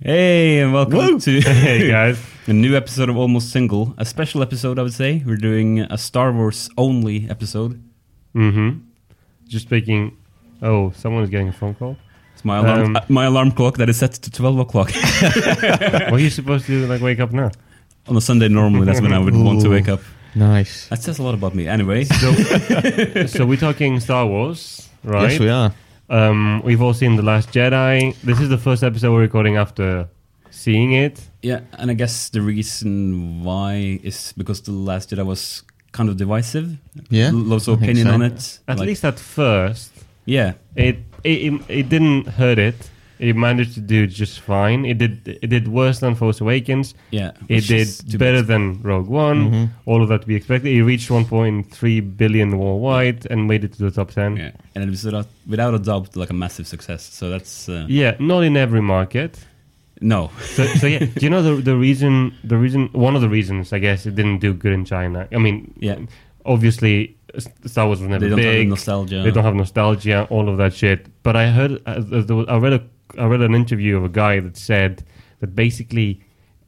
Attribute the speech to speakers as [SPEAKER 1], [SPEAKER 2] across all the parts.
[SPEAKER 1] Hey, and welcome
[SPEAKER 2] Woo!
[SPEAKER 1] to
[SPEAKER 3] Hey guys,
[SPEAKER 1] a new episode of Almost Single. A special episode, I would say. We're doing a Star Wars only episode.
[SPEAKER 3] mm-hmm. just speaking. Oh, someone is getting a phone call.
[SPEAKER 1] It's my alarm,
[SPEAKER 3] Um,
[SPEAKER 1] uh, my alarm clock that is set to 12 o'clock
[SPEAKER 3] What are you supposed to do? Like wake up now?
[SPEAKER 1] on a Sunday normally. That's when I would want to
[SPEAKER 2] Ooh.
[SPEAKER 1] wake up.
[SPEAKER 2] Nice.
[SPEAKER 1] That says a lot about me. Anyway,
[SPEAKER 3] So, so we're talking Star Wars, right?
[SPEAKER 2] Yes, we are.
[SPEAKER 3] Um, we've all seen the Last Jedi. This is the first episode we're recording after seeing it.
[SPEAKER 1] yeah, and I guess the reason why is because The Last Jedi was kind of divisive.
[SPEAKER 2] Yeah,
[SPEAKER 1] Lots
[SPEAKER 2] I
[SPEAKER 1] of
[SPEAKER 2] think
[SPEAKER 1] opinion
[SPEAKER 2] so.
[SPEAKER 1] on it.
[SPEAKER 3] At
[SPEAKER 1] Like,
[SPEAKER 3] least at first,
[SPEAKER 1] Yeah.
[SPEAKER 3] it it, it it didn't hurt it. It managed to do just fine. It did it did worse than Force Awakens.
[SPEAKER 1] Yeah.
[SPEAKER 3] It
[SPEAKER 1] which is
[SPEAKER 3] did
[SPEAKER 1] too
[SPEAKER 3] better
[SPEAKER 1] bad.
[SPEAKER 3] than Rogue One.
[SPEAKER 2] Mhm.
[SPEAKER 1] Mm-hmm.
[SPEAKER 3] All of that to be expected. It reached 1.3 billion worldwide and made it to the top 10.
[SPEAKER 1] Yeah. And it was without, without a doubt like a massive success. So that's. Uh,
[SPEAKER 3] Yeah, not in every market.
[SPEAKER 1] No.
[SPEAKER 3] So, so yeah, do you know the the reason? The reason, one of the reasons, I guess, it didn't do good in China. I mean,
[SPEAKER 1] Yeah.
[SPEAKER 3] obviously, S- Star Wars was never
[SPEAKER 1] They don't have
[SPEAKER 3] big.
[SPEAKER 1] the nostalgia.
[SPEAKER 3] They don't have nostalgia, all of that shit. But I heard, uh, there was- I read, a, I read an interview of a guy that said that basically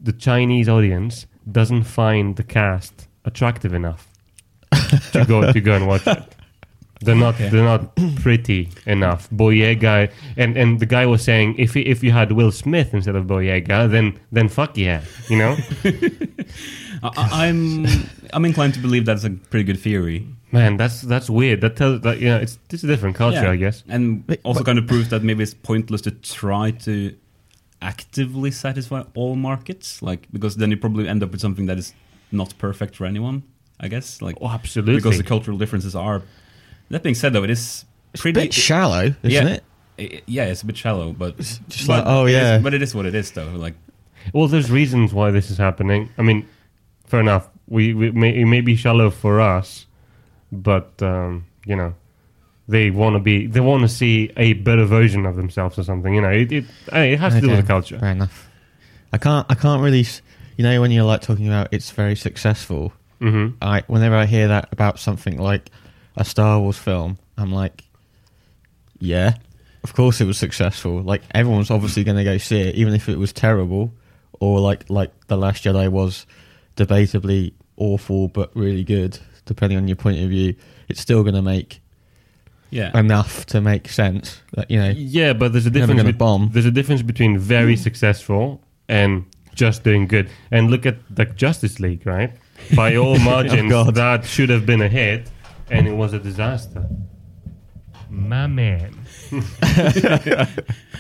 [SPEAKER 3] the Chinese audience doesn't find the cast attractive enough to go to go and watch it. They're not
[SPEAKER 1] Okay.
[SPEAKER 3] they're not pretty enough. Boyega and and the guy was saying if he, if you had Will Smith instead of Boyega, then then fuck yeah, you know.
[SPEAKER 1] I- I, I'm I'm inclined to believe that's a pretty good theory.
[SPEAKER 3] Man, that's that's weird. That tells that you know it's it's a different culture,
[SPEAKER 1] Yeah.
[SPEAKER 3] I guess.
[SPEAKER 1] and
[SPEAKER 2] But-
[SPEAKER 1] also
[SPEAKER 2] but-
[SPEAKER 1] kind of proves that maybe it's pointless to try to actively satisfy all markets, like because then you probably end up with something that is not perfect for anyone. I guess, like
[SPEAKER 3] Oh, absolutely.
[SPEAKER 1] because the cultural differences are. That being said, though, it is pretty.
[SPEAKER 2] bit shallow, isn't
[SPEAKER 1] yeah,
[SPEAKER 2] it?
[SPEAKER 1] i- yeah, it's a bit shallow, but
[SPEAKER 2] just
[SPEAKER 1] but
[SPEAKER 2] like, oh,
[SPEAKER 1] it is-
[SPEAKER 2] yeah.
[SPEAKER 1] but it is what it is, though. Like
[SPEAKER 3] Well, there's reasons why this is happening. I mean, fair enough. We, we may, it may be shallow for us, but um, you know, they want to be. They want to see a better version of themselves or something. You know, it it, I mean, it has to do with
[SPEAKER 2] Okay,
[SPEAKER 3] the culture.
[SPEAKER 2] Fair enough. I can't. I can't really. s- You know, when you're like talking about it's very successful.
[SPEAKER 3] hmm
[SPEAKER 2] I whenever I hear that about something like a Star Wars film, I'm like, yeah, of course it was successful. Like everyone's obviously going to go see it, even if it was terrible, or like like the Last Jedi was debatably awful but really good. Depending on your point of view, it's still going to make
[SPEAKER 1] yeah,
[SPEAKER 2] enough to make sense. That you know,
[SPEAKER 3] Yeah, but there's a
[SPEAKER 2] Never
[SPEAKER 3] difference.
[SPEAKER 2] gonna
[SPEAKER 3] bet-
[SPEAKER 2] bomb.
[SPEAKER 3] There's a difference between very successful and just doing good. And look at like Justice League, right? By all margins,
[SPEAKER 2] Oh, God.
[SPEAKER 3] that should have been a hit, and it was a disaster. My man.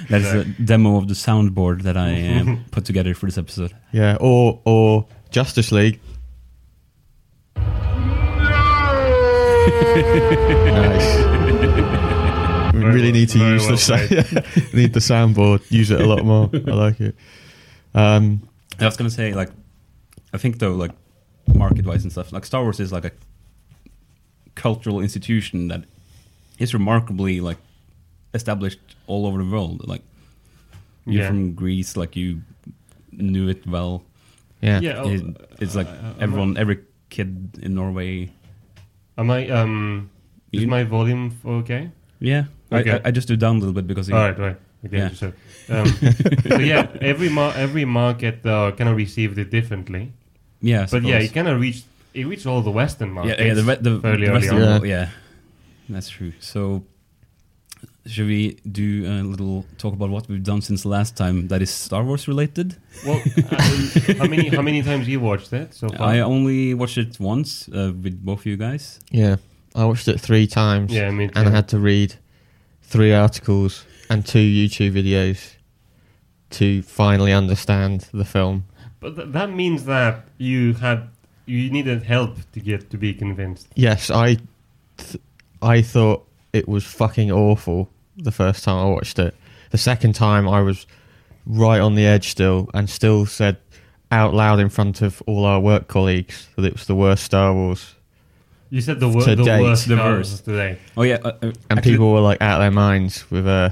[SPEAKER 1] that is a demo of the soundboard that I uh, put together for this episode.
[SPEAKER 2] yeah, or or Justice League. nice. We
[SPEAKER 3] Very
[SPEAKER 2] really
[SPEAKER 3] well-
[SPEAKER 2] need to
[SPEAKER 3] very
[SPEAKER 2] use
[SPEAKER 3] well
[SPEAKER 2] the sound, need the soundboard. Use it a lot more. I like it. Um,
[SPEAKER 1] I was gonna say like, I think though like, market wise and stuff like Star Wars is like a cultural institution that is remarkably like established all over the world. Like you're
[SPEAKER 3] Yeah.
[SPEAKER 1] from Greece, like you knew it well.
[SPEAKER 2] yeah.
[SPEAKER 3] Yeah, oh, uh,
[SPEAKER 1] It- it's like everyone, every kid in Norway.
[SPEAKER 3] am I? Um, is
[SPEAKER 1] You-
[SPEAKER 3] my volume f- okay?
[SPEAKER 1] Yeah, I-
[SPEAKER 3] Okay.
[SPEAKER 1] I, I just do down a little bit because you-
[SPEAKER 3] All right, right. Okay,
[SPEAKER 1] Yeah.
[SPEAKER 3] So, um, so yeah, every mar- every market uh, kind of received it differently,
[SPEAKER 1] yeah, I
[SPEAKER 3] but yeah,
[SPEAKER 1] suppose.
[SPEAKER 3] it kind of reached it reached all the Western markets.
[SPEAKER 1] yeah, yeah, the, re- the,
[SPEAKER 3] fairly
[SPEAKER 1] the rest
[SPEAKER 3] early
[SPEAKER 1] of the
[SPEAKER 2] on.
[SPEAKER 1] world, yeah. that's true. So, should we do a little talk about what we've done since last time that is Star Wars related?
[SPEAKER 3] Well, I- how many how many times you watched it so far?
[SPEAKER 1] I only watched it once uh, with both you guys.
[SPEAKER 2] Yeah. I watched it three times,
[SPEAKER 3] yeah, I mean,
[SPEAKER 2] and I had to read three articles and two YouTube videos to finally understand the film.
[SPEAKER 3] but th- that means that you had you needed help to get to be convinced.
[SPEAKER 2] Yes, I, th- I thought it was fucking awful the first time I watched it. The second time I was right on the edge still, and still said out loud in front of all our work colleagues that it was the worst Star Wars,
[SPEAKER 3] You said the, wor-
[SPEAKER 2] To
[SPEAKER 3] the
[SPEAKER 2] date.
[SPEAKER 3] worst,
[SPEAKER 1] The
[SPEAKER 3] the
[SPEAKER 1] worst.
[SPEAKER 3] worst today.
[SPEAKER 1] Oh yeah, uh, uh,
[SPEAKER 2] and
[SPEAKER 1] actually-
[SPEAKER 2] people were like out of their minds with uh,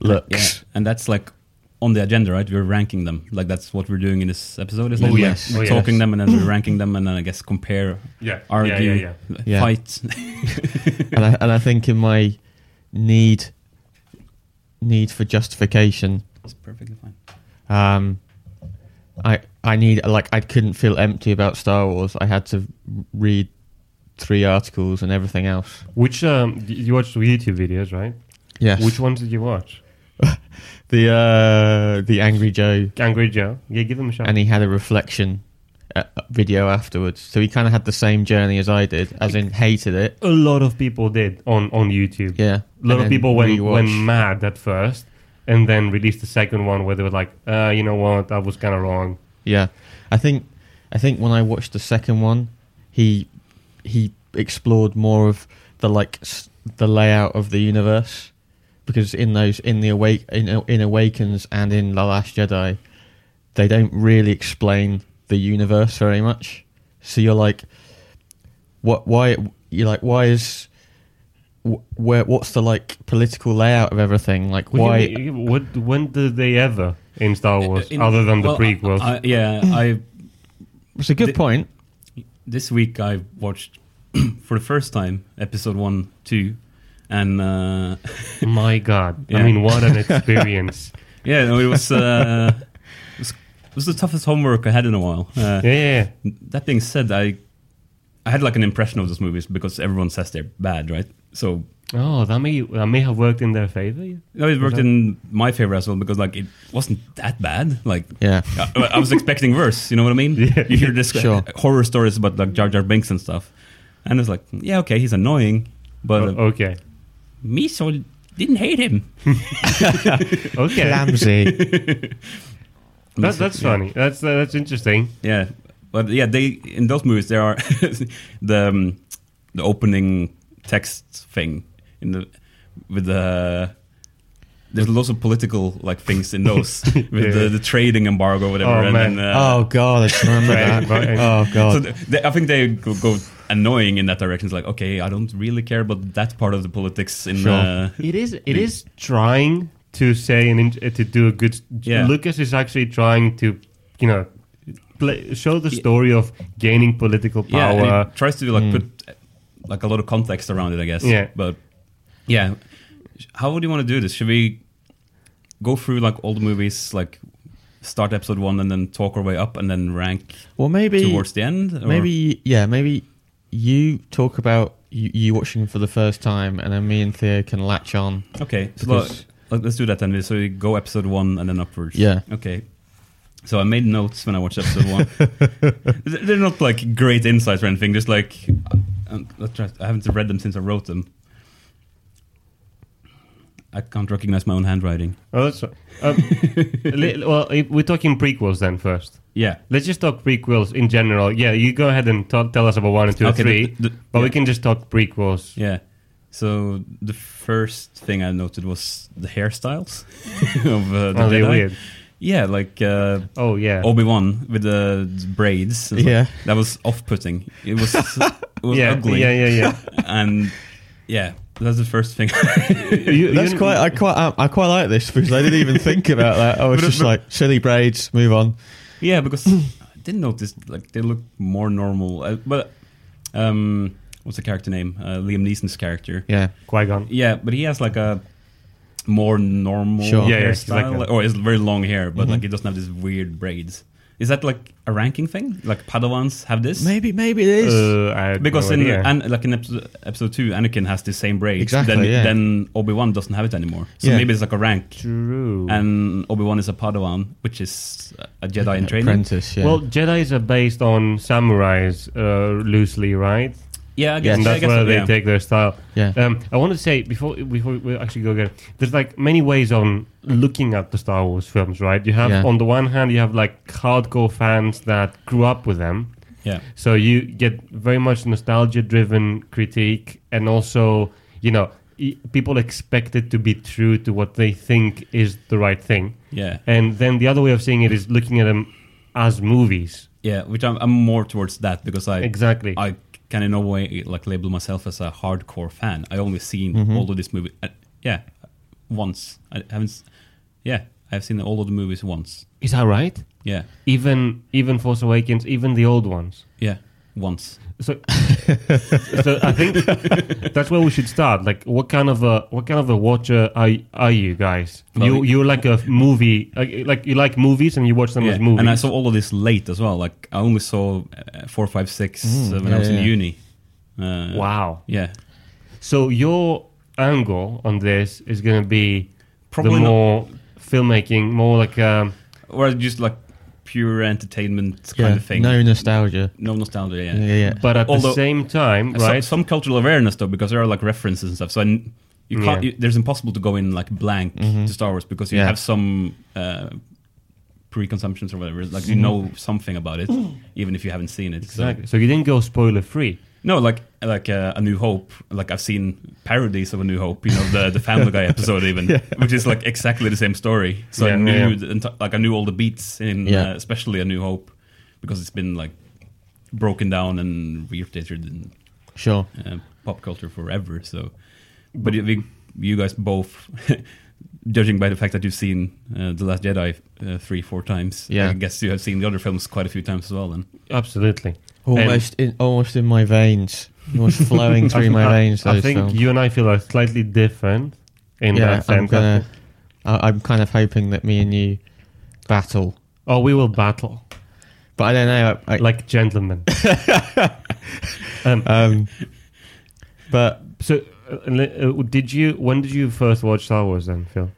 [SPEAKER 2] looks.
[SPEAKER 1] Yeah, and that's like on the agenda, right? We're ranking them. Like that's what we're doing in this episode, isn't
[SPEAKER 2] Oh,
[SPEAKER 1] it? Like,
[SPEAKER 2] yes.
[SPEAKER 1] we're
[SPEAKER 3] Oh, yes.
[SPEAKER 1] talking them and then
[SPEAKER 2] Mm.
[SPEAKER 1] we're ranking them and then I guess compare,
[SPEAKER 3] Yeah, yeah,
[SPEAKER 1] argue, uh,
[SPEAKER 3] yeah, yeah.
[SPEAKER 2] Yeah.
[SPEAKER 1] fight.
[SPEAKER 2] and I and I think in my need need for justification.
[SPEAKER 1] It's perfectly fine.
[SPEAKER 2] Um, I I need like I couldn't feel empty about Star Wars. I had to read three articles and everything else.
[SPEAKER 3] Which um, y- you watched YouTube videos, right?
[SPEAKER 2] Yes.
[SPEAKER 3] Which ones did you watch?
[SPEAKER 2] The uh, the Angry Joe,
[SPEAKER 3] Angry Joe. Yeah, give them a shot.
[SPEAKER 2] and he had a reflection uh, video afterwards. So he kind of had the same journey as I did, as in hated it.
[SPEAKER 3] a lot of people did on on YouTube.
[SPEAKER 2] Yeah.
[SPEAKER 3] A lot
[SPEAKER 2] And
[SPEAKER 3] of
[SPEAKER 2] then
[SPEAKER 3] people went
[SPEAKER 2] rewatched.
[SPEAKER 3] went mad at first, and then released the second one where they were like, uh, you know what, that was kind of wrong.
[SPEAKER 2] Yeah, I think I think when I watched the second one, he he explored more of the like s- the layout of the universe because in those in the awake in, in Awakens and in The Last Jedi, they don't really explain the universe very much. So you're like, what? Why you're like? Why is wh- where? What's the like political layout of everything? Like
[SPEAKER 3] What
[SPEAKER 2] why?
[SPEAKER 3] do you mean? What? When did they ever in Star Wars,
[SPEAKER 1] Uh, In-
[SPEAKER 3] other than the
[SPEAKER 1] well,
[SPEAKER 3] prequels?
[SPEAKER 1] I- I- yeah, I
[SPEAKER 2] It's a good
[SPEAKER 1] the-
[SPEAKER 2] point.
[SPEAKER 1] this week I watched for the first time episode one, two, and uh,
[SPEAKER 3] My God! I
[SPEAKER 1] Yeah.
[SPEAKER 3] mean, what an experience!
[SPEAKER 1] yeah, no, it was. Uh, it was it was the toughest homework I had in a while. Uh,
[SPEAKER 3] yeah, yeah,
[SPEAKER 1] That being said, I I had like an impression of those movies because everyone says they're bad, right? So
[SPEAKER 3] yeah. Oh, that may that may have worked in their favor. yeah.
[SPEAKER 1] no, it worked
[SPEAKER 3] that-
[SPEAKER 1] in my favor as well because like it wasn't that bad. Like
[SPEAKER 2] Yeah.
[SPEAKER 1] I, I was expecting worse. You know what I mean? You hear this
[SPEAKER 2] Sure.
[SPEAKER 1] horror stories about like Jar Jar Binks and stuff, and it's like, yeah, okay, he's annoying, but uh,
[SPEAKER 3] O- okay,
[SPEAKER 1] me so didn't hate him.
[SPEAKER 3] okay.
[SPEAKER 2] Flamsy.
[SPEAKER 3] That's that's funny. That's that's interesting.
[SPEAKER 1] Yeah, but yeah, they in those movies there are the um, the opening text thing in the with the. There's lots of political like things in those with
[SPEAKER 3] Yeah.
[SPEAKER 1] the, the trading embargo, whatever.
[SPEAKER 3] Oh,
[SPEAKER 1] and
[SPEAKER 3] man.
[SPEAKER 1] then, uh,
[SPEAKER 2] Oh god, I just remember
[SPEAKER 3] Right,
[SPEAKER 2] that.
[SPEAKER 3] right.
[SPEAKER 2] Oh god.
[SPEAKER 1] So th- they, I think they go, go annoying in that direction. It's like, okay, I don't really care about that part of the politics. In
[SPEAKER 2] Sure.
[SPEAKER 1] uh,
[SPEAKER 3] It is. It is trying to say and in- uh, to do a good.
[SPEAKER 1] Yeah.
[SPEAKER 3] Lucas is actually trying to, you know, play, show the story of gaining political
[SPEAKER 1] yeah, and
[SPEAKER 3] power.
[SPEAKER 1] it tries to
[SPEAKER 2] hmm.
[SPEAKER 1] like put uh, like a lot of context around it, I guess.
[SPEAKER 3] Yeah.
[SPEAKER 1] but yeah, Sh- how would you want to do this? Should we go through like all the movies, like start episode one and then talk our way up and then rank
[SPEAKER 2] well, maybe
[SPEAKER 1] towards the end? Or-
[SPEAKER 2] maybe yeah, maybe you talk about you, you watching for the first time, and then me and Theo can latch on.
[SPEAKER 1] okay, so
[SPEAKER 2] Because-
[SPEAKER 1] let- let's do that then. So we go episode one and then upwards.
[SPEAKER 2] Yeah.
[SPEAKER 1] Okay. So I made notes when I watched episode one. Th- They're not like great insights or anything. Just like um, let's try- I haven't read them since I wrote them. I can't recognize my own handwriting.
[SPEAKER 3] Oh, that's. Um, li- well, if we're talking prequels then first.
[SPEAKER 1] Yeah.
[SPEAKER 3] Let's just talk prequels in general. Yeah, you go ahead and t- tell us about one and two and
[SPEAKER 1] Okay,
[SPEAKER 3] three,
[SPEAKER 1] the- the-
[SPEAKER 3] but we
[SPEAKER 1] yeah.
[SPEAKER 3] can just talk prequels.
[SPEAKER 1] Yeah. So the first thing I noted was the hairstyles of uh, the
[SPEAKER 3] Are they
[SPEAKER 1] Jedi.
[SPEAKER 3] Oh, weird?
[SPEAKER 1] Yeah, like uh,
[SPEAKER 3] Oh yeah.
[SPEAKER 1] Obi Wan with the braids. It's like-
[SPEAKER 2] Yeah.
[SPEAKER 1] that was off-putting. It was, it was
[SPEAKER 3] yeah,
[SPEAKER 1] ugly.
[SPEAKER 3] yeah, yeah, yeah.
[SPEAKER 1] and yeah, that's the first thing.
[SPEAKER 3] You-
[SPEAKER 2] That's
[SPEAKER 3] you-
[SPEAKER 2] quite. I quite. Um, I quite like this because I didn't even think about that. I was
[SPEAKER 1] But-
[SPEAKER 2] just
[SPEAKER 1] but-
[SPEAKER 2] like silly braids. Move on.
[SPEAKER 1] yeah, because I didn't notice like they look more normal. Uh, but um, what's the character name? Uh, Liam Neeson's character.
[SPEAKER 2] Yeah.
[SPEAKER 3] Qui Gon.
[SPEAKER 1] Yeah, but he has like a more normal
[SPEAKER 2] Sure.
[SPEAKER 3] Yeah, yeah, he's like
[SPEAKER 1] hairstyle,
[SPEAKER 3] that.
[SPEAKER 1] or it's very long hair, but
[SPEAKER 2] Mm-hmm.
[SPEAKER 1] like he doesn't have this weird braids. Is that like a ranking thing? Like Padawans have this?
[SPEAKER 2] Maybe. Maybe it is.
[SPEAKER 3] Uh, I had
[SPEAKER 1] Because
[SPEAKER 3] no
[SPEAKER 1] in
[SPEAKER 3] idea.
[SPEAKER 1] and like in episode, episode two, Anakin has the same braids.
[SPEAKER 2] Exactly,
[SPEAKER 1] Then,
[SPEAKER 2] yeah.
[SPEAKER 1] then Obi Wan doesn't have it anymore. So
[SPEAKER 2] Yeah.
[SPEAKER 1] maybe it's like a rank.
[SPEAKER 3] True.
[SPEAKER 1] and Obi Wan is a Padawan, which is a Jedi in training.
[SPEAKER 2] Apprentice. Yeah.
[SPEAKER 3] Well, Jedi's are based on samurais uh, loosely, right?
[SPEAKER 1] Yeah, I guess,
[SPEAKER 2] Yes.
[SPEAKER 3] And
[SPEAKER 1] yeah, I
[SPEAKER 3] that's
[SPEAKER 1] guess
[SPEAKER 3] where
[SPEAKER 1] so,
[SPEAKER 3] they
[SPEAKER 1] yeah.
[SPEAKER 3] take their style.
[SPEAKER 2] Yeah.
[SPEAKER 3] Um, I want to say before before we actually go again, there's like many ways on looking at the Star Wars films, right? You have
[SPEAKER 2] Yeah.
[SPEAKER 3] on the one hand, you have like hardcore fans that grew up with them,
[SPEAKER 1] Yeah,
[SPEAKER 3] so you get very much nostalgia-driven critique, and also you know e- people expect it to be true to what they think is the right thing.
[SPEAKER 1] yeah,
[SPEAKER 3] And then the other way of seeing it is looking at them as movies.
[SPEAKER 1] yeah. Which I'm, I'm more towards that because I
[SPEAKER 3] Exactly.
[SPEAKER 1] I can in no way like label myself as a hardcore fan. I only seen
[SPEAKER 3] Mm-hmm.
[SPEAKER 1] all of this movie. Uh, yeah, once. I haven't. s- Yeah, I've seen all of the movies once.
[SPEAKER 3] Is that right?
[SPEAKER 1] Yeah,
[SPEAKER 3] Even even Force Awakens, even the old ones.
[SPEAKER 1] yeah. once.
[SPEAKER 3] So, so I think that's where we should start. Like, what kind of a what kind of a watcher are y- are you guys?
[SPEAKER 1] Well,
[SPEAKER 3] you you're like a movie, like, like you like movies and you watch them
[SPEAKER 1] Yeah,
[SPEAKER 3] as movies.
[SPEAKER 1] And I saw all of this late as well. Like I only saw uh, four, five, six uh, when I
[SPEAKER 2] yeah,
[SPEAKER 1] was
[SPEAKER 2] yeah.
[SPEAKER 1] in uni. Uh,
[SPEAKER 3] Mm-hmm. wow.
[SPEAKER 1] Yeah.
[SPEAKER 3] So your angle on this is going to be
[SPEAKER 1] Probably
[SPEAKER 3] the
[SPEAKER 1] not-
[SPEAKER 3] more filmmaking, more like um,
[SPEAKER 1] Or just like pure entertainment
[SPEAKER 2] Yeah,
[SPEAKER 1] kind of thing.
[SPEAKER 2] no nostalgia.
[SPEAKER 1] No nostalgia. Yeah.
[SPEAKER 2] Yeah, yeah.
[SPEAKER 3] but at
[SPEAKER 1] Although-
[SPEAKER 3] the same time,
[SPEAKER 1] So-
[SPEAKER 3] right?
[SPEAKER 1] some cultural awareness though, because there are like references and stuff. So I, you can't.
[SPEAKER 3] Yeah.
[SPEAKER 1] You, there's impossible to go in like blank to Star Wars because you
[SPEAKER 2] Mm-hmm. Yeah.
[SPEAKER 1] have some uh, preconceptions or whatever. Like
[SPEAKER 2] Mm-hmm.
[SPEAKER 1] you know something about it, even if you haven't seen it. So-
[SPEAKER 3] Exactly. So you didn't go spoiler free.
[SPEAKER 1] No, like like uh, a New Hope. Like I've seen parodies of a New Hope. You know the the Family Guy episode even, which is like exactly the same story. So I
[SPEAKER 3] Yeah,
[SPEAKER 1] knew
[SPEAKER 3] yeah.
[SPEAKER 1] the enti- like I knew all the beats in
[SPEAKER 2] Yeah.
[SPEAKER 1] uh, especially a New Hope because it's been like broken down and reupdated in
[SPEAKER 2] Sure.
[SPEAKER 1] uh, pop culture forever. So, but we, you guys both. Judging by the fact that you've seen uh, The Last Jedi uh, three, four times,
[SPEAKER 2] Yeah.
[SPEAKER 1] I guess you have seen the other films quite a few times as well. Then
[SPEAKER 3] Absolutely.
[SPEAKER 1] um,
[SPEAKER 2] Almost in, almost in my veins. Almost flowing through my
[SPEAKER 3] I,
[SPEAKER 2] veins. Those
[SPEAKER 3] I think
[SPEAKER 2] films.
[SPEAKER 3] you and I feel are slightly different in
[SPEAKER 2] yeah,
[SPEAKER 3] that
[SPEAKER 2] I'm
[SPEAKER 3] sense.
[SPEAKER 2] gonna. I, I'm kind of hoping that me and you battle,
[SPEAKER 3] Oh, we will battle
[SPEAKER 2] but I don't know. I, I,
[SPEAKER 3] like gentlemen. um,
[SPEAKER 2] um, but
[SPEAKER 3] so, uh, le- uh, did you? When did you first watch Star Wars? Then, Phil,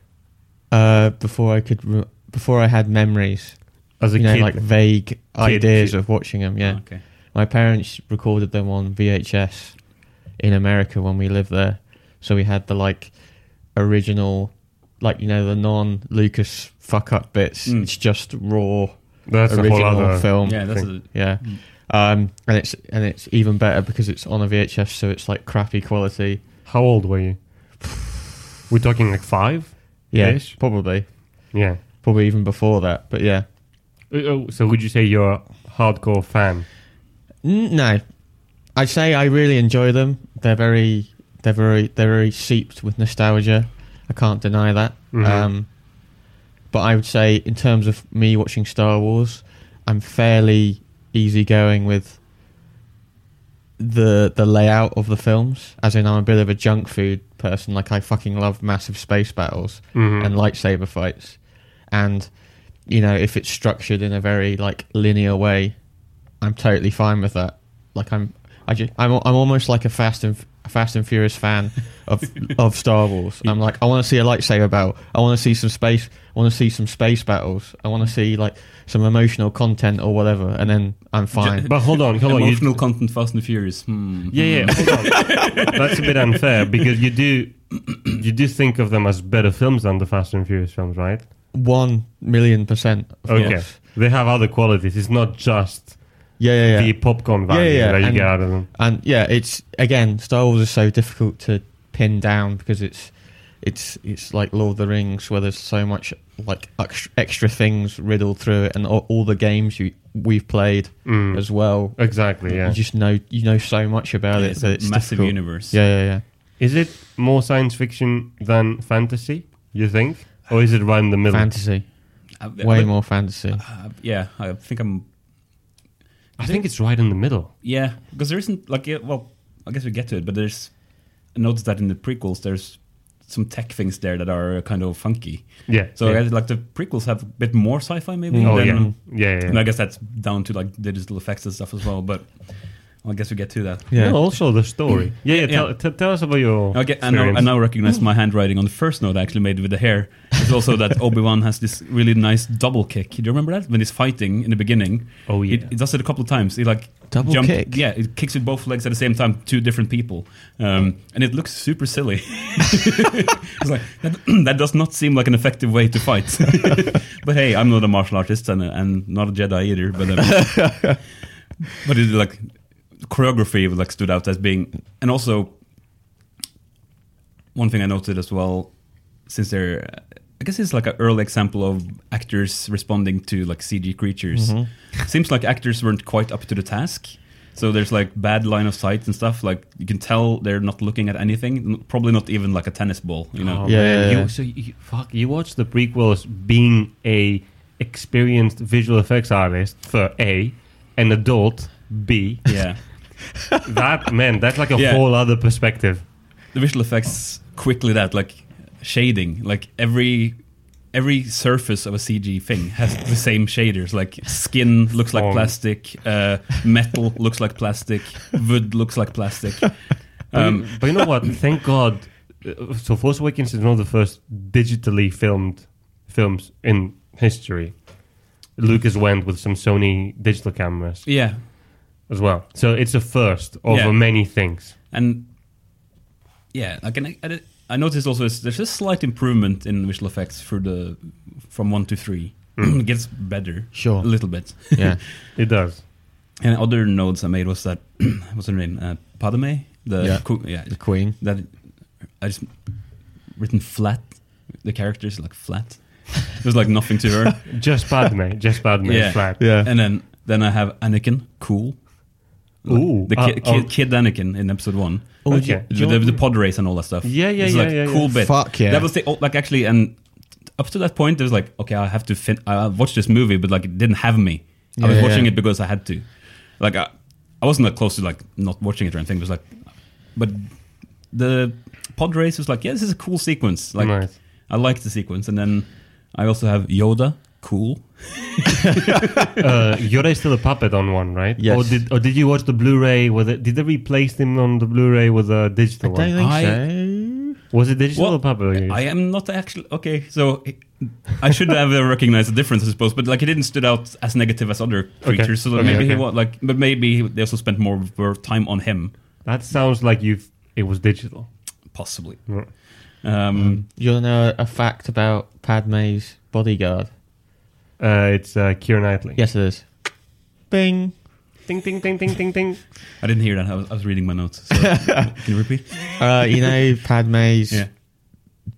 [SPEAKER 2] uh, before I could, re- before I had memories,
[SPEAKER 3] as a
[SPEAKER 2] you know,
[SPEAKER 3] kid.
[SPEAKER 2] like vague ideas
[SPEAKER 3] kid.
[SPEAKER 2] of watching them. Yeah,
[SPEAKER 1] okay,
[SPEAKER 2] my parents recorded them on VHS in America when we lived there, so we had the like original, like you know, the non Lucas fuck up bits.
[SPEAKER 1] Mm.
[SPEAKER 2] It's just raw
[SPEAKER 3] that's a whole
[SPEAKER 2] original
[SPEAKER 3] other.
[SPEAKER 2] film.
[SPEAKER 1] yeah, that's a,
[SPEAKER 2] Yeah.
[SPEAKER 1] Mm.
[SPEAKER 2] Um, and it's and it's even better because it's on a VHS, so it's like crappy quality.
[SPEAKER 3] How old were you? We're talking like five.
[SPEAKER 2] Yeah,
[SPEAKER 3] Ish.
[SPEAKER 2] probably,
[SPEAKER 3] Yeah.
[SPEAKER 2] probably even before that. But yeah,
[SPEAKER 3] Uh, oh, So would you say you're a hardcore fan?
[SPEAKER 2] N- no, I'd say I really enjoy them. They're very, they're very, they're very seeped with nostalgia. I can't deny that.
[SPEAKER 3] Mhm.
[SPEAKER 2] Um, but I would say, in terms of me watching Star Wars, I'm fairly easygoing with the the layout of the films. As in, I'm a bit of a junk food person. Like I fucking love massive space battles
[SPEAKER 3] Mhm.
[SPEAKER 2] and lightsaber fights, and you know if it's structured in a very like linear way, I'm totally fine with that. Like I'm, I just, I'm, I'm almost like a Fast and a Fast and Furious fan of of Star Wars. I'm like, I want to see a lightsaber battle. I want to see some space. I want to see some space battles. I want to see like some emotional content or whatever, and then I'm fine.
[SPEAKER 3] But hold on, hold on. Oh, You,
[SPEAKER 1] emotional content Fast and Furious. Hmm.
[SPEAKER 3] yeah, yeah. Hold on. That's a bit unfair because you do you do think of them as better films than the Fast and Furious films, right?
[SPEAKER 2] One million percent. of
[SPEAKER 3] Okay.
[SPEAKER 2] course.
[SPEAKER 3] They have other qualities. It's not just
[SPEAKER 2] Yeah, yeah, yeah.
[SPEAKER 3] the popcorn value
[SPEAKER 2] yeah,
[SPEAKER 3] that you
[SPEAKER 2] and-
[SPEAKER 3] get out of them.
[SPEAKER 2] and yeah, it's again Star Wars is so difficult to pin down because it's it's it's like Lord of the Rings where there's so much like extra, extra things riddled through it, and all, all the games you we've played
[SPEAKER 1] Hmm.
[SPEAKER 3] Mm.
[SPEAKER 2] as well.
[SPEAKER 3] Exactly. Yeah.
[SPEAKER 2] You just know you know so much about it
[SPEAKER 1] Hmm. it's
[SPEAKER 2] that
[SPEAKER 1] a
[SPEAKER 2] it's
[SPEAKER 1] massive
[SPEAKER 2] difficult.
[SPEAKER 1] universe.
[SPEAKER 2] Yeah, yeah, yeah.
[SPEAKER 3] Is it more science fiction than fantasy? You think, or is it right in the middle?
[SPEAKER 2] Fantasy,
[SPEAKER 1] I- I-
[SPEAKER 2] way
[SPEAKER 1] Uh, but-
[SPEAKER 2] more fantasy.
[SPEAKER 1] uh, yeah, I think I'm.
[SPEAKER 3] I think it's right in the middle.
[SPEAKER 1] Yeah, because there isn't like yeah, well, I guess we get to it, but there's. I noticed that in the prequels, there's some tech things there that are kind of funky.
[SPEAKER 3] Yeah.
[SPEAKER 1] So I
[SPEAKER 3] yeah.
[SPEAKER 1] guess, like the prequels have a bit more sci-fi maybe.
[SPEAKER 2] Mm.
[SPEAKER 3] oh
[SPEAKER 1] than-
[SPEAKER 3] yeah. yeah, yeah,
[SPEAKER 1] And I
[SPEAKER 3] yeah.
[SPEAKER 1] guess that's down to like digital effects and stuff as well. But I guess we get to that.
[SPEAKER 2] yeah.
[SPEAKER 3] No, also the story. Yeah, yeah.
[SPEAKER 1] Yeah.
[SPEAKER 3] Tell, t- tell us about your.
[SPEAKER 1] Okay, I now, I
[SPEAKER 3] experience.
[SPEAKER 1] now recognize my handwriting on the first note I actually made with the hair. It's also that Obi Wan has this really nice double kick. Do you remember that when he's fighting in the beginning?
[SPEAKER 3] Oh
[SPEAKER 1] He,
[SPEAKER 3] yeah.
[SPEAKER 1] he does it a couple of times. He like
[SPEAKER 2] Double
[SPEAKER 1] jump-
[SPEAKER 2] kick?
[SPEAKER 1] Yeah, it kicks with both legs at the same time, two different people, um, and it looks super silly. it's like that, that does not seem like an effective way to fight. but hey, I'm not a martial artist and, and not a Jedi either. But um, but it like choreography like stood out as being, and also one thing I noted as well, since they're, I guess it's like an early example of actors responding to like CG creatures. Seems like actors weren't quite up to the task. So there's like bad line of sight and stuff. Like you can tell they're not looking at anything. N- Probably not even like a tennis ball. You know.
[SPEAKER 3] Oh,
[SPEAKER 2] Yeah,
[SPEAKER 3] man.
[SPEAKER 2] yeah, yeah.
[SPEAKER 3] You, so you, fuck, you watch the prequels being a experienced visual effects artist for a an adult B.
[SPEAKER 1] Yeah.
[SPEAKER 3] That man, that's like a
[SPEAKER 1] Yeah.
[SPEAKER 3] whole other perspective.
[SPEAKER 1] the visual effects quickly that like shading like every every surface of a cg thing has the same shaders like skin looks like
[SPEAKER 3] Fong.
[SPEAKER 1] plastic uh, metal looks like plastic wood looks like plastic um,
[SPEAKER 3] but you know what? Thank God. uh, So Force Awakens is one of the first digitally filmed films in history. Lucas went with some Sony digital cameras
[SPEAKER 1] yeah
[SPEAKER 3] as well. So it's a first over
[SPEAKER 1] Yeah.
[SPEAKER 3] many things. and
[SPEAKER 1] yeah like and I, I, I noticed also is there's a slight improvement in visual effects through the from one to three it gets better a
[SPEAKER 2] Sure.
[SPEAKER 1] little bit
[SPEAKER 2] Yeah.
[SPEAKER 3] It does.
[SPEAKER 1] and other notes i made was that what's her name uh, padme the
[SPEAKER 2] Yeah.
[SPEAKER 1] coo- yeah
[SPEAKER 2] the Queen.
[SPEAKER 1] that I just written flat. The character is like flat. There's like nothing to her.
[SPEAKER 3] Just Padme. just Padme.
[SPEAKER 1] Yeah.
[SPEAKER 3] Flat.
[SPEAKER 2] Yeah.
[SPEAKER 1] And then then I have Anakin, cool. Like,
[SPEAKER 3] Ooh.
[SPEAKER 1] the
[SPEAKER 3] Uh,
[SPEAKER 1] kid,
[SPEAKER 3] oh.
[SPEAKER 1] kid, kid Anakin in episode one.
[SPEAKER 2] Oh,
[SPEAKER 3] Okay.
[SPEAKER 2] do you-
[SPEAKER 1] The, the pod race and all that stuff.
[SPEAKER 3] Yeah, yeah,
[SPEAKER 1] it's
[SPEAKER 3] yeah,
[SPEAKER 1] Like
[SPEAKER 3] yeah,
[SPEAKER 1] cool
[SPEAKER 3] yeah.
[SPEAKER 1] bit.
[SPEAKER 2] Fuck yeah.
[SPEAKER 1] That was the oh, like actually and up to that point it was like okay I have to fin- I watched this movie but like it didn't have me. I
[SPEAKER 2] Yeah,
[SPEAKER 1] was
[SPEAKER 2] yeah.
[SPEAKER 1] watching it because I had to. Like I, I wasn't that close to like not watching it or anything. It was like, but the pod race was like yeah this is a cool sequence. Like
[SPEAKER 3] Nice.
[SPEAKER 1] I like the sequence and then I also have Yoda cool.
[SPEAKER 3] uh, Yoda is still a puppet on one, right?
[SPEAKER 2] Yes.
[SPEAKER 3] Or did or did you watch the Blu-ray? With it, did they replace him on the Blu-ray with a digital
[SPEAKER 2] I don't
[SPEAKER 3] one?
[SPEAKER 2] think
[SPEAKER 1] I-
[SPEAKER 2] so.
[SPEAKER 3] Was it digital or puppet?
[SPEAKER 1] I am not actually okay. So I should have uh, recognized the difference, I suppose. But like, he didn't stood out as negative as other creatures. So
[SPEAKER 3] Okay,
[SPEAKER 1] maybe he
[SPEAKER 3] okay.
[SPEAKER 1] was like, but maybe they also spent more of their time on him,
[SPEAKER 3] that sounds like you've. It was digital.
[SPEAKER 1] possibly.
[SPEAKER 3] Mm.
[SPEAKER 1] Um,
[SPEAKER 2] Do you know a fact about Padme's bodyguard?
[SPEAKER 3] Uh, it's uh, Keira Knightley.
[SPEAKER 2] Yes, it is. Bing.
[SPEAKER 3] Ding ding ding ding ding ding.
[SPEAKER 1] I didn't hear that. I was, I was reading my notes. So can you repeat?
[SPEAKER 2] Uh, you know Padme's
[SPEAKER 1] Yeah,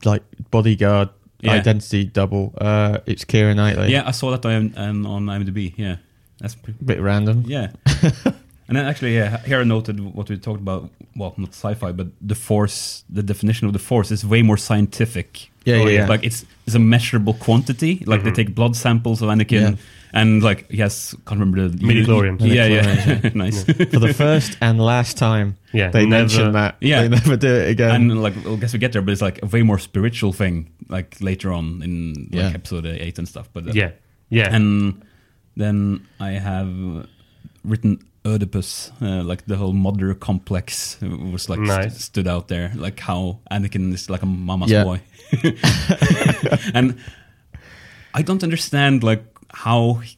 [SPEAKER 2] like bodyguard
[SPEAKER 1] Yeah.
[SPEAKER 2] identity double. Uh, it's Kira Knightley.
[SPEAKER 1] yeah. I saw that on um, on IMDb. Yeah, that's pretty,
[SPEAKER 2] Bit random.
[SPEAKER 1] yeah. And then actually, yeah, here I noted what we talked about. Well, not sci-fi, but the force. The definition of the force is way more scientific.
[SPEAKER 2] Yeah, yeah, yeah.
[SPEAKER 1] Like it's it's a measurable quantity. Like they take blood samples of Anakin,
[SPEAKER 2] Yeah.
[SPEAKER 1] and like yes, can't remember the
[SPEAKER 3] Midichlorians.
[SPEAKER 1] Yeah, yeah, nice.
[SPEAKER 2] For the first and last time,
[SPEAKER 3] Yeah,
[SPEAKER 2] they
[SPEAKER 3] never-
[SPEAKER 2] mention that.
[SPEAKER 1] Yeah.
[SPEAKER 2] They never do it again.
[SPEAKER 1] And like, I guess we get there, but it's like a way more spiritual thing. Like later on in like
[SPEAKER 2] Yeah.
[SPEAKER 1] episode eight and stuff. But uh,
[SPEAKER 3] Yeah, yeah.
[SPEAKER 1] and then I have written Oedipus, uh, like the whole mother complex was like st-
[SPEAKER 3] Nice.
[SPEAKER 1] stood out there, like how Anakin is like a mama's
[SPEAKER 2] Yeah.
[SPEAKER 1] boy, and I don't understand like how he-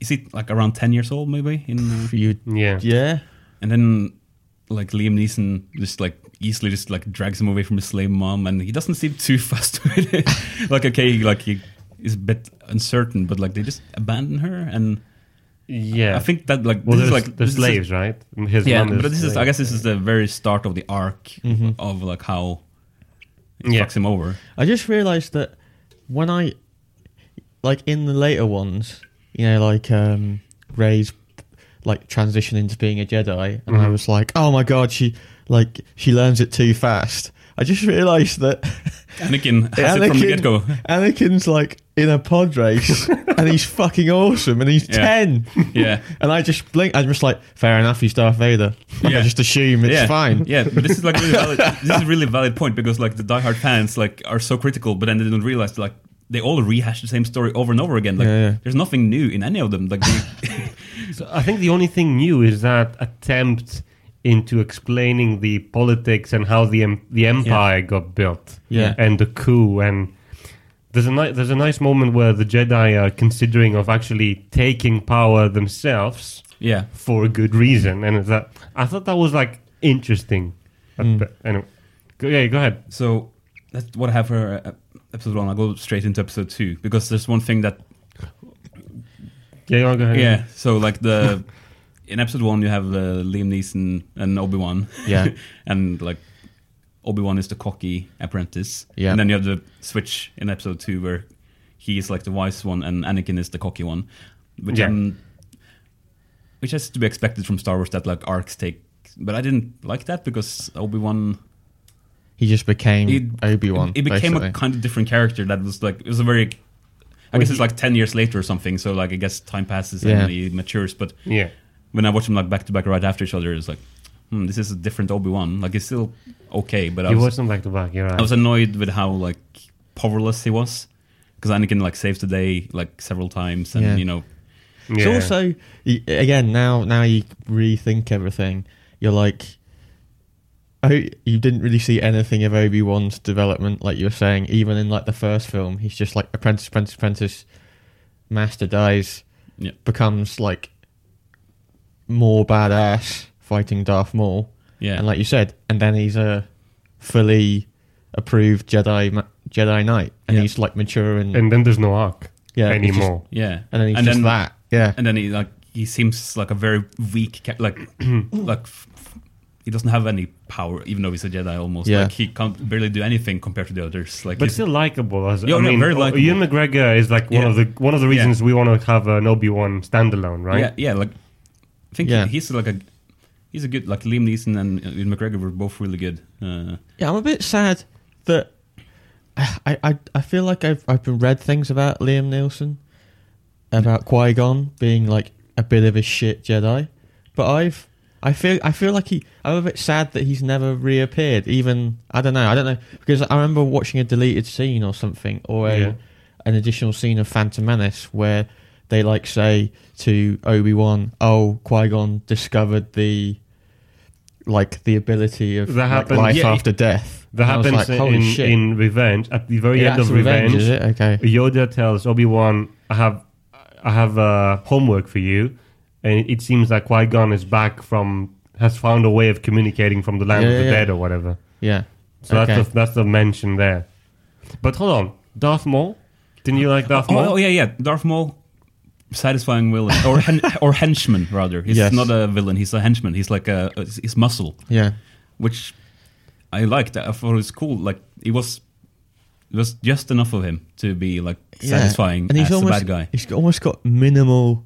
[SPEAKER 1] is he like around ten years old maybe in
[SPEAKER 2] you,
[SPEAKER 3] yeah.
[SPEAKER 2] yeah.
[SPEAKER 1] and then like Liam Neeson just like easily just like drags him away from his slave mom, and he doesn't seem too fussed with it. like okay, like he is a bit uncertain, but like they just abandon her, and
[SPEAKER 3] yeah.
[SPEAKER 1] I think that like
[SPEAKER 3] well,
[SPEAKER 1] this
[SPEAKER 3] there's
[SPEAKER 1] is
[SPEAKER 3] like
[SPEAKER 1] like
[SPEAKER 3] the
[SPEAKER 1] this is-
[SPEAKER 3] slaves, right? His
[SPEAKER 1] yeah,
[SPEAKER 3] mom
[SPEAKER 1] but this is I
[SPEAKER 3] slave.
[SPEAKER 1] guess this is the very start of the arc of like how it
[SPEAKER 3] Mm-hmm. Yeah.
[SPEAKER 1] fucks him over.
[SPEAKER 2] I just realised that when I, like in the later ones, you know, like um, Ray's like transition into being a Jedi, and
[SPEAKER 1] Mm-hmm.
[SPEAKER 2] I was like, oh my god, she like she learns it too fast. I just realised that
[SPEAKER 1] Anakin has it from the get go.
[SPEAKER 2] Anakin's like in a pod race, and he's fucking awesome, and he's
[SPEAKER 1] Yeah.
[SPEAKER 2] ten.
[SPEAKER 1] Yeah.
[SPEAKER 2] And I just blink. I'm just like, fair enough. He's Darth Vader. Like,
[SPEAKER 1] Yeah.
[SPEAKER 2] I just assume it's
[SPEAKER 1] yeah,
[SPEAKER 2] fine.
[SPEAKER 1] Yeah, but this is like really valid, this is a really valid point because like the diehard fans like are so critical, but then they don't realize like they all rehash the same story over and over again. Like
[SPEAKER 2] Yeah, yeah.
[SPEAKER 1] there's nothing new in any of them. Like they,
[SPEAKER 3] So I think the only thing new is that attempt into explaining the politics and how the em- the empire got built,
[SPEAKER 2] Yeah.
[SPEAKER 3] and the coup. And there's a ni- there's a nice moment where the Jedi are considering of actually taking power themselves
[SPEAKER 1] yeah,
[SPEAKER 3] for a good reason, and it's that I thought that was like interesting. But anyway, go, yeah, go ahead.
[SPEAKER 1] so that's what I have for uh, episode one. I'll go straight into episode two because there's one thing that
[SPEAKER 3] Yeah, go ahead.
[SPEAKER 1] yeah. So like the in episode one you have uh, Liam Neeson and Obi Wan.
[SPEAKER 2] Yeah.
[SPEAKER 1] and like Obi Wan is the cocky apprentice.
[SPEAKER 2] Yeah.
[SPEAKER 1] And then you have the switch in episode two where he is like the wise one and Anakin is the cocky one, which
[SPEAKER 3] Yeah.
[SPEAKER 1] um, which has to be expected from Star Wars that like arcs take. But I didn't like that because Obi Wan
[SPEAKER 2] He just became
[SPEAKER 1] It-
[SPEAKER 2] Obi Wan.
[SPEAKER 1] it became
[SPEAKER 2] Mm, basically.
[SPEAKER 1] a kind of different character that was like it was a very. I guess it's like ten years later or something. So like I guess time passes
[SPEAKER 2] Yeah.
[SPEAKER 1] and he matures, but
[SPEAKER 3] yeah.
[SPEAKER 1] when I watch them like back to back right after each other, it's like, hmm, this is a different Obi Wan. Like it's still okay, but I
[SPEAKER 3] you
[SPEAKER 1] was,
[SPEAKER 3] watch them back to back. You're right.
[SPEAKER 1] I was annoyed with how like powerless he was because Anakin like saves the day like several times, and
[SPEAKER 2] Yeah.
[SPEAKER 1] you know,
[SPEAKER 3] yeah.
[SPEAKER 2] It's also y- again now now you rethink everything. You're like, oh, you didn't really see anything of Obi Wan's development, like you were saying. Even in like the first film, he's just like apprentice, apprentice, apprentice. Master dies,
[SPEAKER 1] Yeah.
[SPEAKER 2] becomes like more badass fighting Darth Maul,
[SPEAKER 1] yeah,
[SPEAKER 2] and like you said, and then he's a fully approved Jedi ma- Jedi Knight, and
[SPEAKER 1] Yeah.
[SPEAKER 2] he's like mature and,
[SPEAKER 3] and then there's no arc
[SPEAKER 2] yeah, he's just-
[SPEAKER 3] anymore.
[SPEAKER 1] yeah,
[SPEAKER 2] and then he's just that, yeah.
[SPEAKER 1] and then he like he seems like a very weak ca- like like f- f- he doesn't have any power even though he's a jedi almost
[SPEAKER 2] Yeah.
[SPEAKER 1] like he can't barely do anything compared to the others like
[SPEAKER 3] but
[SPEAKER 1] he's-
[SPEAKER 3] still likable. As,
[SPEAKER 1] Yeah,
[SPEAKER 3] I
[SPEAKER 1] no,
[SPEAKER 3] mean,
[SPEAKER 1] very likable.
[SPEAKER 3] Ian McGregor is like one
[SPEAKER 1] Yeah.
[SPEAKER 3] of the one of the reasons we want to have an Obi Wan standalone, right?
[SPEAKER 1] yeah yeah like i think
[SPEAKER 2] Yeah.
[SPEAKER 1] he's like a he's a good like liam neeson and uh, Ewan mcgregor were both really good uh,
[SPEAKER 2] Yeah, I'm a bit sad that I I, I feel like I've I've been read things about Liam Nielsen about Qui Gon being like a bit of a shit Jedi, but I've I feel I feel like he I'm a bit sad that he's never reappeared. Even I don't know I don't know because I remember watching a deleted scene or something or a,
[SPEAKER 3] Yeah.
[SPEAKER 2] an additional scene of Phantom Menace where they like say to Obi Wan, "Oh, Qui Gon discovered the." Like the ability of
[SPEAKER 3] That
[SPEAKER 2] like,
[SPEAKER 3] happened-
[SPEAKER 2] life
[SPEAKER 1] Yeah,
[SPEAKER 2] after death.
[SPEAKER 3] That
[SPEAKER 2] And I was
[SPEAKER 3] happens
[SPEAKER 2] like, holy
[SPEAKER 3] in,
[SPEAKER 2] shit.
[SPEAKER 3] in Revenge. At the very
[SPEAKER 2] Yeah,
[SPEAKER 3] end
[SPEAKER 2] that's
[SPEAKER 3] of Revenge,
[SPEAKER 2] is it? Okay.
[SPEAKER 3] Yoda tells Obi Wan, "I have, I have uh, homework for you," and it seems like Qui Gon is back from has found a way of communicating from the land
[SPEAKER 2] Yeah,
[SPEAKER 3] of the
[SPEAKER 2] yeah, yeah.
[SPEAKER 3] dead or whatever.
[SPEAKER 2] Yeah.
[SPEAKER 3] So
[SPEAKER 2] Okay.
[SPEAKER 3] that's the, that's the mention there. But hold on, Darth Maul. Didn't you like Darth Maul?
[SPEAKER 1] oh, oh, yeah yeah darth maul satisfying villain or hen- or henchman rather he's
[SPEAKER 2] Yes.
[SPEAKER 1] not a villain he's a henchman he's like a he's muscle
[SPEAKER 2] Yeah.
[SPEAKER 1] which I liked. I thought it was cool. Like it was, it was just enough of him to be like
[SPEAKER 2] Yeah.
[SPEAKER 1] satisfying
[SPEAKER 2] And he's
[SPEAKER 1] as
[SPEAKER 2] almost
[SPEAKER 1] a bad guy.
[SPEAKER 2] He's got- almost got minimal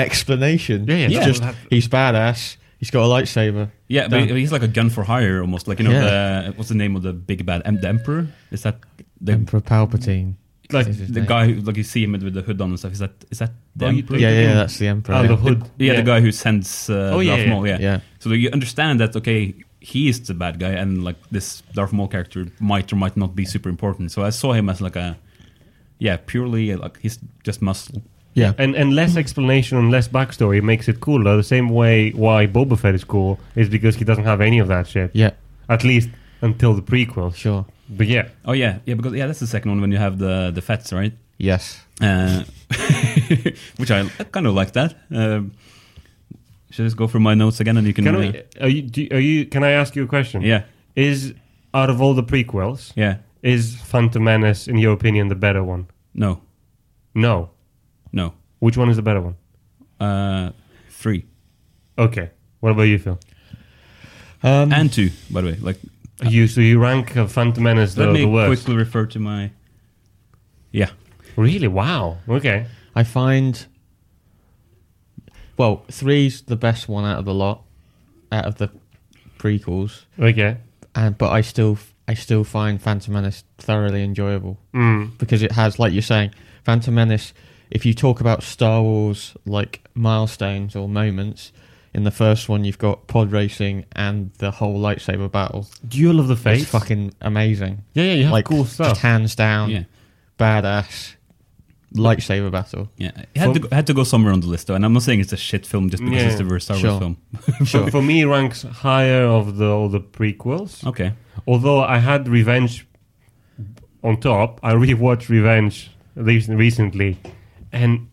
[SPEAKER 2] explanation.
[SPEAKER 3] Yeah, yeah,
[SPEAKER 2] It's
[SPEAKER 1] yeah.
[SPEAKER 2] just he's badass. He's got a lightsaber.
[SPEAKER 1] Yeah, but he's like a gun for hire almost. Like you know,
[SPEAKER 2] Yeah.
[SPEAKER 1] the, what's the name of the big bad? Em- the Emperor? Is that the
[SPEAKER 2] Emperor Palpatine.
[SPEAKER 1] like
[SPEAKER 2] is his
[SPEAKER 1] the
[SPEAKER 2] name.
[SPEAKER 1] guy? Who, like you see him with the hood on and stuff. Is that is that the
[SPEAKER 3] Oh, you-
[SPEAKER 1] Emperor?
[SPEAKER 2] Yeah, yeah,
[SPEAKER 3] Yeah.
[SPEAKER 2] that's the Emperor.
[SPEAKER 3] Ah,
[SPEAKER 2] yeah.
[SPEAKER 3] the hood.
[SPEAKER 1] Yeah, the guy who sends uh,
[SPEAKER 3] Oh, yeah,
[SPEAKER 1] Darth
[SPEAKER 3] yeah.
[SPEAKER 1] Maul. Yeah.
[SPEAKER 2] Yeah.
[SPEAKER 1] So you understand that okay, he is the bad guy, and like this Darth Maul character might or might not be super important. So I saw him as like a, yeah, purely uh, like he's just muscle.
[SPEAKER 2] Yeah.
[SPEAKER 3] And and less explanation and less backstory makes it cooler. The same way why Boba Fett is cool is because he doesn't have any of that shit.
[SPEAKER 2] Yeah.
[SPEAKER 3] At least until the prequels.
[SPEAKER 2] Sure.
[SPEAKER 3] But yeah,
[SPEAKER 1] Oh yeah, yeah, because yeah, that's the second one when you have the the fats, right?
[SPEAKER 2] Yes.
[SPEAKER 1] Uh, which I kind of like that. Um, should I just go through my notes again, and you can.
[SPEAKER 3] can
[SPEAKER 1] uh,
[SPEAKER 3] I? Are you, do, are you? Can I ask you a question?
[SPEAKER 1] yeah,
[SPEAKER 3] Is out of all the prequels,
[SPEAKER 1] yeah.
[SPEAKER 3] is Phantom Menace, in your opinion, the better one?
[SPEAKER 1] No,
[SPEAKER 3] No.
[SPEAKER 1] no.
[SPEAKER 3] Which one is the better one?
[SPEAKER 1] Uh, three
[SPEAKER 3] Okay. What about you, Phil?
[SPEAKER 2] Um,
[SPEAKER 3] Mm.
[SPEAKER 1] and two, by the way. Like
[SPEAKER 3] You so you rank uh, Phantom Menace the,
[SPEAKER 1] Let me
[SPEAKER 3] the worst?
[SPEAKER 1] quickly refer to my. Yeah,
[SPEAKER 3] Really? Wow. Okay.
[SPEAKER 2] I find. Well, three's the best one out of the lot, out of the prequels,
[SPEAKER 3] Okay.
[SPEAKER 2] and but I still I still find Phantom Menace thoroughly enjoyable.
[SPEAKER 3] Mm.
[SPEAKER 2] because it has, like you're saying, Phantom Menace. If you talk about Star Wars like milestones or moments, in the first one you've got pod racing and the whole lightsaber battle.
[SPEAKER 3] Duel of the Fates.
[SPEAKER 2] It's fucking amazing.
[SPEAKER 3] yeah, yeah. You have
[SPEAKER 2] like
[SPEAKER 3] cool
[SPEAKER 2] just
[SPEAKER 3] stuff.
[SPEAKER 2] hands down,
[SPEAKER 1] yeah,
[SPEAKER 2] badass lightsaber battle.
[SPEAKER 1] yeah. I had to go, had to go somewhere on the list though, and I'm not saying it's a shit film just because
[SPEAKER 3] Yeah.
[SPEAKER 1] it's the worst Star Wars
[SPEAKER 2] Sure.
[SPEAKER 1] film.
[SPEAKER 2] Sure.
[SPEAKER 3] For me, it ranks higher of the all the prequels.
[SPEAKER 1] Okay,
[SPEAKER 3] Although I had Revenge on top, I rewatched Revenge recent- recently, and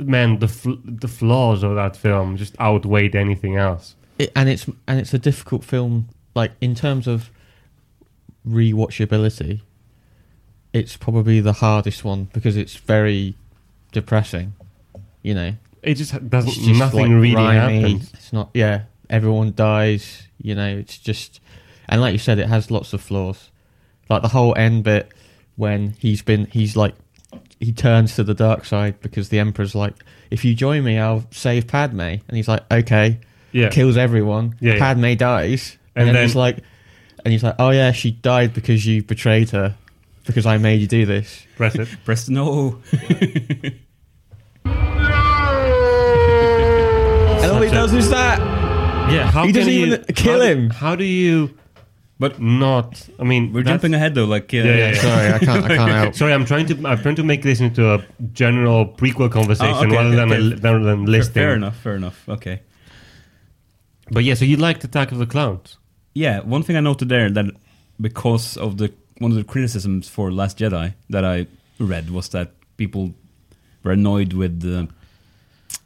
[SPEAKER 3] man, the fl- the flaws of that film just outweighed anything else.
[SPEAKER 2] It, and it's and it's a difficult film. Like in terms of rewatchability, it's probably the hardest one because it's very depressing. You know,
[SPEAKER 3] It just ha- doesn't.
[SPEAKER 2] It's just,
[SPEAKER 3] nothing
[SPEAKER 2] like,
[SPEAKER 3] really
[SPEAKER 2] grimy.
[SPEAKER 3] happens.
[SPEAKER 2] It's not. Yeah, everyone dies. You know, it's just, and like you said, it has lots of flaws. Like the whole end bit when he's been, he's like, he turns to the dark side because the emperor's like, if you join me, I'll save Padme, and he's like, okay,
[SPEAKER 3] Yeah.
[SPEAKER 2] kills everyone.
[SPEAKER 3] Yeah, yeah.
[SPEAKER 2] Padme dies,
[SPEAKER 3] And
[SPEAKER 2] and, then,
[SPEAKER 3] then-
[SPEAKER 2] he's like, and he's like, oh yeah, she died because you betrayed her, because I made you do this.
[SPEAKER 3] Press it.
[SPEAKER 1] press no.
[SPEAKER 2] And all he
[SPEAKER 3] Gotcha.
[SPEAKER 2] does is that.
[SPEAKER 3] Yeah, how
[SPEAKER 2] He
[SPEAKER 3] can
[SPEAKER 2] doesn't
[SPEAKER 3] you
[SPEAKER 2] even kill
[SPEAKER 3] how do-
[SPEAKER 2] him.
[SPEAKER 3] How do you?
[SPEAKER 1] But-
[SPEAKER 3] not. I mean,
[SPEAKER 1] We're
[SPEAKER 3] that's-
[SPEAKER 1] jumping ahead though. Like, uh,
[SPEAKER 3] Yeah, yeah, yeah.
[SPEAKER 2] Sorry, I can't. I can't help.
[SPEAKER 3] Sorry, I'm trying to. I'm trying to make this into a general prequel conversation
[SPEAKER 1] okay,
[SPEAKER 3] rather
[SPEAKER 1] okay,
[SPEAKER 3] than
[SPEAKER 1] okay.
[SPEAKER 3] a, rather than
[SPEAKER 1] fair,
[SPEAKER 3] listing.
[SPEAKER 1] fair enough. Fair enough. Okay.
[SPEAKER 3] But yeah, so you liked Attack of the Clowns?
[SPEAKER 1] Yeah, one thing I noted there that because of the one of the criticisms for Last Jedi that I read was that people were annoyed with the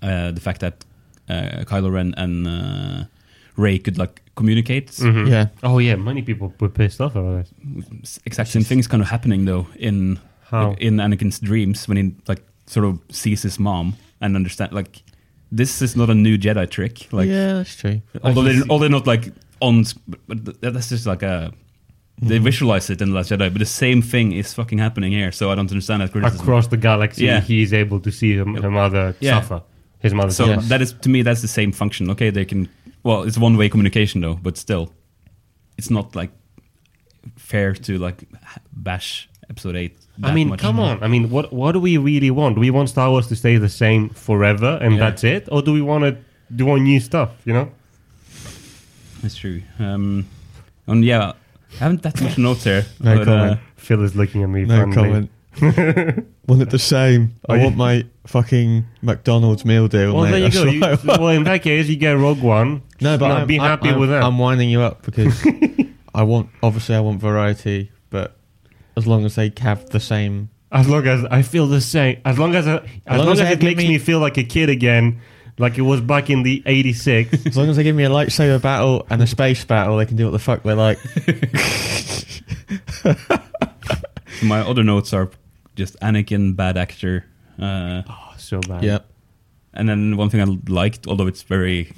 [SPEAKER 1] uh, the fact that uh, Kylo Ren and uh, Ray could like communicate.
[SPEAKER 2] Yeah.
[SPEAKER 3] Oh yeah, many people were pissed off about this.
[SPEAKER 1] Exact same things kind of happening though in
[SPEAKER 3] How?
[SPEAKER 1] in Anakin's dreams when he like sort of sees his mom and understand like this is not a new Jedi trick. Like
[SPEAKER 2] yeah, that's true.
[SPEAKER 1] although they're, although not like on s- but th- that's just like a
[SPEAKER 3] Mm-hmm.
[SPEAKER 1] they visualize it in the last jedi but the same thing is fucking happening here so i don't understand that criticism
[SPEAKER 3] Across the galaxy,
[SPEAKER 1] Yeah.
[SPEAKER 3] he is able to see her, her mother
[SPEAKER 1] Yeah.
[SPEAKER 3] suffer. His mother
[SPEAKER 1] so
[SPEAKER 3] suffer.
[SPEAKER 2] Yes.
[SPEAKER 1] that is to me that's the same function okay they can well it's one way communication though but still it's not like fair to like h- bash episode 8
[SPEAKER 3] I
[SPEAKER 1] that
[SPEAKER 3] mean,
[SPEAKER 1] much.
[SPEAKER 3] come on. I mean, what what do we really want? Do we want Star Wars to stay the same forever and
[SPEAKER 1] Yeah.
[SPEAKER 3] that's it, or do we want to do want new stuff? You know?
[SPEAKER 1] that's true um and yeah i haven't that much notes here
[SPEAKER 2] No
[SPEAKER 1] but, uh,
[SPEAKER 2] comment.
[SPEAKER 3] Phil is looking at me.
[SPEAKER 2] No
[SPEAKER 3] fondly.
[SPEAKER 2] comment. Want it the same.
[SPEAKER 3] Oh,
[SPEAKER 2] I
[SPEAKER 3] yeah.
[SPEAKER 2] want my fucking McDonald's meal deal.
[SPEAKER 3] Well,
[SPEAKER 2] mate.
[SPEAKER 3] there you
[SPEAKER 2] That's
[SPEAKER 3] go.
[SPEAKER 2] what
[SPEAKER 3] You,
[SPEAKER 2] I want.
[SPEAKER 3] well, in that case, you get Rogue One.
[SPEAKER 2] No, but
[SPEAKER 3] No,
[SPEAKER 2] I'm,
[SPEAKER 3] be
[SPEAKER 2] I'm-
[SPEAKER 3] happy
[SPEAKER 2] I'm-
[SPEAKER 3] with that.
[SPEAKER 2] I'm winding you up because I want, obviously, I want variety, but as long as they have the same.
[SPEAKER 3] As long as I feel the same, as long as I, as, long,
[SPEAKER 2] long
[SPEAKER 3] as,
[SPEAKER 2] as they
[SPEAKER 3] it
[SPEAKER 2] give
[SPEAKER 3] makes me,
[SPEAKER 2] me-
[SPEAKER 3] feel like a kid again, like it was back in the '86.
[SPEAKER 2] As long as they give me a lightsaber battle and a space battle, they can do what the fuck they like.
[SPEAKER 1] my other notes are just anakin bad actor uh
[SPEAKER 3] oh, so bad.
[SPEAKER 2] Yep.
[SPEAKER 1] And then one thing I liked, although it's very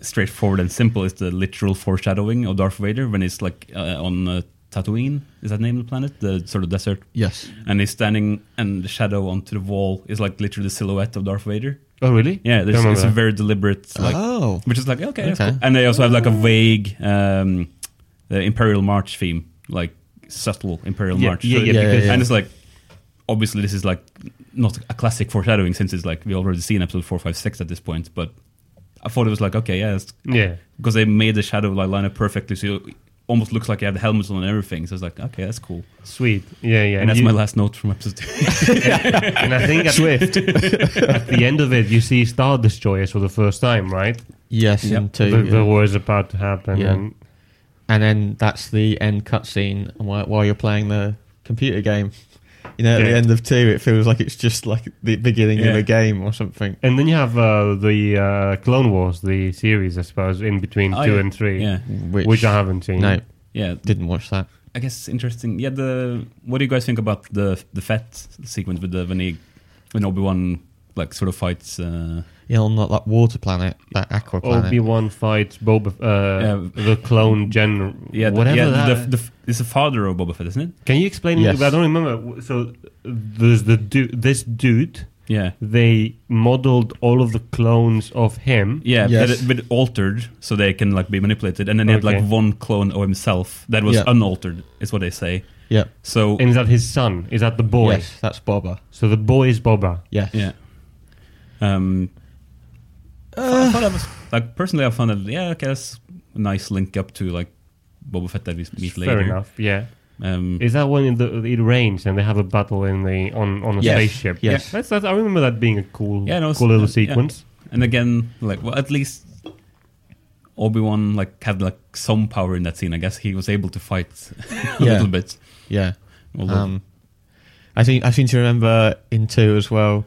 [SPEAKER 1] straightforward and simple, is the literal foreshadowing of Darth Vader when he's like uh, on uh, Tatooine. Is that the name of the planet? The sort of desert.
[SPEAKER 2] Yes.
[SPEAKER 1] And he's standing, and the shadow onto the wall is like literally the silhouette of Darth Vader.
[SPEAKER 3] Oh, really?
[SPEAKER 1] Yeah, there's,
[SPEAKER 3] Don't remember
[SPEAKER 1] it's a
[SPEAKER 3] that.
[SPEAKER 1] very deliberate, like,
[SPEAKER 2] oh.
[SPEAKER 1] which is like okay, that's
[SPEAKER 2] Okay.
[SPEAKER 1] cool. And they also have like a vague um, uh, Imperial March theme, like subtle Imperial
[SPEAKER 3] Yeah,
[SPEAKER 1] March.
[SPEAKER 3] yeah,
[SPEAKER 1] So-
[SPEAKER 3] yeah,
[SPEAKER 2] Yeah, because- yeah, yeah.
[SPEAKER 1] And it's like obviously this is like not a classic foreshadowing since it's like we already seen episode four, five, six at this point. But I thought it was like okay, yeah,
[SPEAKER 3] yeah.
[SPEAKER 1] because they made the shadow like line up perfectly, so it almost looks like you had helmets on and everything. So it's like okay, that's cool.
[SPEAKER 3] Sweet. Yeah, yeah.
[SPEAKER 1] And that's
[SPEAKER 3] you-
[SPEAKER 1] my last note from episode two.
[SPEAKER 3] and I think at, Swift. at the end of it, you see Star Destroyers for the first time, right?
[SPEAKER 2] Yes,
[SPEAKER 1] Yep.
[SPEAKER 2] and two.
[SPEAKER 3] the,
[SPEAKER 2] yeah.
[SPEAKER 3] the war is about to happen.
[SPEAKER 2] Yeah.
[SPEAKER 3] And
[SPEAKER 2] and then that's the end cutscene while, while you're playing the computer game. You know, at
[SPEAKER 3] Yeah.
[SPEAKER 2] the end of two, it feels like it's just like the beginning
[SPEAKER 1] Yeah.
[SPEAKER 2] of a game or something.
[SPEAKER 3] And then you have uh, the uh, Clone Wars, the series, I suppose, in between
[SPEAKER 1] Oh,
[SPEAKER 3] two
[SPEAKER 1] yeah.
[SPEAKER 3] and three,
[SPEAKER 1] yeah,
[SPEAKER 2] Which,
[SPEAKER 3] which I haven't seen.
[SPEAKER 2] no,
[SPEAKER 1] yeah.
[SPEAKER 2] didn't watch that.
[SPEAKER 1] I guess interesting. Yeah, the what do you guys think about the the Fett sequence with the when he when Obi Wan like sort of fights uh,
[SPEAKER 2] You know, not that water planet, that aqua planet.
[SPEAKER 3] Obi Wan fights Boba, uh, the clone general,
[SPEAKER 1] yeah the-
[SPEAKER 3] whatever
[SPEAKER 1] yeah,
[SPEAKER 3] that.
[SPEAKER 1] the, the, it's the father of Boba Fett, isn't it?
[SPEAKER 3] Can you explain?
[SPEAKER 2] Yes.
[SPEAKER 3] It? I don't remember. So there's the du- this dude.
[SPEAKER 1] Yeah,
[SPEAKER 3] They modeled all of the clones of him.
[SPEAKER 1] yeah,
[SPEAKER 2] Yes.
[SPEAKER 1] but, but altered so they can like be manipulated, and then he had
[SPEAKER 3] Okay.
[SPEAKER 1] like one clone of himself that was
[SPEAKER 2] Yeah.
[SPEAKER 1] unaltered, is what they say.
[SPEAKER 2] yep.
[SPEAKER 1] So
[SPEAKER 3] And is that his son? Is that the boy?
[SPEAKER 2] Yes, that's Boba.
[SPEAKER 3] So the boy is Boba.
[SPEAKER 2] Yes.
[SPEAKER 1] yeah, um, I thought that was like personally, I found that yeah, I guess a nice link up to like Boba Fett that we meet later.
[SPEAKER 3] Fair enough. Yeah.
[SPEAKER 1] Um,
[SPEAKER 3] Is that when the, it rains and they have a battle in the on, on a
[SPEAKER 2] Yes.
[SPEAKER 3] spaceship?
[SPEAKER 2] Yes.
[SPEAKER 3] Yeah, that's, that's, I remember that being a cool,
[SPEAKER 1] Yeah, no,
[SPEAKER 3] cool little
[SPEAKER 1] s- yeah.
[SPEAKER 3] sequence.
[SPEAKER 1] And again, like well, at least Obi Wan like had like some power in that scene. I guess he was able to fight a
[SPEAKER 2] Yeah.
[SPEAKER 1] little bit.
[SPEAKER 2] Yeah.
[SPEAKER 1] Although,
[SPEAKER 2] Um, I think I seem to remember in two as well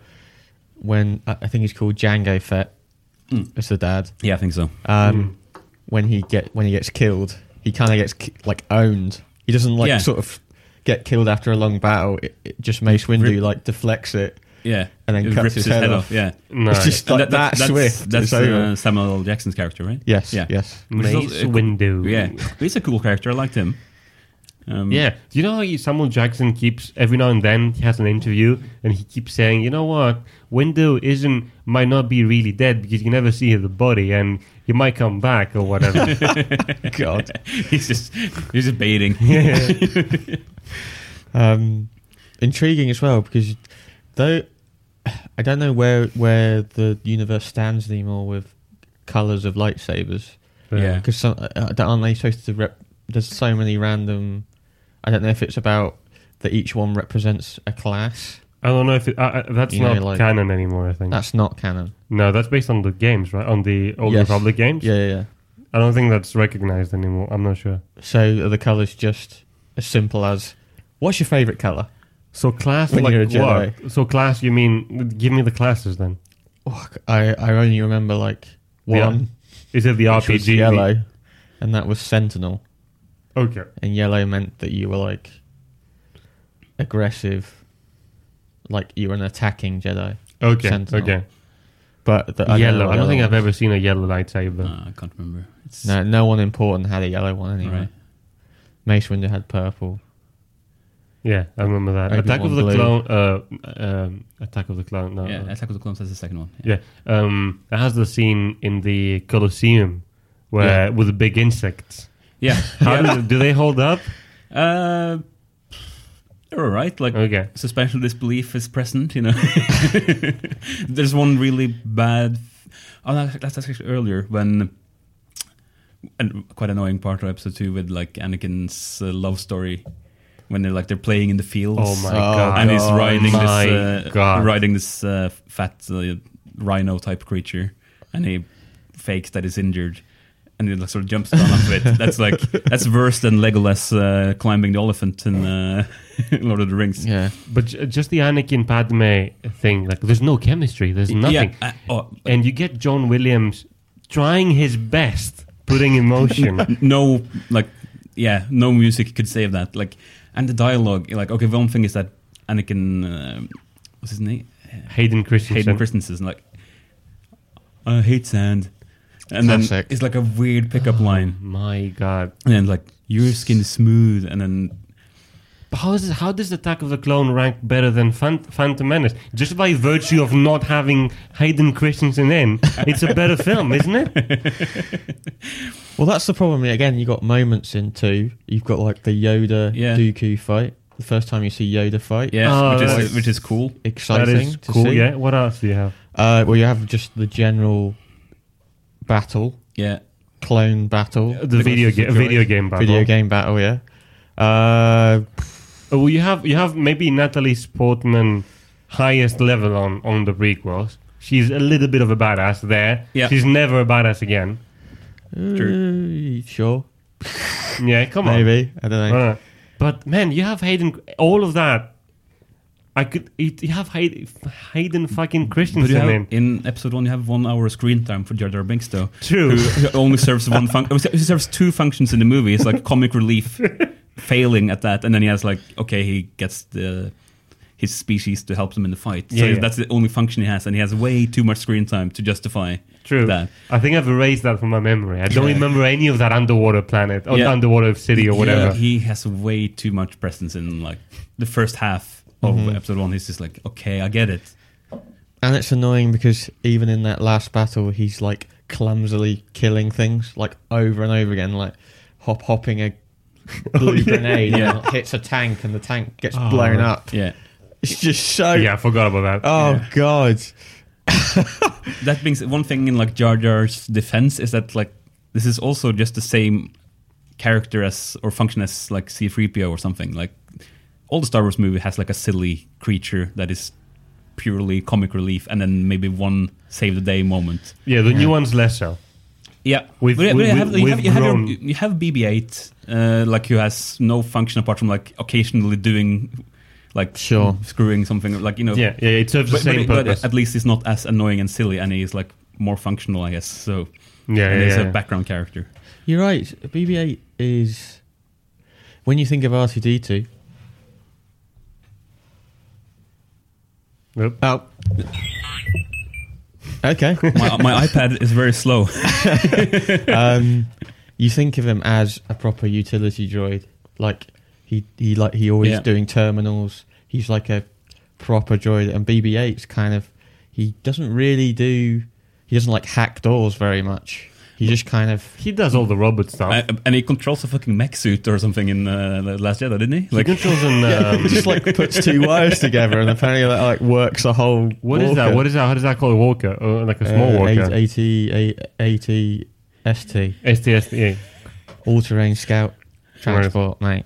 [SPEAKER 2] when I I think he's called Django Fett.
[SPEAKER 3] Hmm.
[SPEAKER 2] It's the dad.
[SPEAKER 1] yeah, I think so.
[SPEAKER 2] um,
[SPEAKER 1] Hmm.
[SPEAKER 2] when he get when he gets killed, he kind of gets ki- like owned. He doesn't like
[SPEAKER 1] Yeah.
[SPEAKER 2] sort of get killed after a long battle. It, it just Mace Windu
[SPEAKER 1] Rip-
[SPEAKER 2] like deflects it.
[SPEAKER 1] Yeah,
[SPEAKER 2] And then
[SPEAKER 1] It
[SPEAKER 2] cuts
[SPEAKER 1] rips
[SPEAKER 2] his head off.
[SPEAKER 1] Yeah,
[SPEAKER 3] Nice.
[SPEAKER 2] It's just
[SPEAKER 1] And
[SPEAKER 2] like that,
[SPEAKER 1] that's,
[SPEAKER 2] swift.
[SPEAKER 1] That's
[SPEAKER 2] it's over.
[SPEAKER 1] uh, Samuel L. Jackson's character, right?
[SPEAKER 2] yes,
[SPEAKER 1] yeah.
[SPEAKER 2] yes.
[SPEAKER 1] Which is
[SPEAKER 3] Mace
[SPEAKER 1] also a cool-
[SPEAKER 3] Windu.
[SPEAKER 1] Yeah, he's a cool character. I liked him. Um,
[SPEAKER 3] Yeah. Do you know how you- Samuel Jackson keeps every now and then he has an interview and he keeps saying, you know what, Windu isn't might not be really dead because you never see the body and he might come back or whatever.
[SPEAKER 2] God.
[SPEAKER 1] he's just he's just baiting.
[SPEAKER 2] Um, intriguing as well because though I don't know where where the universe stands anymore with colors of lightsabers.
[SPEAKER 1] Yeah.
[SPEAKER 2] because uh, aren't they supposed to rep? There's so many random. I don't know if it's about that each one represents a class.
[SPEAKER 3] I don't know if it, I, I, that's
[SPEAKER 2] You know,
[SPEAKER 3] not
[SPEAKER 2] like-
[SPEAKER 3] canon anymore. I think
[SPEAKER 2] That's not canon.
[SPEAKER 3] no, that's based on the games, right? On the old
[SPEAKER 2] Yes.
[SPEAKER 3] Republic games.
[SPEAKER 2] Yeah, yeah. yeah.
[SPEAKER 3] I don't think that's recognized anymore. I'm not sure.
[SPEAKER 2] So are the colors just as simple as what's your favorite color?
[SPEAKER 3] So class,
[SPEAKER 2] When
[SPEAKER 3] like
[SPEAKER 2] you're a
[SPEAKER 3] what? So class, you mean give me the classes then?
[SPEAKER 2] Oh, c- I I only remember like
[SPEAKER 3] Yeah.
[SPEAKER 2] one
[SPEAKER 3] Is it the
[SPEAKER 2] which was
[SPEAKER 3] RPG?
[SPEAKER 2] yellow, and that was Sentinel,
[SPEAKER 3] Okay.
[SPEAKER 2] and yellow meant that you were like aggressive, like you were an attacking Jedi.
[SPEAKER 3] Okay.
[SPEAKER 2] Sentinel.
[SPEAKER 3] Okay.
[SPEAKER 2] But the, I don't know
[SPEAKER 3] yellow.
[SPEAKER 2] what
[SPEAKER 3] I
[SPEAKER 2] the
[SPEAKER 3] don't think
[SPEAKER 2] other
[SPEAKER 3] I've ever seen a yellow lightsaber.
[SPEAKER 1] Uh, I can't remember. It's
[SPEAKER 2] No, no one important had a yellow one anyway.
[SPEAKER 1] Right.
[SPEAKER 2] Mace Windu had purple.
[SPEAKER 3] Yeah, I remember that.
[SPEAKER 2] Obi-Wan
[SPEAKER 3] Attack of the
[SPEAKER 2] Blue.
[SPEAKER 3] Clone. Uh, um, Attack of the Clone. No.
[SPEAKER 1] yeah,
[SPEAKER 3] uh,
[SPEAKER 1] Attack of the Clones is the second one.
[SPEAKER 3] yeah. Um, that has the scene in the Colosseum where with the big insects.
[SPEAKER 1] Yeah.
[SPEAKER 3] How do, do they hold up?
[SPEAKER 1] Uh, they're all right. Like
[SPEAKER 3] Okay.
[SPEAKER 1] suspension of disbelief is present. You know, there's one really bad. Oh, no, that's actually earlier when, and quite annoying part of episode two with like Anakin's uh, love story, when they're like they're playing in the fields.
[SPEAKER 3] Oh my
[SPEAKER 2] Oh,
[SPEAKER 3] god!
[SPEAKER 1] And he's
[SPEAKER 2] God.
[SPEAKER 1] riding
[SPEAKER 3] My
[SPEAKER 1] this, uh,
[SPEAKER 3] God.
[SPEAKER 1] riding this uh, fat uh, rhino type creature, and he fakes that he's injured, and he like, sort of jumps down off it. That's like that's worse than Legolas uh, climbing the elephant in uh, Lord of the Rings.
[SPEAKER 2] Yeah.
[SPEAKER 3] But ju- just the Anakin Padme thing, like there's no chemistry, there's nothing,
[SPEAKER 1] Yeah, uh, oh,
[SPEAKER 3] and you get John Williams trying his best, putting emotion.
[SPEAKER 1] no like yeah no music could save that like and the dialogue like okay one thing is that anakin uh, what's his name
[SPEAKER 3] Hayden Christensen.
[SPEAKER 1] hayden christensen like i hate sand and
[SPEAKER 2] Classic.
[SPEAKER 1] then it's like a weird pickup line
[SPEAKER 3] Oh My God!
[SPEAKER 1] and then like your skin is smooth and then
[SPEAKER 3] But how is this, how does Attack of the Clone rank better than Phan- Phantom Menace? Just by virtue of not having Hayden Christensen in, it's a better film, isn't it?
[SPEAKER 2] Well, that's the problem. Again, you got moments in two. You've got like the Yoda
[SPEAKER 1] Yeah.
[SPEAKER 2] Dooku fight. The first time you see Yoda fight.
[SPEAKER 1] yeah
[SPEAKER 3] Oh,
[SPEAKER 1] which
[SPEAKER 3] that's-
[SPEAKER 1] is which is cool
[SPEAKER 3] That
[SPEAKER 2] Exciting.
[SPEAKER 3] is
[SPEAKER 2] to
[SPEAKER 3] cool.
[SPEAKER 2] see.
[SPEAKER 3] Yeah. What else do you have?
[SPEAKER 2] Uh, well, you have just the general battle,
[SPEAKER 1] yeah
[SPEAKER 2] clone battle,
[SPEAKER 3] The video game, video game battle.
[SPEAKER 2] video game battle. Yeah. Uh,
[SPEAKER 3] Oh, well, you have you have maybe Natalie Portman highest level on on the prequels. She's a little bit of a badass there.
[SPEAKER 1] Yeah.
[SPEAKER 3] She's never a badass again.
[SPEAKER 2] uh, sure.
[SPEAKER 3] Yeah, come on.
[SPEAKER 2] Maybe. I don't know.
[SPEAKER 3] Uh, but man, you have Hayden. All of that. I could. You you have Hayden, Hayden fucking
[SPEAKER 1] but you
[SPEAKER 3] Christensen
[SPEAKER 1] have,
[SPEAKER 3] in.
[SPEAKER 1] in episode one you have one hour screen time for Jar Jar Binks though
[SPEAKER 3] True.
[SPEAKER 1] who only serves one function. He serves two functions in the movie. It's like comic relief, failing at that, and then he has like okay, he gets the his species to help him in the fight. So
[SPEAKER 3] Yeah, yeah.
[SPEAKER 1] that's the only function he has, and he has way too much screen time to justify
[SPEAKER 3] True.
[SPEAKER 1] that.
[SPEAKER 3] I think I've erased that from my memory. I don't remember any of that underwater planet or
[SPEAKER 1] Yeah.
[SPEAKER 3] underwater city or whatever.
[SPEAKER 1] He, he has way too much presence in like the first half of
[SPEAKER 3] Mm-hmm.
[SPEAKER 1] episode one. He's just like, okay, I get it.
[SPEAKER 2] And it's annoying because even in that last battle, he's like clumsily killing things like over and over again, like hop hopping a blue
[SPEAKER 3] Oh,
[SPEAKER 2] grenade
[SPEAKER 1] Yeah.
[SPEAKER 2] and it hits a tank and the tank gets blown up.
[SPEAKER 1] Yeah.
[SPEAKER 2] It's just so.
[SPEAKER 3] Yeah, I forgot about that.
[SPEAKER 2] Oh
[SPEAKER 1] Yeah.
[SPEAKER 2] god.
[SPEAKER 1] That being said, one thing in like Jar Jar's defense is that like this is also just the same character as or function as like C-3PO or something. Like all the Star Wars movie has like a silly creature that is purely comic relief, and then maybe one save the day moment.
[SPEAKER 3] yeah, the new one's less so.
[SPEAKER 1] Yeah,
[SPEAKER 3] We've-
[SPEAKER 1] But yeah, but you
[SPEAKER 3] we-
[SPEAKER 1] have-
[SPEAKER 3] we-
[SPEAKER 1] you have-
[SPEAKER 3] we've
[SPEAKER 1] you have your-
[SPEAKER 3] grown.
[SPEAKER 1] you have BB-8, uh, like who has no function apart from like occasionally doing like
[SPEAKER 2] Sure.
[SPEAKER 1] screwing something like you know
[SPEAKER 3] Yeah, yeah, it serves
[SPEAKER 1] But,
[SPEAKER 3] the same
[SPEAKER 1] but- but
[SPEAKER 3] purpose.
[SPEAKER 1] at least he's not as annoying and silly, and he's like more functional, I guess. So
[SPEAKER 3] yeah,
[SPEAKER 1] and
[SPEAKER 3] yeah,
[SPEAKER 1] he's
[SPEAKER 3] yeah,
[SPEAKER 1] a background character.
[SPEAKER 2] You're right. BB-8 is when you think of R2D2.
[SPEAKER 3] Nope.
[SPEAKER 2] Oh. Okay.
[SPEAKER 1] My, uh, my iPad is very slow.
[SPEAKER 2] um, you think of him as a proper utility droid. Like he, he like he always
[SPEAKER 1] Yeah.
[SPEAKER 2] doing terminals. He's like a proper droid, and BB-8's kind of he doesn't really do. He doesn't like hack doors very much. He just kind of
[SPEAKER 3] He does all the robot stuff.
[SPEAKER 1] I- and he controls a fucking mech suit or something in uh, the Last Jedi, didn't he?
[SPEAKER 3] he
[SPEAKER 1] Like,
[SPEAKER 3] controls an. Um,
[SPEAKER 2] just like puts two wires together, and apparently that like works a whole.
[SPEAKER 3] what is that? What is that? How does that call a walker? Uh, like a small walker.
[SPEAKER 2] ST
[SPEAKER 3] STSTA.
[SPEAKER 2] all terrain scout transport, mate.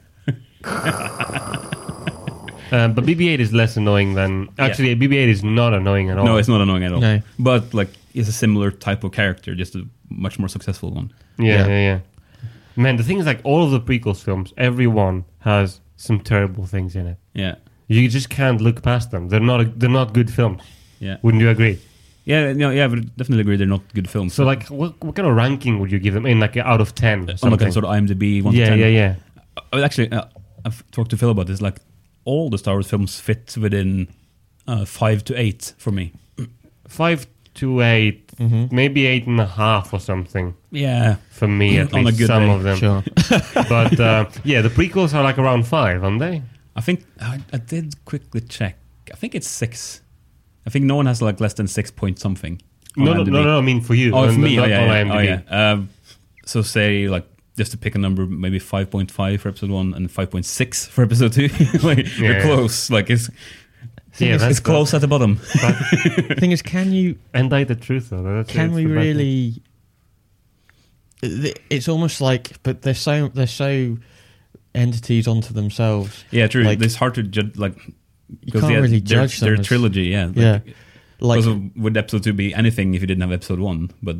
[SPEAKER 3] Um, but BB-8 is less annoying than actually BB-8 is not annoying at all.
[SPEAKER 1] no, it's not annoying at all.
[SPEAKER 2] No.
[SPEAKER 1] But like, it's a similar type of character, just a much more successful one.
[SPEAKER 3] yeah,
[SPEAKER 2] Yeah.
[SPEAKER 3] yeah, yeah. Man, the thing is, like all of the prequels films, every one has some terrible things in it.
[SPEAKER 1] Yeah,
[SPEAKER 3] You just can't look past them. They're not they're not good films.
[SPEAKER 1] yeah,
[SPEAKER 3] Wouldn't you agree?
[SPEAKER 1] yeah. No, yeah, I would definitely agree. They're not good films.
[SPEAKER 3] So like, what, what kind of ranking would you give them in like out of ten?
[SPEAKER 1] on like a sort of IMDb one to
[SPEAKER 3] yeah,
[SPEAKER 1] ten.
[SPEAKER 3] yeah, yeah.
[SPEAKER 1] Uh, Actually, uh, I've talked to Phil about this. Like, all the Star Wars films fit within uh, five to eight for me.
[SPEAKER 3] Five to 8 maybe eight and a half or something
[SPEAKER 1] Yeah,
[SPEAKER 3] for me at
[SPEAKER 1] Mm, On a
[SPEAKER 3] least.
[SPEAKER 1] good
[SPEAKER 3] some
[SPEAKER 1] day,
[SPEAKER 3] of them,
[SPEAKER 2] Sure.
[SPEAKER 3] but uh, yeah, the prequels are like around five, aren't they?
[SPEAKER 1] I think I, I did quickly check. I think it's six. I think no one has like less than six point something. on
[SPEAKER 3] No, no,
[SPEAKER 1] IMDb.
[SPEAKER 3] no, no. I mean for you.
[SPEAKER 1] Oh,
[SPEAKER 3] on
[SPEAKER 1] for
[SPEAKER 3] the-
[SPEAKER 1] me, oh,
[SPEAKER 3] not
[SPEAKER 1] yeah,
[SPEAKER 3] on
[SPEAKER 1] yeah,
[SPEAKER 3] IMDb.
[SPEAKER 1] oh, yeah. Um, so say like just to pick a number, maybe five point five for episode one and five point six for episode two. like
[SPEAKER 3] Yeah,
[SPEAKER 1] you're
[SPEAKER 3] yeah.
[SPEAKER 1] close. Like it's
[SPEAKER 3] Yeah,
[SPEAKER 1] it's,
[SPEAKER 3] that's
[SPEAKER 1] it's
[SPEAKER 3] the-
[SPEAKER 1] close at the bottom.
[SPEAKER 2] the thing is, can you
[SPEAKER 3] And I the truth though. That's,
[SPEAKER 2] can
[SPEAKER 3] it's
[SPEAKER 2] we
[SPEAKER 3] the bad thing.
[SPEAKER 2] really? Th- It's almost like, but they're so they're so entities onto themselves.
[SPEAKER 1] Yeah, true.
[SPEAKER 2] Like-
[SPEAKER 1] it's hard to judge. Like
[SPEAKER 2] You
[SPEAKER 1] 'cause,
[SPEAKER 2] can't
[SPEAKER 1] yeah,
[SPEAKER 2] really
[SPEAKER 1] their,
[SPEAKER 2] judge them.
[SPEAKER 1] their
[SPEAKER 2] as-
[SPEAKER 1] trilogy. Yeah, like,
[SPEAKER 2] yeah, like
[SPEAKER 1] 'cause of- would episode two be anything if you didn't have episode one? But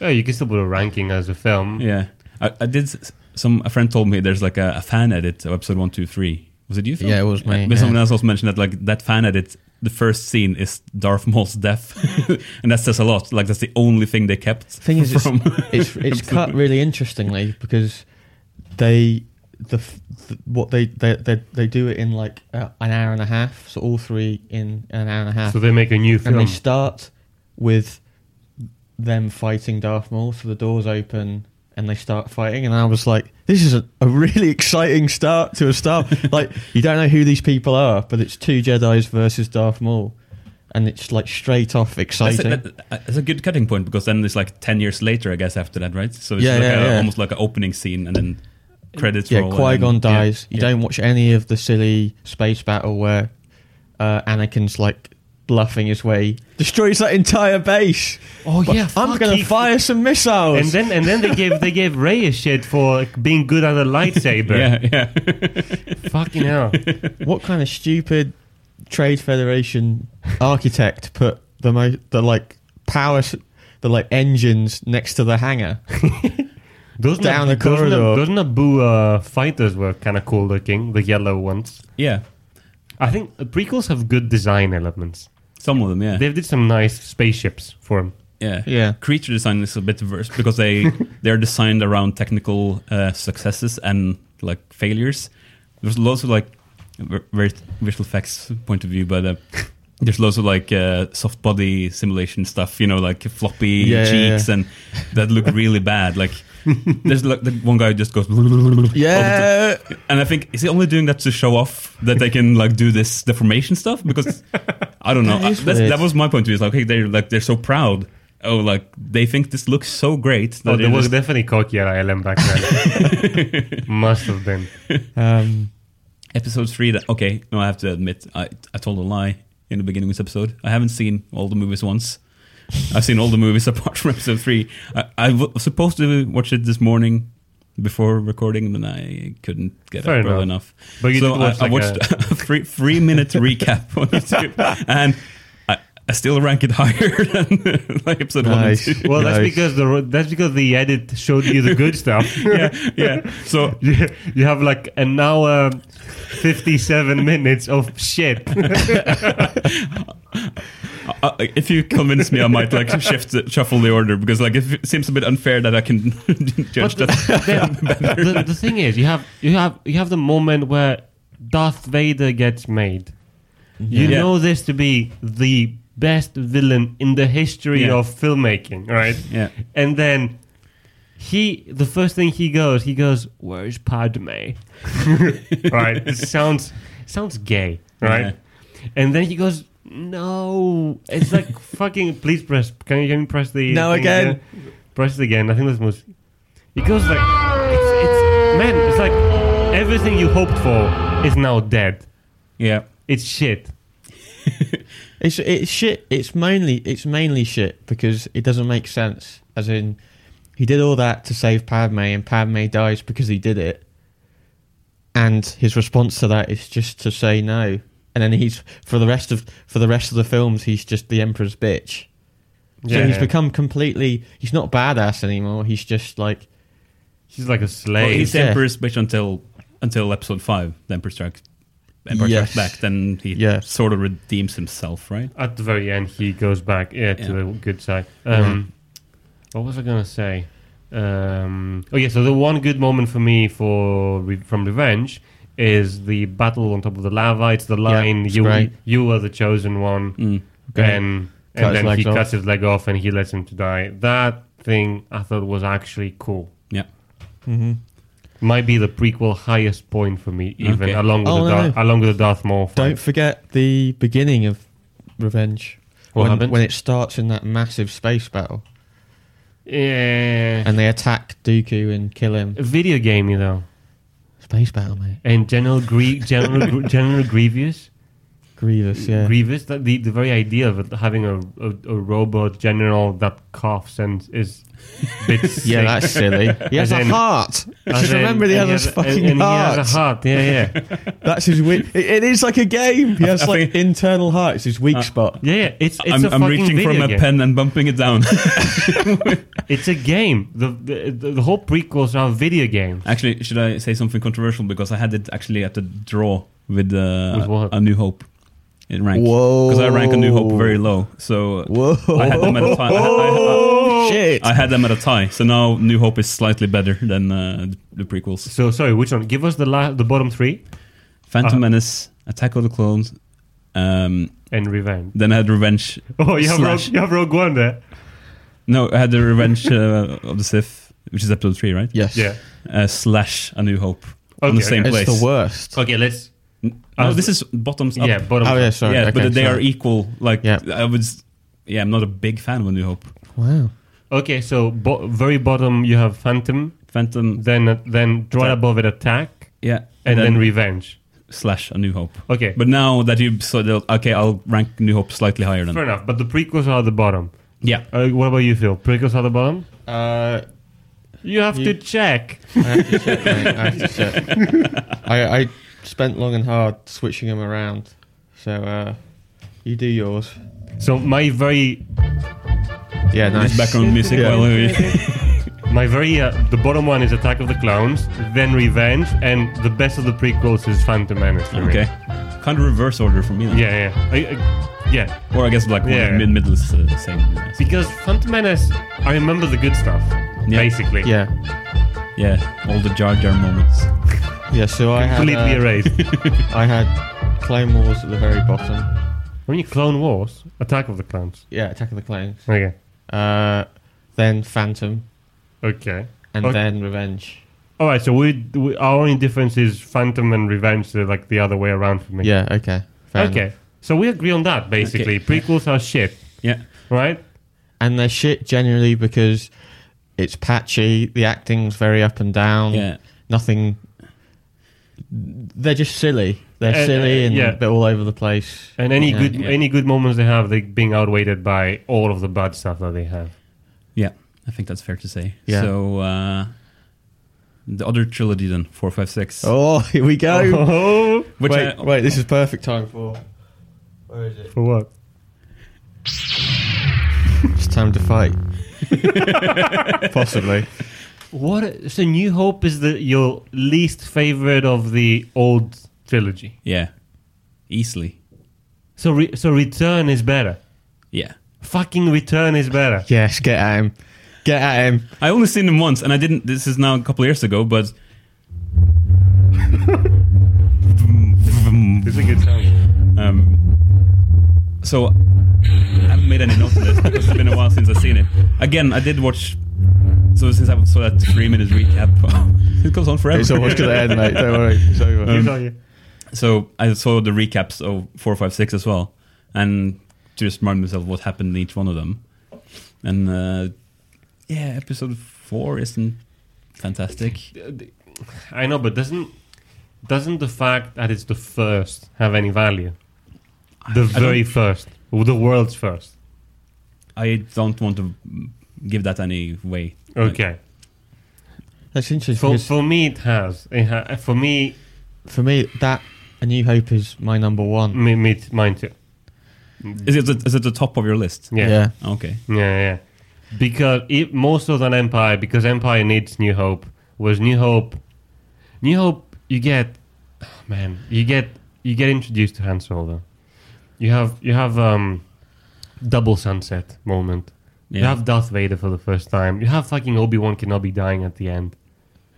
[SPEAKER 3] Oh, you can still put a ranking as a film.
[SPEAKER 1] yeah, I, I did. s- Some a friend told me there's like a, a fan edit of episode one, two, three. Was it you? Phil?
[SPEAKER 2] Yeah, it was me,
[SPEAKER 1] But
[SPEAKER 2] yeah.
[SPEAKER 1] someone else also mentioned that like that fan edit. The first scene is Darth Maul's death, and that says a lot. Like that's the only thing they kept.
[SPEAKER 2] thing is,
[SPEAKER 1] from
[SPEAKER 2] it's it's, it's cut really interestingly because they the, f- the what they, they they they do it in like uh, an hour and a half. So all three in an hour and a half,
[SPEAKER 3] So they make a new
[SPEAKER 2] and
[SPEAKER 3] film.
[SPEAKER 2] they start with them fighting Darth Maul. So the doors open and they start fighting, and I was like, "This is a, a really exciting start to a Star." like you don't know who these people are, but it's two Jedi's versus Darth Maul, and it's like straight off
[SPEAKER 1] That's a,
[SPEAKER 2] exciting.
[SPEAKER 1] that- uh, that's a good cutting point because then it's like ten years later, I guess, after that, right? So it's
[SPEAKER 2] Yeah,
[SPEAKER 1] like
[SPEAKER 2] yeah,
[SPEAKER 1] a,
[SPEAKER 2] yeah.
[SPEAKER 1] almost like an opening scene, and then credits.
[SPEAKER 2] Yeah,
[SPEAKER 1] roll and
[SPEAKER 2] Qui
[SPEAKER 1] then-
[SPEAKER 2] Gon
[SPEAKER 1] yeah,
[SPEAKER 2] dies. you
[SPEAKER 1] yeah.
[SPEAKER 2] don't watch any of the silly space battle where uh, Anakin's like bluffing his way, destroys that entire base.
[SPEAKER 3] oh
[SPEAKER 2] But I'm
[SPEAKER 3] fuck,
[SPEAKER 2] gonna
[SPEAKER 3] he-
[SPEAKER 2] fire some
[SPEAKER 3] And
[SPEAKER 2] missiles.
[SPEAKER 3] then and then they gave they gave Ray a shit for like, being good at a lightsaber.
[SPEAKER 1] Yeah, yeah.
[SPEAKER 3] Fucking hell.
[SPEAKER 2] what kind of stupid Trade Federation architect put the mo- the like power, s- the like engines next to the hangar?
[SPEAKER 3] Those
[SPEAKER 2] Down
[SPEAKER 3] Nab-
[SPEAKER 2] the corridor.
[SPEAKER 3] Those, Nab- those Naboo uh, fighters were kind of cool looking, the yellow ones.
[SPEAKER 1] yeah.
[SPEAKER 3] I think the prequels have good design elements.
[SPEAKER 1] Some of them, yeah.
[SPEAKER 3] They did some nice spaceships for them.
[SPEAKER 1] yeah,
[SPEAKER 2] Yeah.
[SPEAKER 1] Creature design is a bit diverse because they they're designed around technical uh, successes and like failures. There's lots of like ver- very visual effects point of view, but uh, there's lots of like uh, soft body simulation stuff. You know, like floppy
[SPEAKER 2] Yeah, yeah, yeah.
[SPEAKER 1] cheeks and that look really bad. Like there's like the one guy who just goes all the time.
[SPEAKER 2] Yeah,
[SPEAKER 1] And I think is he only doing that to show off that they can like do this deformation stuff? Because I don't know.
[SPEAKER 2] That is
[SPEAKER 1] I- that's-
[SPEAKER 2] weird.
[SPEAKER 1] that was my point of view. It's like hey, they're like they're so proud. Oh, like they think this looks so great. That
[SPEAKER 3] Oh, there
[SPEAKER 1] it
[SPEAKER 3] was
[SPEAKER 1] is-
[SPEAKER 3] definitely cocky at ILM back then. Must have been.
[SPEAKER 2] um,
[SPEAKER 1] episode three. That okay? No, I have to admit, I I told a lie in the beginning of this episode. I haven't seen all the movies once. I've seen all the movies apart from episode three. I, I w- was supposed to watch it this morning before recording, and I couldn't get
[SPEAKER 3] Fair
[SPEAKER 1] up early
[SPEAKER 3] enough.
[SPEAKER 1] enough.
[SPEAKER 3] But you
[SPEAKER 1] so
[SPEAKER 3] did watch
[SPEAKER 1] I, I
[SPEAKER 3] like
[SPEAKER 1] watched a three three minute recap on YouTube, and I, I still rank it higher than like episode one and
[SPEAKER 2] nice.
[SPEAKER 1] two.
[SPEAKER 3] Well, that's
[SPEAKER 2] Nice.
[SPEAKER 3] because the that's because the edit showed you the good stuff.
[SPEAKER 1] Yeah, yeah. So
[SPEAKER 3] you, you have like an hour, fifty-seven minutes of shit.
[SPEAKER 1] Uh, if you convince me, I might like shift the, shuffle the order because like it seems a bit unfair that I can judge
[SPEAKER 3] But the,
[SPEAKER 1] that.
[SPEAKER 3] the, the, the thing is, you have you have you have the moment where Darth Vader gets made. You
[SPEAKER 1] Yeah.
[SPEAKER 3] know this to be the best villain in the history
[SPEAKER 1] Yeah.
[SPEAKER 3] of filmmaking, right?
[SPEAKER 1] Yeah.
[SPEAKER 3] And then he, the first thing he goes, he goes, "Where's Padme?" right? It sounds sounds gay, right? And then he goes, "No, it's like fucking. Please press. Can you, can you press the
[SPEAKER 2] No
[SPEAKER 3] thing
[SPEAKER 2] again.
[SPEAKER 3] here? brushes again. I think that's the most. It goes like, it's, it's man, it's like everything you hoped for is now dead.
[SPEAKER 1] Yeah.
[SPEAKER 3] It's shit.
[SPEAKER 2] It's it's shit. It's mainly it's mainly shit because it doesn't make sense. As in, he did all that to save Padme, and Padme dies because he did it. And his response to that is just to say no. And then he's for the rest of for the rest of the films, he's just the Emperor's bitch. So he's become completely. He's not badass anymore. He's just like
[SPEAKER 3] She's like a
[SPEAKER 1] Well,
[SPEAKER 3] slave.
[SPEAKER 1] he's the
[SPEAKER 2] Yeah.
[SPEAKER 1] Emperor's bitch until until episode five. The Emperor strikes. Emperor
[SPEAKER 2] Yes.
[SPEAKER 1] strikes back. Then he
[SPEAKER 2] Yeah.
[SPEAKER 1] sort of redeems himself, right?
[SPEAKER 3] At the very end, he goes back yeah, to
[SPEAKER 1] Yeah.
[SPEAKER 3] the good side. Um, What was I going to say? Um, oh, yeah, so the one good moment for me for re- from Revenge is the battle on top of the lava. It's the line,
[SPEAKER 2] it's
[SPEAKER 3] you
[SPEAKER 2] great.
[SPEAKER 3] you are the chosen one.
[SPEAKER 1] Mm.
[SPEAKER 3] And,
[SPEAKER 2] Cut his
[SPEAKER 3] and then he
[SPEAKER 2] legs off.
[SPEAKER 3] cuts his leg off and he lets him to die. That thing I thought was actually cool.
[SPEAKER 1] Yeah.
[SPEAKER 3] Mm-hmm. Might be the prequel highest point for me, even
[SPEAKER 1] Okay.
[SPEAKER 3] along with
[SPEAKER 2] Oh,
[SPEAKER 3] the
[SPEAKER 2] no,
[SPEAKER 3] Darth,
[SPEAKER 2] no.
[SPEAKER 3] along with the Darth Maul. fight.
[SPEAKER 2] Don't forget the beginning of Revenge.
[SPEAKER 3] What
[SPEAKER 2] when,
[SPEAKER 3] happened?
[SPEAKER 2] when it starts in that massive space battle
[SPEAKER 3] yeah.
[SPEAKER 2] and they attack Dooku and kill him.
[SPEAKER 3] Video gamey though.
[SPEAKER 2] Space battle, mate.
[SPEAKER 3] and General Gre- General Gr- General Grievous,
[SPEAKER 2] Grievous, yeah.
[SPEAKER 3] Grievous. That the, the very idea of having a, a, a robot general that coughs and is a bit sick.
[SPEAKER 2] yeah, that's silly. He has
[SPEAKER 3] As
[SPEAKER 2] a
[SPEAKER 3] in-
[SPEAKER 2] heart.
[SPEAKER 3] As
[SPEAKER 2] Just
[SPEAKER 3] in-
[SPEAKER 2] remember the
[SPEAKER 3] and he
[SPEAKER 2] other's
[SPEAKER 3] has a-
[SPEAKER 2] fucking
[SPEAKER 3] and, and
[SPEAKER 2] heart.
[SPEAKER 3] He has a heart. Yeah, yeah,
[SPEAKER 2] That's his weak. It, it is like a game. He has
[SPEAKER 1] I
[SPEAKER 2] like
[SPEAKER 1] think-
[SPEAKER 2] internal heart. It's his
[SPEAKER 3] Uh,
[SPEAKER 2] weak spot.
[SPEAKER 3] yeah. yeah. It's it's
[SPEAKER 1] I'm,
[SPEAKER 3] a
[SPEAKER 1] I'm
[SPEAKER 3] fucking
[SPEAKER 1] reaching
[SPEAKER 3] video
[SPEAKER 1] from a
[SPEAKER 3] game.
[SPEAKER 1] pen and bumping it down.
[SPEAKER 3] It's a game. The, the the the whole prequels are video games.
[SPEAKER 1] actually, should I say something controversial because I had it actually at the draw with, uh,
[SPEAKER 3] With what?
[SPEAKER 1] a New Hope in rank
[SPEAKER 2] Whoa.
[SPEAKER 1] because I rank a New Hope very low. So
[SPEAKER 2] Whoa.
[SPEAKER 1] I had them at a tie. I, I-
[SPEAKER 3] Oh!
[SPEAKER 2] Shit.
[SPEAKER 1] I had them at a tie. So now New Hope is slightly better than uh, the prequels.
[SPEAKER 3] So sorry, which one? Give us the la- the bottom three
[SPEAKER 1] Phantom
[SPEAKER 3] Uh-huh.
[SPEAKER 1] Menace, Attack of the Clones. Um,
[SPEAKER 3] and Revenge.
[SPEAKER 1] then I had Revenge.
[SPEAKER 3] Oh, you have Rogue,
[SPEAKER 1] Slash.
[SPEAKER 3] you have Rogue One there.
[SPEAKER 1] No, I had the Revenge uh, of the Sith, which is episode three, right?
[SPEAKER 2] yes.
[SPEAKER 3] Yeah.
[SPEAKER 1] Uh, slash A New Hope on the
[SPEAKER 3] Okay,
[SPEAKER 1] same
[SPEAKER 2] It's
[SPEAKER 1] place.
[SPEAKER 2] the worst.
[SPEAKER 3] Okay, let's.
[SPEAKER 1] No,
[SPEAKER 3] Uh,
[SPEAKER 1] this is bottoms up.
[SPEAKER 3] Yeah, bottom.
[SPEAKER 2] Oh yeah, sorry.
[SPEAKER 1] yeah,
[SPEAKER 2] okay,
[SPEAKER 1] but they
[SPEAKER 2] sorry.
[SPEAKER 1] are equal. Like
[SPEAKER 2] Yeah.
[SPEAKER 1] I was, yeah, I'm not a big fan of A New Hope.
[SPEAKER 2] Wow.
[SPEAKER 3] Okay, so bo- very bottom you have Phantom,
[SPEAKER 1] Phantom,
[SPEAKER 3] then then right above it attack
[SPEAKER 1] yeah,
[SPEAKER 3] and then, revenge
[SPEAKER 1] slash A New Hope.
[SPEAKER 3] okay
[SPEAKER 1] But now that you so they'll- okay, I'll rank New Hope slightly higher than
[SPEAKER 3] fair enough but the prequels are at the bottom
[SPEAKER 1] yeah.
[SPEAKER 3] uh, what about you phil prequels are at the bottom
[SPEAKER 2] Uh,
[SPEAKER 3] you have
[SPEAKER 2] You-
[SPEAKER 3] to check
[SPEAKER 2] I have to check, mate. I have to check. I, I spent long and hard switching them around. So uh, you do yours.
[SPEAKER 3] so my very
[SPEAKER 2] Yeah, nice.
[SPEAKER 1] Just background music
[SPEAKER 2] Yeah.
[SPEAKER 1] while we-
[SPEAKER 3] my very uh, the bottom one is attack of the clowns then revenge and the best of the prequels is phantom menace for me.
[SPEAKER 1] okay, kind of reverse order for me. Then.
[SPEAKER 3] yeah yeah I, I, yeah
[SPEAKER 1] or I guess like
[SPEAKER 3] Yeah.
[SPEAKER 1] mid middle is uh, the same. I guess.
[SPEAKER 3] because phantom menace i remember the good stuff
[SPEAKER 1] Yeah.
[SPEAKER 3] basically
[SPEAKER 2] Yeah.
[SPEAKER 1] Yeah, all the Jar Jar moments.
[SPEAKER 2] Yeah, so I had,
[SPEAKER 3] completely
[SPEAKER 2] uh,
[SPEAKER 3] erased
[SPEAKER 2] I had Clone Wars at the very bottom.
[SPEAKER 3] when you clone wars attack of the clowns
[SPEAKER 2] Yeah, Attack of the Clones.
[SPEAKER 3] okay
[SPEAKER 2] Uh, then Phantom,
[SPEAKER 3] okay
[SPEAKER 2] and
[SPEAKER 3] Okay.
[SPEAKER 2] then Revenge.
[SPEAKER 3] All right, so we, we our only difference is Phantom and Revenge. They're like the other way around for me.
[SPEAKER 2] Yeah, okay. Fair enough.
[SPEAKER 3] Okay. So we agree on that basically. Prequels are shit,
[SPEAKER 1] Yeah,
[SPEAKER 3] right?
[SPEAKER 2] And they're shit generally because it's patchy, the acting's very up and down.
[SPEAKER 1] yeah.
[SPEAKER 2] nothing. They're just silly. They're
[SPEAKER 3] And,
[SPEAKER 2] silly
[SPEAKER 3] uh,
[SPEAKER 2] and
[SPEAKER 3] yeah. Uh,
[SPEAKER 2] a bit all over the place.
[SPEAKER 3] And any
[SPEAKER 2] Yeah.
[SPEAKER 3] good
[SPEAKER 1] yeah.
[SPEAKER 3] any good moments they have, they being outweighed by all of the bad stuff that they have.
[SPEAKER 1] Yeah, I think that's fair to say.
[SPEAKER 2] Yeah.
[SPEAKER 1] So uh, the other trilogy then, four, five, six.
[SPEAKER 2] Oh, here we go.
[SPEAKER 3] Oh,
[SPEAKER 1] which
[SPEAKER 2] wait,
[SPEAKER 1] I,
[SPEAKER 2] wait, this is perfect time for. Where is it?
[SPEAKER 3] for what?
[SPEAKER 2] It's time to fight. Possibly.
[SPEAKER 3] What? So New Hope is the your least favorite of the old trilogy.
[SPEAKER 1] yeah, easily.
[SPEAKER 3] So re, so Return is better.
[SPEAKER 1] Yeah,
[SPEAKER 3] Fucking Return is better.
[SPEAKER 2] Yes, get at him. Get at him.
[SPEAKER 1] I only seen them once, and I didn't. This is now a couple of years ago, but
[SPEAKER 3] It's a good sound.
[SPEAKER 1] um, so I haven't made any notes of this because it's been a while since I've seen it. Again, I did watch. So since I saw that three minutes recap, it goes on forever.
[SPEAKER 2] It's almost going to end, mate. Don't worry. It's over.
[SPEAKER 1] Um,
[SPEAKER 3] Sorry.
[SPEAKER 1] so I saw the recaps of four, five, six as well, and to just remind myself what happened in each one of them. And uh, yeah, episode four isn't fantastic.
[SPEAKER 3] I know, but doesn't doesn't the fact that it's the first have any value? The
[SPEAKER 1] I don't-
[SPEAKER 3] very first, or the world's first.
[SPEAKER 1] I don't want to give that any weight.
[SPEAKER 3] Okay,
[SPEAKER 2] That's interesting.
[SPEAKER 3] for,
[SPEAKER 2] because For,
[SPEAKER 3] for me it has. It ha- for me,
[SPEAKER 2] me, that A New Hope is my number one.
[SPEAKER 3] me, me mine too.
[SPEAKER 1] Is it is it the top of your list?
[SPEAKER 3] Yeah, yeah,
[SPEAKER 2] yeah.
[SPEAKER 1] Okay.
[SPEAKER 3] yeah. yeah. Because it, more so than Empire, because Empire needs New Hope. Was New Hope, New Hope, you get, oh man, you get you get introduced to Han Solo. You have you have um, double sunset moment.
[SPEAKER 1] Yeah.
[SPEAKER 3] You have Darth Vader for the first time. You have fucking Obi Wan Kenobi dying at the end,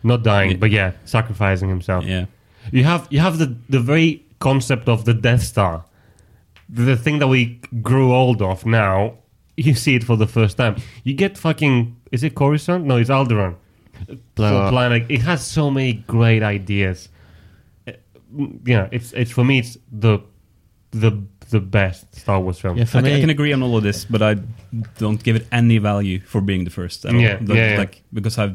[SPEAKER 3] not dying,
[SPEAKER 1] Yeah.
[SPEAKER 3] but yeah, sacrificing himself.
[SPEAKER 1] yeah.
[SPEAKER 3] You have you have the the very concept of the Death Star, the thing that we grew old of now. You see it for the first time. You get fucking is it Coruscant? No, it's Alderaan.
[SPEAKER 2] Blow
[SPEAKER 3] Full
[SPEAKER 2] up.
[SPEAKER 3] planet. It has so many great ideas. Uh, You know, it's it's for me it's the the the best Star Wars film.
[SPEAKER 2] Yeah, for
[SPEAKER 1] I, ca- I
[SPEAKER 2] me,
[SPEAKER 1] can agree on all of this, but I don't give it any value for being the first. at all.
[SPEAKER 3] Yeah,
[SPEAKER 1] Like-
[SPEAKER 3] yeah, yeah.
[SPEAKER 1] like because I've.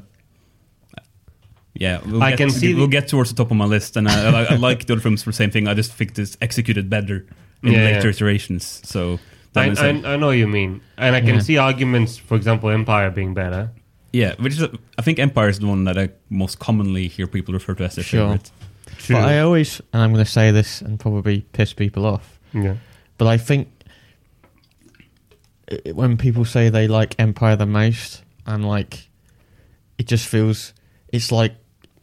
[SPEAKER 1] Yeah, we'll
[SPEAKER 3] I
[SPEAKER 1] get,
[SPEAKER 3] can see
[SPEAKER 1] we'll
[SPEAKER 3] the-
[SPEAKER 1] get towards the top of my list, and I, I, I like the other films for the same thing. I just think this executed better in
[SPEAKER 3] Yeah,
[SPEAKER 1] later
[SPEAKER 3] yeah.
[SPEAKER 1] iterations. So that
[SPEAKER 3] I,
[SPEAKER 1] is a-
[SPEAKER 3] I, I know what you mean, and I can
[SPEAKER 2] Yeah.
[SPEAKER 3] see arguments. For example, Empire being better.
[SPEAKER 1] yeah, which is a, I think Empire is the one that I most commonly hear people refer to as their
[SPEAKER 2] Sure.
[SPEAKER 1] favorite.
[SPEAKER 3] True.
[SPEAKER 2] But I always, and I'm going to say this and probably piss people off,
[SPEAKER 3] yeah.
[SPEAKER 2] but I think i when people say they like Empire the most, I'm like, it just feels, it's like,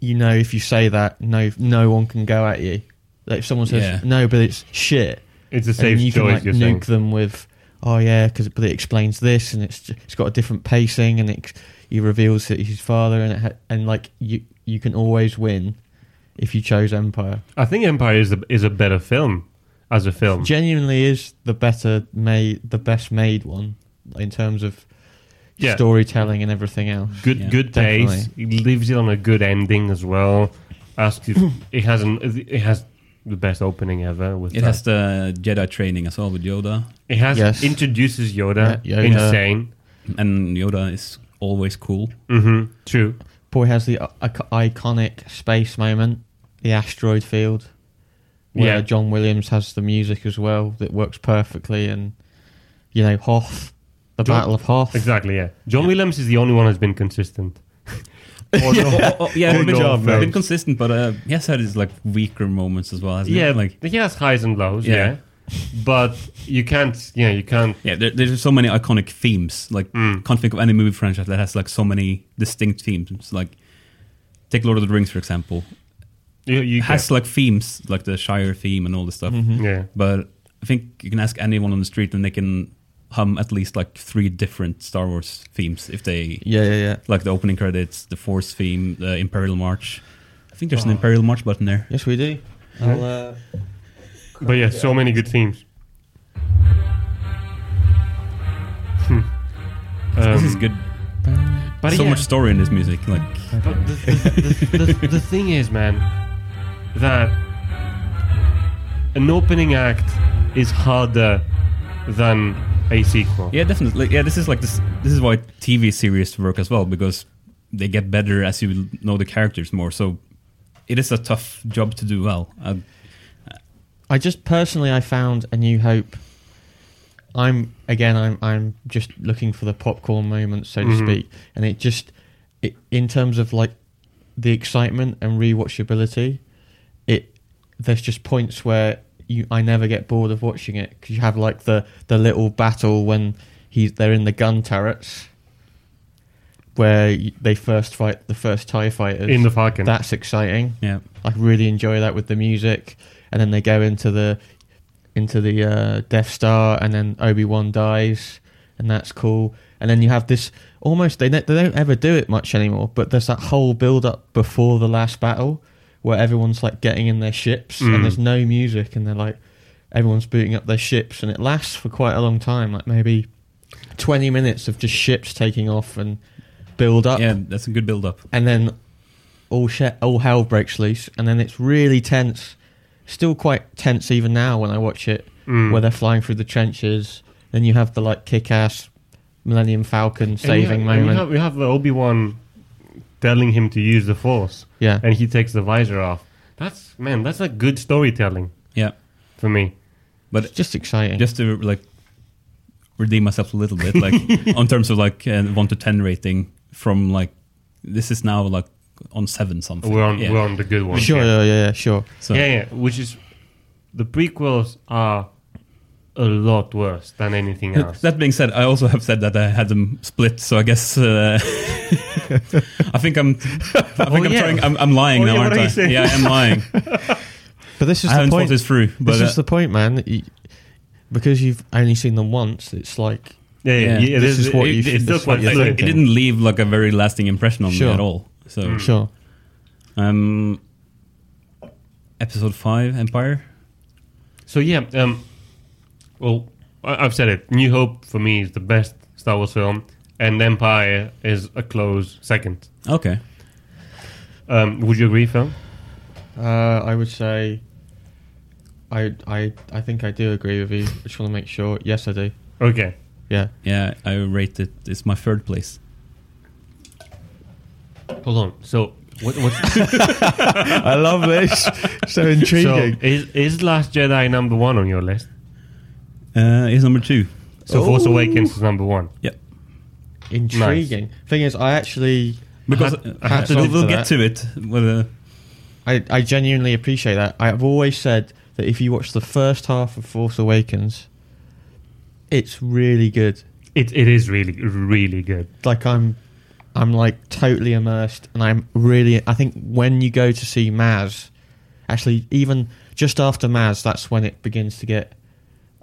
[SPEAKER 2] you know, if you say that, no, no one can go at you. Like if someone says
[SPEAKER 1] Yeah.
[SPEAKER 2] no, but it's shit,
[SPEAKER 3] It's a safe
[SPEAKER 2] and you
[SPEAKER 3] choice.
[SPEAKER 2] can like
[SPEAKER 3] you're
[SPEAKER 2] nuke
[SPEAKER 3] saying.
[SPEAKER 2] them with, oh yeah, because but it explains this and it's ju- it's got a different pacing and it he reveals that he's his father and it ha- and like you you can always win if you chose Empire.
[SPEAKER 3] I think Empire is a, is a better film as a film.
[SPEAKER 2] genuinely is the better made the best made one in terms of
[SPEAKER 3] Yeah.
[SPEAKER 2] storytelling and everything else
[SPEAKER 3] Good
[SPEAKER 1] Yeah,
[SPEAKER 3] good pace. It leaves it on a good ending as well. Asks you, it has an, it has the best opening ever. With
[SPEAKER 1] It
[SPEAKER 3] that.
[SPEAKER 1] has the Jedi training as well with Yoda,
[SPEAKER 3] it has
[SPEAKER 2] Yes.
[SPEAKER 3] introduces Yoda.
[SPEAKER 2] Yeah, Yoda.
[SPEAKER 3] Insane.
[SPEAKER 1] and Yoda is always cool.
[SPEAKER 3] hmm True.
[SPEAKER 2] boy has the i- ic- iconic space moment the asteroid field where
[SPEAKER 3] Yeah.
[SPEAKER 2] john williams has the music as well that works perfectly and you know hoth the
[SPEAKER 3] John-
[SPEAKER 2] battle of hoth
[SPEAKER 3] Exactly. Yeah. John Williams is the only one who's been consistent.
[SPEAKER 1] Oh, no. oh, oh, yeah,
[SPEAKER 3] Good
[SPEAKER 1] been,
[SPEAKER 3] job,
[SPEAKER 1] been
[SPEAKER 3] mate.
[SPEAKER 1] consistent, but uh, he has had his like weaker moments as well, hasn't
[SPEAKER 3] Yeah.
[SPEAKER 1] he? Like,
[SPEAKER 3] Like he has highs and lows.
[SPEAKER 1] Yeah.
[SPEAKER 3] Yeah. But you can't. Yeah. You can't.
[SPEAKER 1] yeah, there, there's just so many iconic themes. Like,
[SPEAKER 3] Mm.
[SPEAKER 1] can't think of any movie franchise that has like so many distinct themes. It's Like, take Lord of the Rings for example.
[SPEAKER 3] You. you Mm-hmm.
[SPEAKER 1] It has like themes, like the Shire theme and all this stuff.
[SPEAKER 3] can't. Yeah.
[SPEAKER 1] But I think you can ask anyone on the street, and they can hum at least like three different Star Wars themes if they
[SPEAKER 2] yeah yeah yeah
[SPEAKER 1] like the opening credits, the Force theme, the Imperial March. I think
[SPEAKER 3] Oh.
[SPEAKER 1] there's an Imperial March button there.
[SPEAKER 2] yes we do I'll, uh,
[SPEAKER 3] But yeah, so many good themes. Hmm.
[SPEAKER 1] This is
[SPEAKER 3] Um,
[SPEAKER 1] good.
[SPEAKER 3] but
[SPEAKER 1] so
[SPEAKER 3] yeah,
[SPEAKER 1] much story in this music. Like,
[SPEAKER 3] But the, the, the, the, the thing is, man, that an opening act is harder than a sequel.
[SPEAKER 1] yeah, definitely. Like, yeah, this is like this. This is why TV series work as well because they get better as you know the characters more. So it is a tough job to do well. Uh,
[SPEAKER 2] I just personally, I found A New Hope. I'm again, I'm I'm just looking for the popcorn moment, so
[SPEAKER 3] Mhm.
[SPEAKER 2] to speak, and it just, it, in terms of like the excitement and rewatchability, it there's just points where you I never get bored of watching it because you have like the the little battle when he's they're in the gun turrets. Where you- they first fight the first Tie fighters
[SPEAKER 3] In the Falcon.
[SPEAKER 2] That's exciting.
[SPEAKER 1] yeah,
[SPEAKER 2] I really enjoy that with the music, and then they go into the into the uh, Death Star, and then Obi Wan dies, and that's cool. And then you have this almost they don't- they don't ever do it much anymore, but there's that whole build up before the last battle where everyone's like getting in their ships,
[SPEAKER 3] Mm.
[SPEAKER 2] and there's no music, and they're like everyone's booting up their ships, and it lasts for quite a long time, like maybe twenty minutes of just ships taking off and build
[SPEAKER 3] Uh,
[SPEAKER 2] up
[SPEAKER 1] yeah, that's a good build up.
[SPEAKER 2] and then all she- all hell breaks loose, and then it's really tense. Still quite tense even now when I watch it,
[SPEAKER 3] Mm.
[SPEAKER 2] where they're flying through the trenches. Then you have the like kick-ass Millennium Falcon
[SPEAKER 3] And you
[SPEAKER 2] saving
[SPEAKER 3] have- and
[SPEAKER 2] moment.
[SPEAKER 3] We have, we have the Obi Wan telling him to use the Force,
[SPEAKER 2] yeah,
[SPEAKER 3] and he takes the visor off. That's man, that's like good storytelling
[SPEAKER 1] Yeah,
[SPEAKER 3] for me.
[SPEAKER 2] it's just exciting.
[SPEAKER 1] just to like redeem myself a little bit, like on terms of like uh, one to ten rating from like this is now like on seven something.
[SPEAKER 3] We're on
[SPEAKER 1] yeah.
[SPEAKER 3] we're on the good one.
[SPEAKER 2] sure,
[SPEAKER 3] here.
[SPEAKER 2] yeah, yeah, yeah, sure.
[SPEAKER 1] So,
[SPEAKER 3] yeah, yeah. Which is the prequels are a lot worse than anything else.
[SPEAKER 1] That being said, I also have said that I had them split, so I guess uh, I think I'm. I think I'm
[SPEAKER 3] yeah.
[SPEAKER 1] trying. I'm, I'm lying
[SPEAKER 3] Oh,
[SPEAKER 1] now,
[SPEAKER 3] yeah,
[SPEAKER 1] aren't
[SPEAKER 3] what are you
[SPEAKER 1] I?
[SPEAKER 3] saying?
[SPEAKER 1] Yeah, I'm lying.
[SPEAKER 2] But this is
[SPEAKER 1] I
[SPEAKER 2] the
[SPEAKER 1] haven't thought
[SPEAKER 2] point.
[SPEAKER 1] this through, but
[SPEAKER 2] this
[SPEAKER 1] uh,
[SPEAKER 2] is the point, man. that you- because you've only seen them once, it's like
[SPEAKER 3] yeah,
[SPEAKER 1] yeah.
[SPEAKER 2] This
[SPEAKER 3] there's-
[SPEAKER 2] is what you-
[SPEAKER 3] it's
[SPEAKER 2] this
[SPEAKER 3] still
[SPEAKER 2] is what
[SPEAKER 3] quite
[SPEAKER 2] you
[SPEAKER 1] like,
[SPEAKER 3] similar.
[SPEAKER 1] it
[SPEAKER 2] thinking.
[SPEAKER 1] didn't leave like a very lasting impression on
[SPEAKER 2] Sure.
[SPEAKER 1] me at all. So,
[SPEAKER 3] Mm.
[SPEAKER 2] sure.
[SPEAKER 3] Hmm.
[SPEAKER 1] um, episode five, Empire.
[SPEAKER 3] So yeah, um, well, I- I've said it. New Hope for me is the best Star Wars film, and Empire is a close second.
[SPEAKER 1] Okay.
[SPEAKER 3] Um, would you agree, Phil?
[SPEAKER 2] Uh, I would say. I, I I think I do agree with you. I just want to make sure. Yes, I do.
[SPEAKER 3] Okay.
[SPEAKER 2] Yeah.
[SPEAKER 1] Yeah, I rate it. It's my third place.
[SPEAKER 3] Hold on. So what? What's
[SPEAKER 2] I love this. so
[SPEAKER 3] so
[SPEAKER 2] intriguing.
[SPEAKER 3] is is Last Jedi number one on your list?
[SPEAKER 1] Uh, it's number two.
[SPEAKER 3] So Force
[SPEAKER 2] Oh.
[SPEAKER 3] Awakens is number one.
[SPEAKER 1] Yep.
[SPEAKER 2] intriguing. Thing is, I actually,
[SPEAKER 1] Because
[SPEAKER 3] had-
[SPEAKER 1] uh,
[SPEAKER 3] I had
[SPEAKER 1] we'll,
[SPEAKER 2] something
[SPEAKER 1] we'll
[SPEAKER 2] to
[SPEAKER 1] get
[SPEAKER 2] that.
[SPEAKER 1] to it. With uh
[SPEAKER 2] I, I genuinely appreciate that. I've always said that if you watch the first half of Force Awakens, it's really good.
[SPEAKER 3] It it is really really good.
[SPEAKER 2] Like I'm, I'm like totally immersed, and I'm really. I think when you go to see Maz, actually, even just after Maz, that's when it begins to get.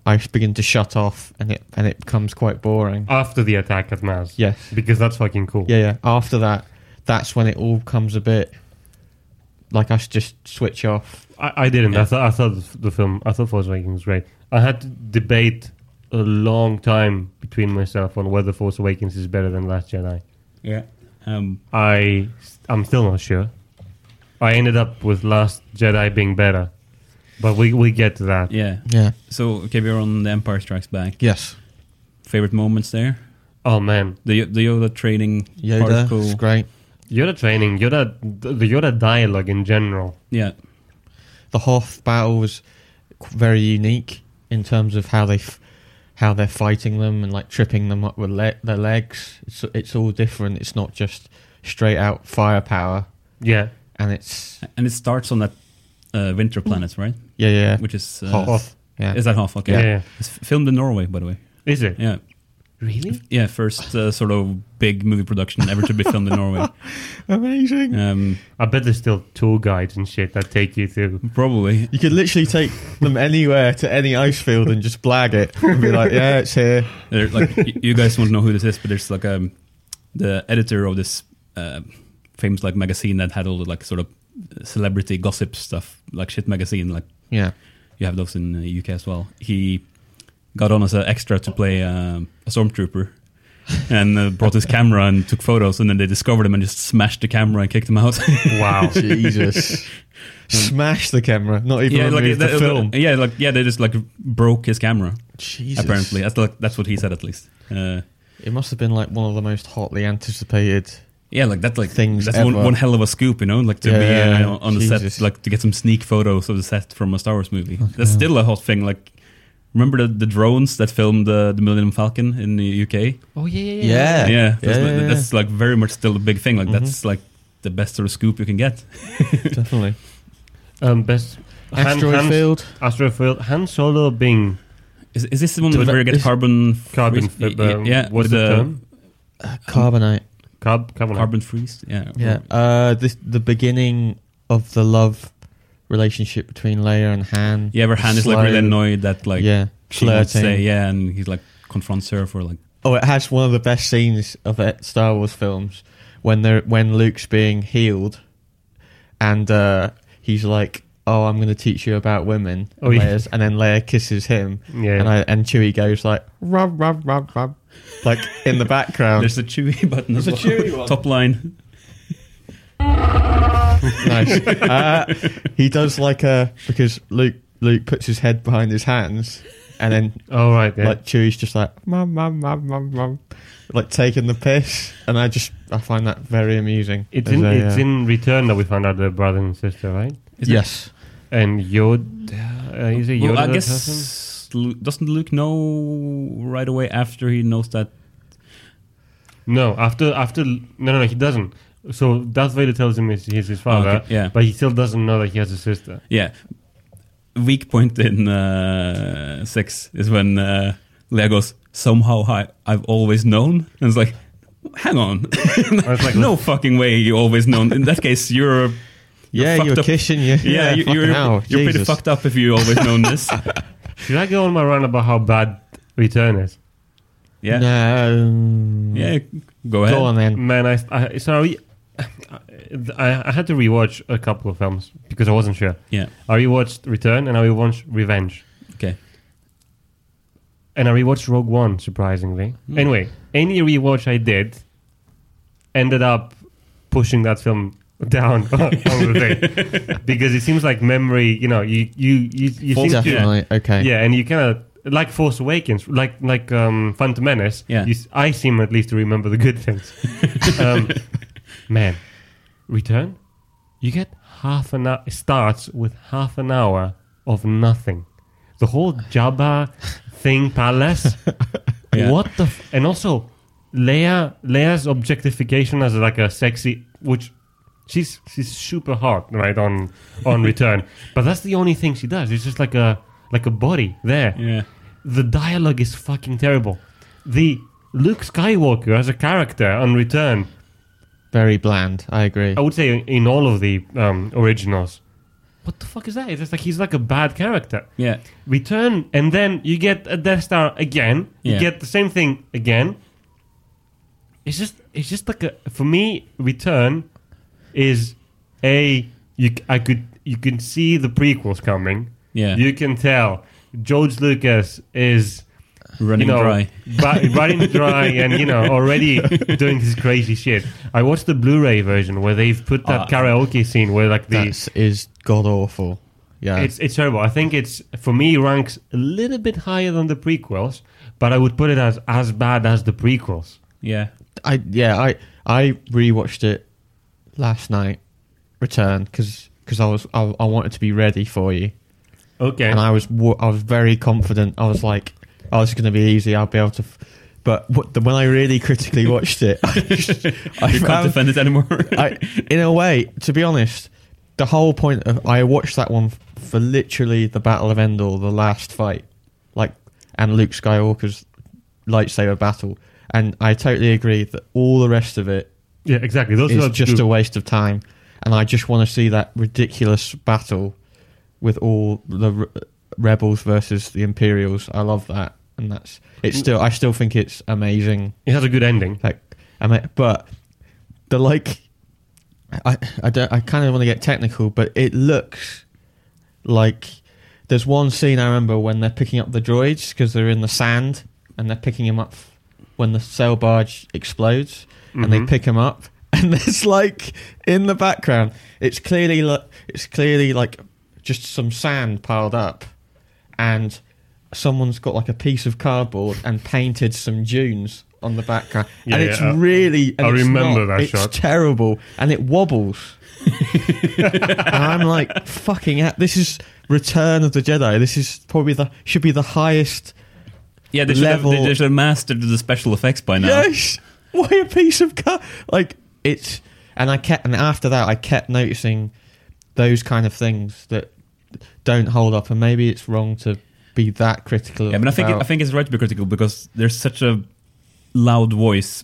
[SPEAKER 2] I begin to shut off, and it and it becomes quite boring.
[SPEAKER 3] After the attack at Maz.
[SPEAKER 2] Yes.
[SPEAKER 3] Because that's fucking cool.
[SPEAKER 2] Yeah, yeah. After that, that's when it all comes a bit like I s- just switch off.
[SPEAKER 3] I, I didn't. I thought I thought the film. I thought Force Awakens was great. I had to debate a long time between myself on whether Force Awakens is better than Last Jedi.
[SPEAKER 1] yeah. Um,
[SPEAKER 3] I I'm still not sure. I ended up with Last Jedi being better, but we we get to that.
[SPEAKER 1] yeah.
[SPEAKER 2] Yeah.
[SPEAKER 1] So okay, we're on the Empire Strikes Back.
[SPEAKER 2] Yes.
[SPEAKER 1] Favorite moments there.
[SPEAKER 3] Oh man,
[SPEAKER 1] The the Yoda training part
[SPEAKER 2] Yoda.
[SPEAKER 1] is cool.
[SPEAKER 2] It's great.
[SPEAKER 3] Yoda training, Yoda the Yoda dialogue in general.
[SPEAKER 1] Yeah.
[SPEAKER 2] The Hoth battle was qu- very unique in terms of how they f- how they're fighting them and like tripping them up with le- their legs. It's it's all different. It's not just straight out firepower.
[SPEAKER 3] Yeah,
[SPEAKER 2] And it's
[SPEAKER 1] And it starts on that uh, winter planet, right?
[SPEAKER 2] yeah, yeah.
[SPEAKER 1] Which is uh,
[SPEAKER 2] Hoth. Yeah.
[SPEAKER 1] Is that half? Okay.
[SPEAKER 3] yeah. yeah.
[SPEAKER 1] It's filmed in Norway, by the way.
[SPEAKER 3] Is it
[SPEAKER 1] Yeah.
[SPEAKER 3] really?
[SPEAKER 1] Yeah. First uh, sort of big movie production ever to be filmed in Norway.
[SPEAKER 2] Amazing.
[SPEAKER 1] Um,
[SPEAKER 3] I bet there's still tour guides and shit that take you through.
[SPEAKER 1] probably.
[SPEAKER 2] You could literally take them anywhere to any ice field and just blag it and be like, "Yeah, it's here."
[SPEAKER 1] There, like y- you guys won't know who this is, but there's like um the editor of this uh, famous like magazine that had all the like sort of uh, celebrity gossip stuff, like shit magazine. Like
[SPEAKER 2] Yeah.
[SPEAKER 1] you have those in the UK as well. He got on as an extra to play um, a stormtrooper. and uh, brought his camera and took photos, and then they discovered him and just smashed the camera and kicked him out.
[SPEAKER 3] Wow.
[SPEAKER 2] Jesus. Smash the camera, not even
[SPEAKER 1] yeah, like
[SPEAKER 2] remove the
[SPEAKER 1] that- uh,
[SPEAKER 2] film.
[SPEAKER 1] yeah, like yeah, they just like broke his camera.
[SPEAKER 2] Jesus.
[SPEAKER 1] Apparently, that's like that's what he said at least. Uh,
[SPEAKER 2] It must have been like one of the most hotly anticipated.
[SPEAKER 1] yeah, like that's like
[SPEAKER 2] Things
[SPEAKER 1] That's one,
[SPEAKER 2] ever.
[SPEAKER 1] one hell of a scoop, you know, like to
[SPEAKER 2] Yeah,
[SPEAKER 1] be uh, on the set,
[SPEAKER 2] Jesus. Oh,
[SPEAKER 1] like to get some sneak photos of the set from a Star Wars movie. That's still a hot thing. Like, remember the, the drones that filmed uh, the Millennium Falcon in the UK?
[SPEAKER 3] Oh yeah, yeah,
[SPEAKER 2] Yeah.
[SPEAKER 1] yeah, that's,
[SPEAKER 2] yeah, yeah.
[SPEAKER 1] that's like very much still a big thing. Like
[SPEAKER 2] Mhm.
[SPEAKER 1] that's like the best sort of scoop you can get.
[SPEAKER 2] Definitely.
[SPEAKER 3] Um, best
[SPEAKER 2] Asteroid
[SPEAKER 3] Han, Han,
[SPEAKER 2] field.
[SPEAKER 3] Astrofield, Han Solo being
[SPEAKER 1] Is, is this the one
[SPEAKER 2] To
[SPEAKER 1] where
[SPEAKER 2] the-
[SPEAKER 1] you get
[SPEAKER 2] is-
[SPEAKER 1] carbon
[SPEAKER 3] carbon,
[SPEAKER 1] freeze-
[SPEAKER 3] fi- um,
[SPEAKER 1] yeah,
[SPEAKER 3] what's
[SPEAKER 1] with
[SPEAKER 3] the
[SPEAKER 1] the
[SPEAKER 3] term?
[SPEAKER 2] Carbonite.
[SPEAKER 3] Carb, carbon.
[SPEAKER 1] carbon freeze? Yeah,
[SPEAKER 2] Yeah. Uh, this, the beginning of the love relationship between Leia and Han.
[SPEAKER 1] Yeah, where Han is like really
[SPEAKER 2] Slowly.
[SPEAKER 1] annoyed that like
[SPEAKER 2] yeah.
[SPEAKER 1] she won't say
[SPEAKER 2] Flirting.
[SPEAKER 1] yeah, and he like confronts her for like
[SPEAKER 2] Oh, it has one of the best scenes of it, Star Wars films when they're when Luke's being healed, and uh, he's like, "Oh, I'm going to teach you about women."
[SPEAKER 3] Oh, yeah.
[SPEAKER 2] Leia's- and then Leia kisses him,
[SPEAKER 3] Yeah.
[SPEAKER 2] and I, and Chewie goes like, "Rub, rub, rub, rub," like in the background.
[SPEAKER 1] there's a chewy button.
[SPEAKER 2] Oh. There's
[SPEAKER 1] as
[SPEAKER 2] a
[SPEAKER 1] well.
[SPEAKER 2] chewy one.
[SPEAKER 1] Top line.
[SPEAKER 2] nice. Uh, he does like a because Luke Luke puts his head behind his hands, and then
[SPEAKER 3] All Oh, right, yeah.
[SPEAKER 2] like Chewie's just like mum mum mum mum mum, like taking the piss, and I just I find that very amusing.
[SPEAKER 3] it's
[SPEAKER 2] As
[SPEAKER 3] in
[SPEAKER 2] a,
[SPEAKER 3] it's
[SPEAKER 2] uh,
[SPEAKER 3] in return that we found out they're brother and sister, right?
[SPEAKER 1] Isn't it?
[SPEAKER 2] yes,
[SPEAKER 3] And Yoda, uh, is it Yoda?
[SPEAKER 1] Well, I
[SPEAKER 3] that happens?
[SPEAKER 1] guess Lu- doesn't Luke know right away after he knows that?
[SPEAKER 3] No, after after no no no he doesn't. So Darth Vader tells him he's, he's his father,
[SPEAKER 1] Oh, Okay, yeah.
[SPEAKER 3] but he still doesn't know that he has a sister.
[SPEAKER 1] Yeah, weak point in uh, six is when uh, Leia goes. Somehow I, I've always known, and it's like, hang on,
[SPEAKER 3] I was like,
[SPEAKER 1] no fucking way you always known. In that case, you're
[SPEAKER 2] yeah,
[SPEAKER 1] fucked
[SPEAKER 2] you're
[SPEAKER 1] up.
[SPEAKER 2] kissing you.
[SPEAKER 1] yeah, you, you're
[SPEAKER 2] now.
[SPEAKER 1] you're pretty fucked up if you always known this.
[SPEAKER 3] should I go on my rant about how bad Return is?
[SPEAKER 1] Yeah,
[SPEAKER 2] No.
[SPEAKER 1] yeah, mm, go ahead.
[SPEAKER 2] Go on then.
[SPEAKER 3] Man, I, I so I, re- I I had to rewatch a couple of films because I wasn't sure.
[SPEAKER 1] Yeah,
[SPEAKER 3] I rewatched Return and I rewatched Revenge.
[SPEAKER 1] okay.
[SPEAKER 3] and I rewatched Rogue One surprisingly.
[SPEAKER 1] Hmm.
[SPEAKER 3] Anyway, any rewatch I did ended up pushing that film down on the thing because it seems like memory. You know, you you you, you
[SPEAKER 1] Falls
[SPEAKER 3] think,
[SPEAKER 1] off.
[SPEAKER 3] yeah,
[SPEAKER 2] Definitely. Okay.
[SPEAKER 3] yeah, and you kind of like Force Awakens, like like um, Phantom Menace.
[SPEAKER 1] Yeah.
[SPEAKER 3] you, s- I seem at least to remember the good things. um, man, Return, you get half an hour. It starts with half an hour of nothing. The whole Jabba thing palace.
[SPEAKER 1] Yeah.
[SPEAKER 3] What the? F- and also, Leia Leia's objectification as like a sexy, which she's she's super hot, right? On on Return, but that's the only thing she does. It's just like a like a body there.
[SPEAKER 1] Yeah,
[SPEAKER 3] The dialogue is fucking terrible. The Luke Skywalker as a character on Return,
[SPEAKER 2] Very bland. I agree.
[SPEAKER 3] I would say in all of the um, originals. What the fuck is that? It's just like he's like a bad character.
[SPEAKER 1] yeah.
[SPEAKER 3] Return, and then you get a Death Star again.
[SPEAKER 1] Yeah.
[SPEAKER 3] You get the same thing again. It's just, it's just like a for me. Return is a you. c- I could you can see the prequels coming.
[SPEAKER 1] Yeah.
[SPEAKER 3] You can tell George Lucas is
[SPEAKER 1] Running
[SPEAKER 3] you know,
[SPEAKER 1] dry.
[SPEAKER 3] bu- running dry, and you know already doing this crazy shit. I watched the Blu-ray version where they've put that
[SPEAKER 1] Ah.
[SPEAKER 3] karaoke scene where like the
[SPEAKER 2] That is god awful. Yeah.
[SPEAKER 3] it's it's terrible. I think it's for me ranks a little bit higher than the prequels, but I would put it as as bad as the prequels.
[SPEAKER 1] Yeah,
[SPEAKER 2] I yeah I I rewatched it last night. Return because I was I, I wanted to be ready for you,
[SPEAKER 3] Okay.
[SPEAKER 2] and I was wo- I was very confident. I was like, "Oh, it's going to be easy. I'll be able to." F-. But what, the, when I really critically watched it, I, just- I
[SPEAKER 1] you can't
[SPEAKER 2] found-
[SPEAKER 1] defend it anymore.
[SPEAKER 2] I, in a way, to be honest, the whole point of I watched that one f- for literally the Battle of Endor, the last fight, like, and Luke Skywalker's lightsaber battle, and I totally agree that all the rest of it
[SPEAKER 3] yeah, exactly. Those
[SPEAKER 2] is
[SPEAKER 3] are
[SPEAKER 2] just a waste of time, and I just want to see that ridiculous battle with all the re- rebels versus the Imperials. I love that, and that's it's still I still think it's amazing
[SPEAKER 3] it has a good ending.
[SPEAKER 2] like, I mean, but the like, I I don't I kind of want to get technical, but it looks like there's one scene I remember when they're picking up the droids because they're in the sand and they're picking them up when the sail barge explodes and they
[SPEAKER 3] Mhm.
[SPEAKER 2] pick them up and it's like in the background it's clearly like it's clearly like just some sand piled up and someone's got like a piece of cardboard and painted some dunes on the background
[SPEAKER 3] Yeah,
[SPEAKER 2] and it's
[SPEAKER 3] yeah, I-
[SPEAKER 2] really and
[SPEAKER 3] I
[SPEAKER 2] it's
[SPEAKER 3] remember
[SPEAKER 2] not-
[SPEAKER 3] that
[SPEAKER 2] it's
[SPEAKER 3] shot.
[SPEAKER 2] terrible and it wobbles and i'm like fucking hell, this is return of the jedi this is probably the should be the highest
[SPEAKER 1] yeah, they should, have, they
[SPEAKER 2] level-
[SPEAKER 1] they should have mastered the special effects by now.
[SPEAKER 2] Yes. Why a piece of cut? Like it's and I kept and after that I kept noticing those kind of things that don't hold up and maybe it's wrong to be that critical.
[SPEAKER 1] Yeah, but I think
[SPEAKER 2] about-
[SPEAKER 1] I think it's right to be critical because there's such a loud voice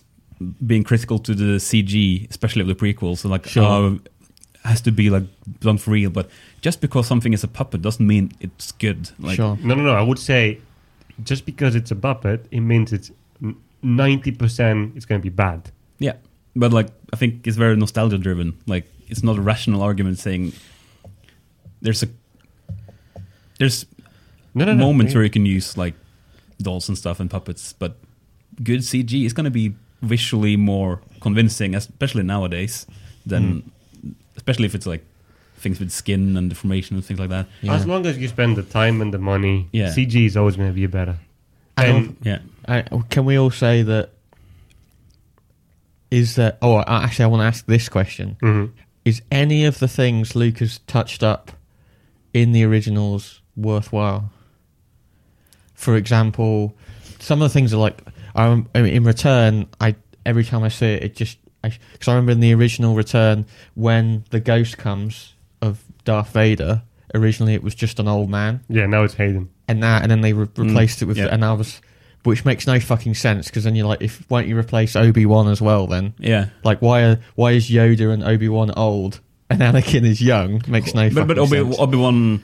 [SPEAKER 1] being critical to the CG, especially of the prequels. So like,
[SPEAKER 2] Sure.
[SPEAKER 1] uh, has to be like done for real. But just because something is a puppet doesn't mean it's good. Like,
[SPEAKER 2] sure.
[SPEAKER 3] No, no, no. I would say just because it's a puppet, it means it's ninety percent. It's going to be bad.
[SPEAKER 1] Yeah, but like I think it's very nostalgia driven. Like it's not a rational argument saying there's a there's
[SPEAKER 3] No, no, no.
[SPEAKER 1] moments where you can use like dolls and stuff and puppets, but good CG is going to be
[SPEAKER 2] Hmm.
[SPEAKER 1] visually more convincing, especially nowadays, than especially if it's like things with skin and deformation and things like that.
[SPEAKER 2] Yeah.
[SPEAKER 3] As long as you spend the time and the money,
[SPEAKER 1] Yeah.
[SPEAKER 3] CG is always going to be better.
[SPEAKER 2] I
[SPEAKER 3] And-
[SPEAKER 2] don't-
[SPEAKER 1] Yeah,
[SPEAKER 2] I, can we all say that? Is that? Oh, I, actually, I want to ask this question:
[SPEAKER 3] Mhm.
[SPEAKER 2] Is any of the things Lucas touched up in the originals worthwhile? For example, some of the things are like um, I mean, in Return. I every time I see it, it just because I, remember in the original Return when the ghost comes of Darth Vader. Originally, it was just an old man
[SPEAKER 3] Yeah, now it's Hayden.
[SPEAKER 2] and that, and then they re- replaced it with
[SPEAKER 1] yeah.
[SPEAKER 2] another, s- which makes no fucking sense. Because then you're like, if won't you replace Obi Wan as well? Then
[SPEAKER 1] yeah.
[SPEAKER 2] like, why are why is Yoda and Obi Wan old and Anakin is young? Makes no
[SPEAKER 1] but but Obi
[SPEAKER 2] fucking sense.
[SPEAKER 1] Obi Wan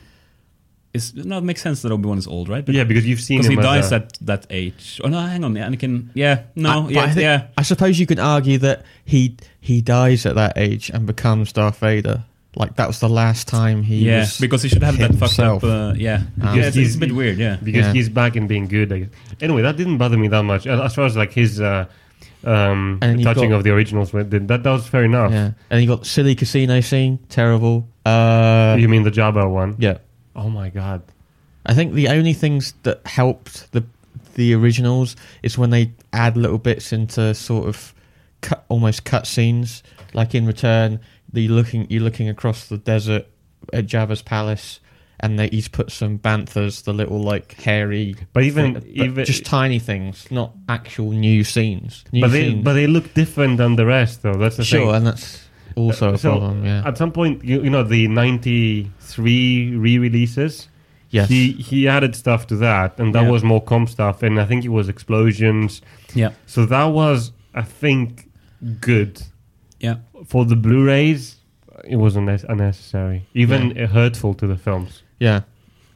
[SPEAKER 1] is no. It makes sense that Obi Wan is old, right?
[SPEAKER 3] Yeah, because you've seen
[SPEAKER 1] because
[SPEAKER 3] him.
[SPEAKER 1] he dies
[SPEAKER 3] as a-
[SPEAKER 1] at that age. Oh no, hang on, Anakin. Yeah, no,
[SPEAKER 2] I- but
[SPEAKER 1] yeah,
[SPEAKER 2] I think-
[SPEAKER 1] yeah.
[SPEAKER 2] I suppose you could argue that he he dies at that age and becomes Darth Vader. Like that was the last time he.
[SPEAKER 1] Yeah,
[SPEAKER 2] was
[SPEAKER 1] because he should have that fucked up.
[SPEAKER 2] himself.
[SPEAKER 1] Uh, yeah,
[SPEAKER 2] Um,
[SPEAKER 1] yeah it's, it's
[SPEAKER 3] He's-
[SPEAKER 1] a bit weird. Yeah,
[SPEAKER 3] because
[SPEAKER 2] Yeah.
[SPEAKER 3] he's back and being good. I guess. Anyway, that didn't bother me that much as, as far as like his uh, um,
[SPEAKER 2] And you've
[SPEAKER 3] touching
[SPEAKER 2] got-
[SPEAKER 3] of the originals. went- That that was fair enough.
[SPEAKER 2] yeah, and you got silly casino scene, terrible. Uh,
[SPEAKER 3] You mean the Jabba one?
[SPEAKER 2] yeah.
[SPEAKER 3] Oh my god!
[SPEAKER 2] I think the only things that helped the the originals is when they add little bits into sort of cut almost cut scenes. Like in Return, the looking you're looking across the desert at Java's palace, and they, he's put some banthas, the little like hairy,
[SPEAKER 3] But even
[SPEAKER 2] but
[SPEAKER 3] even
[SPEAKER 2] just tiny things, not actual new scenes. New
[SPEAKER 3] but they
[SPEAKER 2] scenes,
[SPEAKER 3] but they look different than the rest though. That's the
[SPEAKER 2] sure,
[SPEAKER 3] thing.
[SPEAKER 2] and that's also a
[SPEAKER 3] So, uh,
[SPEAKER 2] problem. Yeah,
[SPEAKER 3] At some point, you, you know the '93 re-releases.
[SPEAKER 2] yes,
[SPEAKER 3] He he added stuff to that, and that
[SPEAKER 1] Yeah.
[SPEAKER 3] was more comp stuff. And I think it was explosions.
[SPEAKER 1] yeah,
[SPEAKER 3] So that was, I think, good.
[SPEAKER 1] yeah.
[SPEAKER 3] for the Blu-rays, it was unne- unnecessary, even uh hurtful to the films.
[SPEAKER 2] yeah.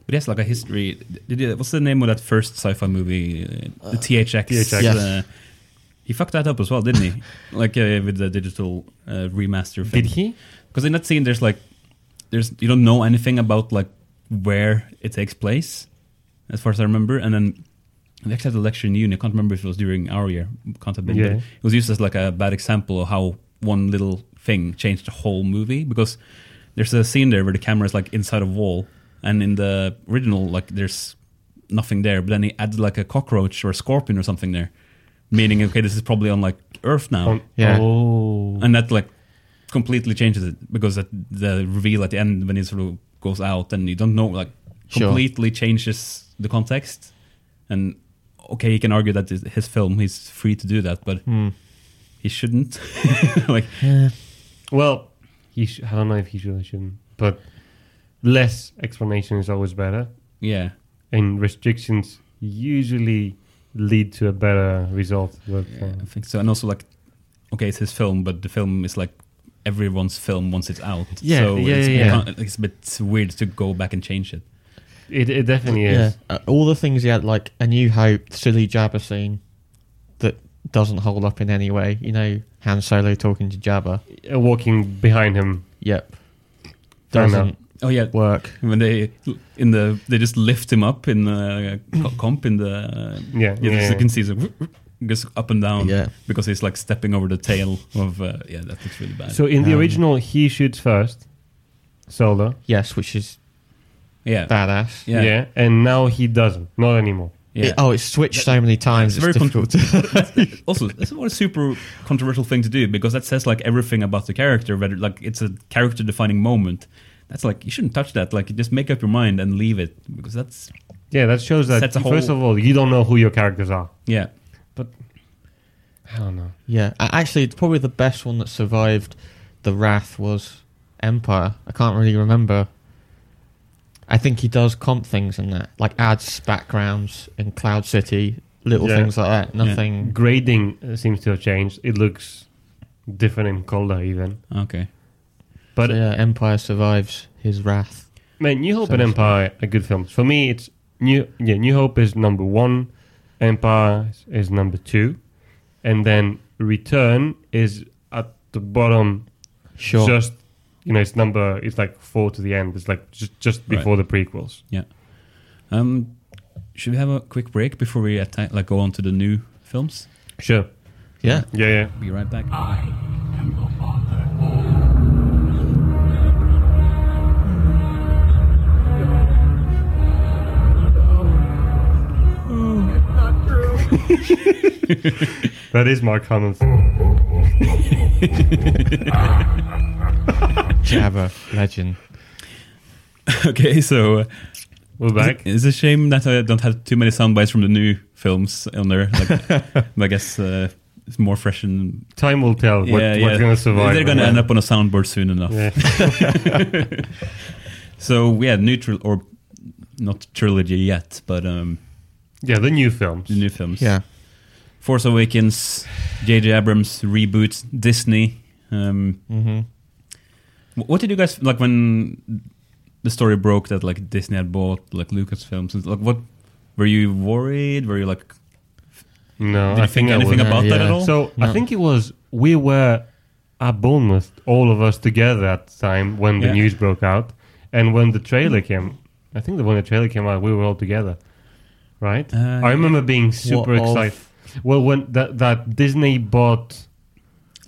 [SPEAKER 1] But yes, like a history. Did you, what's the name of that first sci-fi movie? Uh, The THX.
[SPEAKER 3] THX.
[SPEAKER 2] Yes.
[SPEAKER 1] Uh, he fucked that up as well, didn't he? like uh, with the digital uh, remaster. Thing.
[SPEAKER 3] Did he?
[SPEAKER 1] Because in that scene, there's like, there's you don't know anything about like where it takes place, as far as I remember. And then we actually had a lecture in uni. I can't remember if it was during our year. Can't have been. but
[SPEAKER 3] Yeah.
[SPEAKER 1] It was used as like a bad example of how one little thing changed the whole movie. Because there's a scene there where the camera is like inside a wall, and in the original, like there's nothing there. But then he added like a cockroach or a scorpion or something there, meaning okay, this is probably on like Earth now
[SPEAKER 3] On-
[SPEAKER 2] Yeah.
[SPEAKER 3] Oh.
[SPEAKER 1] and that like completely changes it because that the reveal at the end when it sort of goes out and you don't know like
[SPEAKER 2] Sure.
[SPEAKER 1] completely changes the context and okay you can argue that it's his film he's free to do that but
[SPEAKER 2] Hmm.
[SPEAKER 1] he shouldn't like
[SPEAKER 2] Yeah.
[SPEAKER 3] well, he sh- I don't know if he should or shouldn't, but less explanation is always better,
[SPEAKER 1] yeah
[SPEAKER 3] and restrictions usually lead to a better result. But, uh,
[SPEAKER 1] i think so and also like okay it's his film but the film is like everyone's film once it's out
[SPEAKER 3] Yeah,
[SPEAKER 1] so
[SPEAKER 3] yeah,
[SPEAKER 1] it's,
[SPEAKER 3] yeah,
[SPEAKER 1] become- it's a bit weird to go back and change it
[SPEAKER 3] it, it definitely is.
[SPEAKER 2] Yeah, uh, all the things he had, like A New Hope, silly Jabba scene that doesn't hold up in any way. You know, Han Solo talking to Jabba.
[SPEAKER 3] Uh, Walking behind him,
[SPEAKER 2] Yep,
[SPEAKER 3] Fair enough.
[SPEAKER 2] doesn't
[SPEAKER 1] oh yeah
[SPEAKER 2] work.
[SPEAKER 1] when they in the they just lift him up in the uh, co- comp in the
[SPEAKER 3] Yeah,
[SPEAKER 1] yeah,
[SPEAKER 3] yeah,
[SPEAKER 1] so
[SPEAKER 3] yeah.
[SPEAKER 1] you can see he's like, goes up and down
[SPEAKER 2] Yeah.
[SPEAKER 1] because he's like stepping over the tail of uh, yeah that looks really bad
[SPEAKER 3] so in the
[SPEAKER 2] Um,
[SPEAKER 3] original, he shoots first, solo.
[SPEAKER 2] Yes, which is
[SPEAKER 1] yeah
[SPEAKER 2] badass.
[SPEAKER 1] yeah yeah,
[SPEAKER 3] yeah, and now he doesn't, not anymore.
[SPEAKER 2] It- oh, it's switched so many times. It's,
[SPEAKER 1] It's very
[SPEAKER 2] difficult. to,
[SPEAKER 1] also that's not a super controversial thing to do because that says like everything about the character whether like it's a character defining moment that's like you shouldn't touch that like just make up your mind and leave it because that's
[SPEAKER 3] Yeah, that shows that
[SPEAKER 1] Sets a
[SPEAKER 3] first
[SPEAKER 1] whole-
[SPEAKER 3] of all, you don't know who your characters are.
[SPEAKER 1] yeah
[SPEAKER 3] I don't know.
[SPEAKER 2] yeah, A- actually, it's probably the best one that survived the wrath was Empire. I can't really remember. I think he does comp things in that, like adds backgrounds in Cloud City, little
[SPEAKER 3] Yeah.
[SPEAKER 2] things like that. Nothing.
[SPEAKER 3] Grading uh, seems to have changed. It looks different and colder even.
[SPEAKER 1] okay
[SPEAKER 3] But
[SPEAKER 2] So, yeah, Empire survives his wrath.
[SPEAKER 3] man, New Hope and
[SPEAKER 2] Sounds
[SPEAKER 3] Empire are good films. For me, it's New yeah New Hope is number one, Empire is number two, and then Return is at the bottom.
[SPEAKER 2] Sure.
[SPEAKER 3] Just you know, it's number it's like four to the end. It's like just just
[SPEAKER 1] Right.
[SPEAKER 3] before the prequels.
[SPEAKER 1] um should we have a quick break before we atta- like go on to the new films
[SPEAKER 3] Sure.
[SPEAKER 2] yeah.
[SPEAKER 3] Yeah, yeah.
[SPEAKER 1] be right back
[SPEAKER 4] I am the father.
[SPEAKER 3] That is Mark Hamill's.
[SPEAKER 2] Jabba, legend.
[SPEAKER 1] okay, so uh,
[SPEAKER 3] We're back.
[SPEAKER 1] It's, a shame that I don't have too many sound bites from the new films on there. Like, but I guess uh, it's more fresh and
[SPEAKER 3] Time will tell what,
[SPEAKER 1] yeah,
[SPEAKER 3] what's
[SPEAKER 1] yeah.
[SPEAKER 3] going to survive.
[SPEAKER 1] They're going to
[SPEAKER 3] Yeah.
[SPEAKER 1] end up on a soundboard soon enough.
[SPEAKER 3] Yeah.
[SPEAKER 1] So we had neutral or not trilogy yet, but um,
[SPEAKER 3] Yeah, the new films.
[SPEAKER 1] the new films.
[SPEAKER 2] Yeah.
[SPEAKER 1] Force Awakens, J.J. Abrams reboot, Disney. Um,
[SPEAKER 2] Mm-hmm.
[SPEAKER 1] wh- what did you guys like when the story broke that like Disney had bought like Lucasfilms? and- Like, what were you worried? Were you like,
[SPEAKER 3] No,
[SPEAKER 1] did
[SPEAKER 3] I
[SPEAKER 1] you think
[SPEAKER 3] I
[SPEAKER 1] anything
[SPEAKER 3] was-
[SPEAKER 2] would.
[SPEAKER 1] about that
[SPEAKER 2] Yeah.
[SPEAKER 1] at all?
[SPEAKER 3] So I
[SPEAKER 2] No.
[SPEAKER 3] think it was we were at Bournemouth, all of us together at the time when the
[SPEAKER 1] Yeah.
[SPEAKER 3] news broke out, and when the trailer came. I think that when the trailer came out, we were all together, right?
[SPEAKER 1] Uh,
[SPEAKER 3] I remember being super
[SPEAKER 2] What of-
[SPEAKER 3] excited. Well, when that that Disney bought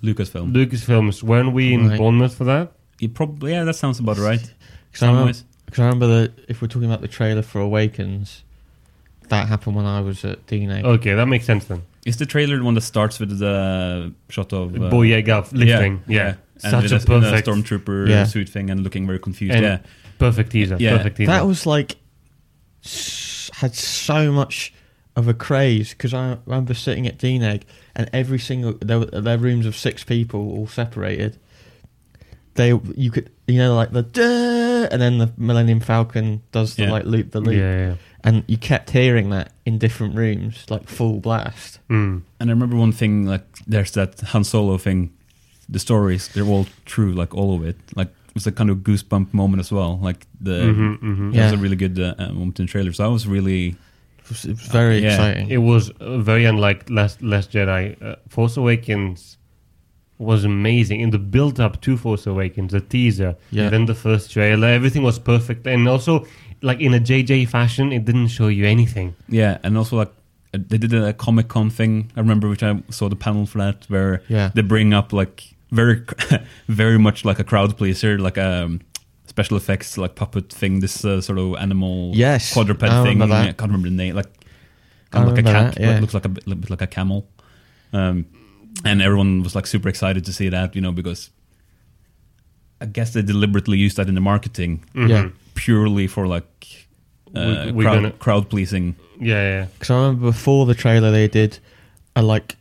[SPEAKER 1] Lucasfilm.
[SPEAKER 3] Lucasfilms, weren't we in
[SPEAKER 2] Right.
[SPEAKER 3] Bournemouth for that?
[SPEAKER 1] You probably yeah, that sounds about right.
[SPEAKER 2] Because I, remember,
[SPEAKER 1] Sound-wise.
[SPEAKER 2] 'cause I remember that if we're talking about the trailer for Awakens, that happened when I was at Dino.
[SPEAKER 3] Okay, that makes sense then.
[SPEAKER 1] Is the trailer the one that starts with the shot of uh,
[SPEAKER 3] Boyega f- lifting, yeah,
[SPEAKER 1] And
[SPEAKER 3] such
[SPEAKER 1] with
[SPEAKER 3] a
[SPEAKER 1] a, and a
[SPEAKER 3] perfect,
[SPEAKER 1] stormtrooper
[SPEAKER 2] Yeah.
[SPEAKER 1] suit thing and looking very confused.
[SPEAKER 3] And-
[SPEAKER 1] yeah,
[SPEAKER 3] perfect teaser,
[SPEAKER 1] Yeah.
[SPEAKER 3] perfect teaser.
[SPEAKER 2] that was like s- had so much of a craze because I remember sitting at Deneg and every single there were their rooms of six people all separated. They you could you know like the duh, and then the Millennium Falcon does the
[SPEAKER 1] Yeah.
[SPEAKER 2] like loop the
[SPEAKER 3] yeah,
[SPEAKER 2] loop
[SPEAKER 3] yeah.
[SPEAKER 2] and you kept hearing that in different rooms like full blast.
[SPEAKER 3] yeah. Mm.
[SPEAKER 1] and I remember one thing like there's that Han Solo thing. The stories they're all true, like all of it. Like it was a kind of goosebump moment as well. Like the
[SPEAKER 3] Mhm, mhm.
[SPEAKER 1] that was a
[SPEAKER 2] Yeah.
[SPEAKER 1] really good uh, uh, moment in the trailer. So I was really
[SPEAKER 2] It was, it was very
[SPEAKER 1] Yeah.
[SPEAKER 2] exciting.
[SPEAKER 3] It was uh, very unlike Last Last Jedi. Uh, Force Awakens was amazing in the build up to Force Awakens, the teaser,
[SPEAKER 2] Yeah.
[SPEAKER 3] then the first trailer, everything was perfect, and also like in a JJ fashion, it didn't show you anything.
[SPEAKER 1] yeah, and also like uh, they did a Comic Con thing. I remember which I saw the panel for that where
[SPEAKER 2] yeah.
[SPEAKER 1] they bring up like very very much like a crowd pleaser like um special effects like puppet thing this uh, sort of animal
[SPEAKER 2] Yes,
[SPEAKER 1] quadruped
[SPEAKER 2] I
[SPEAKER 1] thing
[SPEAKER 2] remember that.
[SPEAKER 1] i can't remember the name like
[SPEAKER 2] I
[SPEAKER 1] kind of like a
[SPEAKER 2] remember
[SPEAKER 1] cat
[SPEAKER 2] that, yeah.
[SPEAKER 1] but looks like a bit, bit like a camel um and everyone was like super excited to see that you know because i guess they deliberately used that in the marketing
[SPEAKER 3] Mm-hmm.
[SPEAKER 2] Yeah.
[SPEAKER 1] purely for like uh,
[SPEAKER 3] We- we're
[SPEAKER 1] crowd,
[SPEAKER 3] gonna-
[SPEAKER 1] crowd pleasing
[SPEAKER 3] Yeah, yeah.
[SPEAKER 2] Because I remember before the trailer, they did a like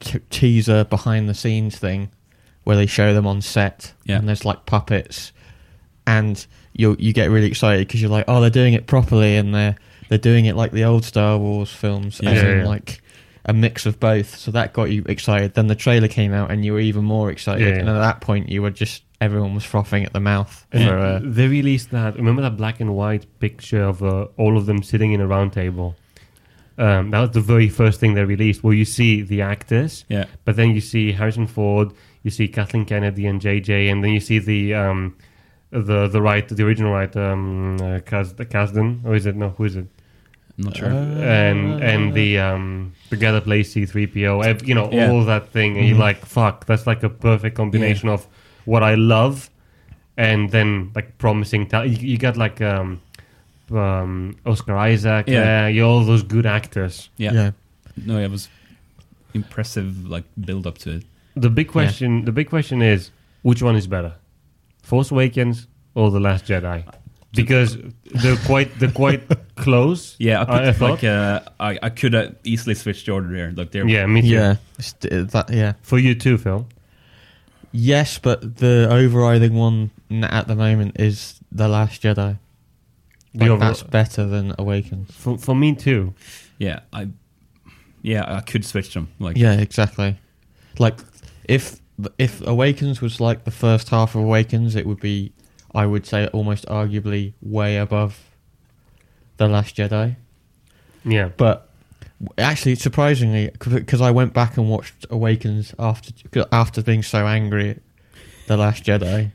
[SPEAKER 2] t- teaser behind the scenes thing where they show them on set,
[SPEAKER 1] Yeah.
[SPEAKER 2] and there's like puppets, and you you get really excited because you're like, oh, they're doing it properly, and they're they're doing it like the old Star Wars films,
[SPEAKER 1] Yeah,
[SPEAKER 2] as
[SPEAKER 3] yeah,
[SPEAKER 2] in
[SPEAKER 3] yeah.
[SPEAKER 2] like a mix of both. So that got you excited. Then the trailer came out, and you were even more excited.
[SPEAKER 3] Yeah, yeah.
[SPEAKER 2] And at that point, you were just everyone was frothing at the mouth.
[SPEAKER 3] And
[SPEAKER 2] for, uh,
[SPEAKER 3] They released that. Remember that black and white picture of uh, all of them sitting in a round table. Um, that was the very first thing they released, where you see the actors,
[SPEAKER 1] yeah
[SPEAKER 3] but then you see Harrison Ford, you see Kathleen Kennedy and JJ, and then you see the um, the the right the original right um, uh, Cas- Kasdan, or is it no? Who is it?
[SPEAKER 1] i'm not sure
[SPEAKER 2] Uh, Ah,
[SPEAKER 3] and and the um, the Gather Play C three PO, you know,
[SPEAKER 1] Yeah. Mm-hmm.
[SPEAKER 3] all that thing, and you're like, fuck, that's like a perfect combination of what I love, and then like promising talent. You, you got like um, um, Oscar Isaac,
[SPEAKER 1] Yeah.
[SPEAKER 3] yeah, you all those good actors.
[SPEAKER 1] yeah.
[SPEAKER 2] yeah.
[SPEAKER 1] no it was impressive like build up to it
[SPEAKER 3] The big question. The big question is which one is better, Force Awakens or The Last
[SPEAKER 1] Uh,
[SPEAKER 3] Jedi? Because they're quite they're quite close.
[SPEAKER 1] Yeah, I, put,
[SPEAKER 3] I, I thought.
[SPEAKER 1] like uh, I, I could uh, easily switch the order here. Like there,
[SPEAKER 3] yeah, me too.
[SPEAKER 2] yeah. It's- uh, that, yeah.
[SPEAKER 3] For you too, Phil.
[SPEAKER 2] Yes, but the overriding one n- at the moment is The Last Jedi.
[SPEAKER 3] The
[SPEAKER 2] Like,
[SPEAKER 3] over-
[SPEAKER 2] that's better than Awakens.
[SPEAKER 3] For, for me too.
[SPEAKER 1] yeah, I, yeah, I could switch them. Like,
[SPEAKER 2] Yeah, exactly. Like if if Awakens was like the first half of Awakens, it would be, I would say, almost arguably way above The Last Jedi.
[SPEAKER 3] Yeah.
[SPEAKER 2] But w- actually, surprisingly, because I went back and watched Awakens after 'cause after being so angry at The Last Jedi.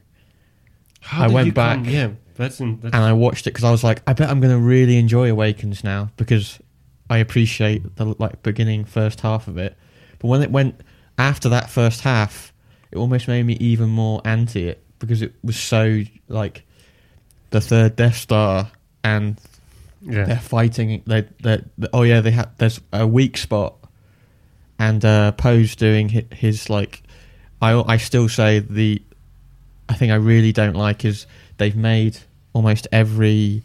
[SPEAKER 2] I
[SPEAKER 3] did
[SPEAKER 2] went
[SPEAKER 3] you come-
[SPEAKER 2] back.
[SPEAKER 3] yeah, that's, in, that's
[SPEAKER 2] and I watched it because I was like, I bet I'm going to really enjoy Awakens now because I appreciate the like beginning first half of it. But when it went after that first half, it almost made me even more anti it because it was so like the third Death Star and
[SPEAKER 3] yeah.
[SPEAKER 2] they're fighting. They they oh yeah they had there's a weak spot and uh, Poe's doing his, his like. I I still say the, I think I really don't like is they've made almost every.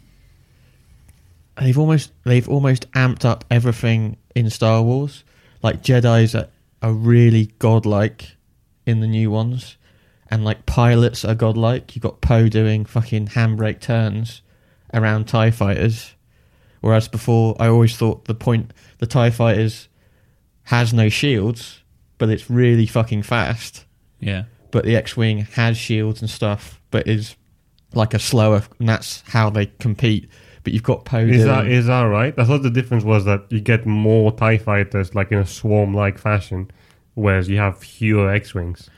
[SPEAKER 2] They've almost they've almost amped up everything in Star Wars, like Jedi's are, are really godlike in the new ones, and like pilots are godlike. You got Poe doing fucking handbrake turns around Tie fighters, whereas before I always thought the point the Tie fighters has no shields, but it's really fucking fast.
[SPEAKER 1] Yeah.
[SPEAKER 2] But the X Wing has shields and stuff, but is like a slower, and that's how they compete. But you've got Poe.
[SPEAKER 3] Is
[SPEAKER 2] doing-
[SPEAKER 3] that is that right? I thought the difference was that you get more Tie fighters like in a swarm like fashion, whereas you have fewer X wings.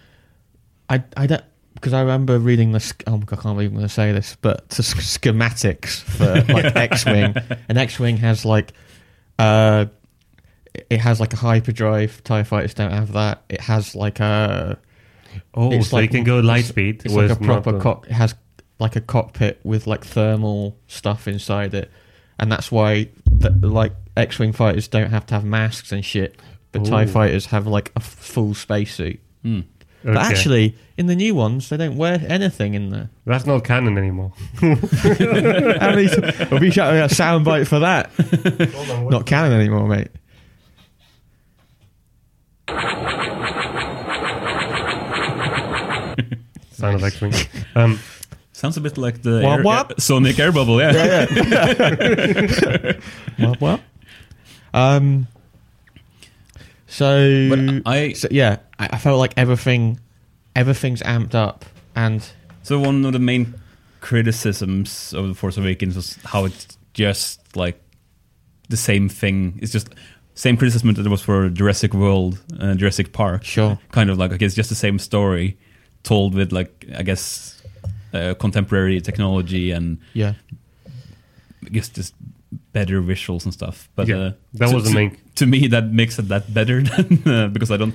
[SPEAKER 2] I, I don't. Because I remember reading this, oh my god, I can't believe I'm going to say this, but to sch- schematics for like X-wing, an X-wing has like, uh, it has like a hyperdrive. Tie fighters don't have that. It has like a,
[SPEAKER 3] Oh,
[SPEAKER 2] It's
[SPEAKER 3] so
[SPEAKER 2] like-
[SPEAKER 3] you can go light speed.
[SPEAKER 2] it's like a
[SPEAKER 3] whereas not
[SPEAKER 2] proper
[SPEAKER 3] the-
[SPEAKER 2] cock. It has like a cockpit with like thermal stuff inside it, and that's why the, like X-wing fighters don't have to have masks and shit, but Tie
[SPEAKER 3] Ooh.
[SPEAKER 2] fighters have like a f- full spacesuit.
[SPEAKER 1] Mm.
[SPEAKER 2] But
[SPEAKER 3] Okay.
[SPEAKER 2] actually, in the new ones, they don't wear anything in there.
[SPEAKER 3] that's not canon anymore.
[SPEAKER 2] How many? We'll be shouting a soundbite for that. Not canon anymore, mate.
[SPEAKER 3] Sound of X wing. Um,
[SPEAKER 1] Sounds a bit like the
[SPEAKER 2] Wah,
[SPEAKER 1] air-
[SPEAKER 2] wah.
[SPEAKER 1] uh, Sonic air bubble. Yeah.
[SPEAKER 2] What? what? Um. So,
[SPEAKER 1] But I-
[SPEAKER 2] so yeah, I, I felt like everything, everything's amped up, and
[SPEAKER 1] So one of the main criticisms of the Force Awakens was how it's just like the same thing. It's just same criticism that there was for Jurassic World and Jurassic Park.
[SPEAKER 2] Sure.
[SPEAKER 1] Kind of like okay, it's just the same story told with like I guess uh, contemporary technology and
[SPEAKER 2] yeah,
[SPEAKER 1] I guess just better visuals and stuff. But
[SPEAKER 3] Yeah,
[SPEAKER 1] uh,
[SPEAKER 3] that
[SPEAKER 1] to-
[SPEAKER 3] was the
[SPEAKER 1] to-
[SPEAKER 3] main-
[SPEAKER 1] To me, that makes it that better than uh, because I don't.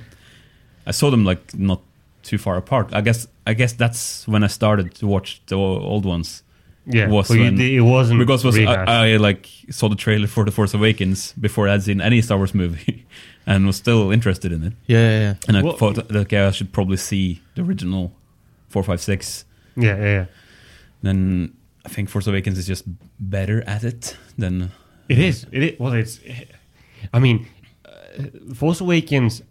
[SPEAKER 1] I saw them like not too far apart. I guess I guess that's when I started to watch the o- old ones
[SPEAKER 3] yeah,
[SPEAKER 1] Was
[SPEAKER 3] well, you
[SPEAKER 1] when-
[SPEAKER 3] di- it uh, wasn't
[SPEAKER 1] because was,
[SPEAKER 3] Mm, rehashed.
[SPEAKER 1] I, I like saw the trailer for the Force Awakens before I'd seen any Star Wars movie, and was still interested in it.
[SPEAKER 2] yeah, yeah, yeah.
[SPEAKER 1] And I
[SPEAKER 3] Well-
[SPEAKER 1] thought, okay, I should probably see the original four, five, six.
[SPEAKER 3] yeah, yeah, yeah.
[SPEAKER 1] Then I think Force Awakens is just better at it than
[SPEAKER 3] It is. It is. Well, it's. I mean, uh, Force Awakens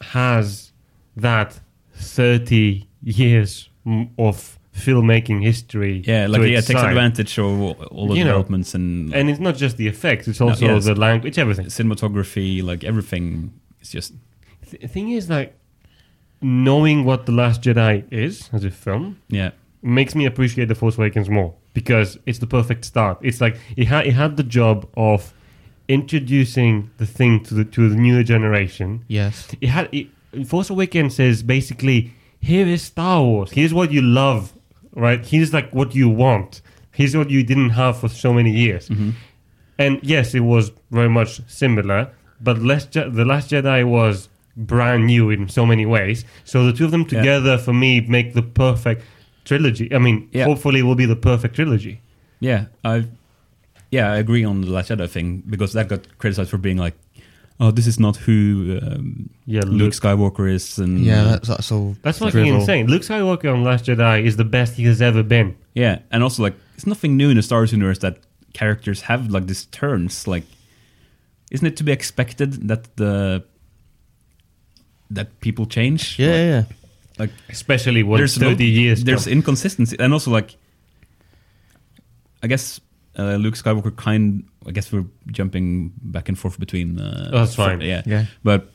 [SPEAKER 3] has that thirty years m- of filmmaking history.
[SPEAKER 1] Yeah, like
[SPEAKER 3] to
[SPEAKER 1] yeah, it
[SPEAKER 3] its
[SPEAKER 1] takes
[SPEAKER 3] side.
[SPEAKER 1] advantage of all- all the
[SPEAKER 3] You know,
[SPEAKER 1] developments and,
[SPEAKER 3] And it's not just the effects; it's also
[SPEAKER 1] yes.
[SPEAKER 3] the language, everything.
[SPEAKER 1] cinematography, like everything. It's just
[SPEAKER 3] The thing is, like knowing what the Last Jedi is as a film
[SPEAKER 1] yeah,
[SPEAKER 3] makes me appreciate the Force Awakens more because it's the perfect start. It's like it had it had the job of introducing the thing to the to the newer generation.
[SPEAKER 2] yes,
[SPEAKER 3] it had it, Force Awakens is basically here is Star Wars. Here's what you love, right? Here's like what you want. Here's what you didn't have for so many years. And yes, it was very much similar, but less Je- the Last Jedi was brand new in so many ways. So the two of them
[SPEAKER 1] Yeah.
[SPEAKER 3] together for me make the perfect trilogy. I mean,
[SPEAKER 1] Yeah.
[SPEAKER 3] hopefully it will be the perfect trilogy.
[SPEAKER 1] yeah. I yeah, I agree on the Last Jedi thing because that got criticized for being like, oh, this is not who um,
[SPEAKER 3] Yeah,
[SPEAKER 1] Luke Skywalker is, and
[SPEAKER 2] yeah.
[SPEAKER 1] uh,
[SPEAKER 2] That's that's all.
[SPEAKER 3] That's fucking
[SPEAKER 2] drivel.
[SPEAKER 3] insane. Luke Skywalker on Last Jedi is the best he has ever been.
[SPEAKER 1] yeah, and also like it's nothing new in the Star Wars universe that characters have like these turns. Like, isn't it to be expected that the that people change?
[SPEAKER 2] Yeah, yeah, yeah.
[SPEAKER 1] like
[SPEAKER 3] Especially when
[SPEAKER 1] there's no-
[SPEAKER 3] 30 years
[SPEAKER 1] There's inconsistency, and also like, I guess uh, Luke Skywalker kind. I guess we're jumping back and forth between. Uh,
[SPEAKER 3] Oh, that's fine.
[SPEAKER 1] yeah,
[SPEAKER 2] Yeah.
[SPEAKER 1] but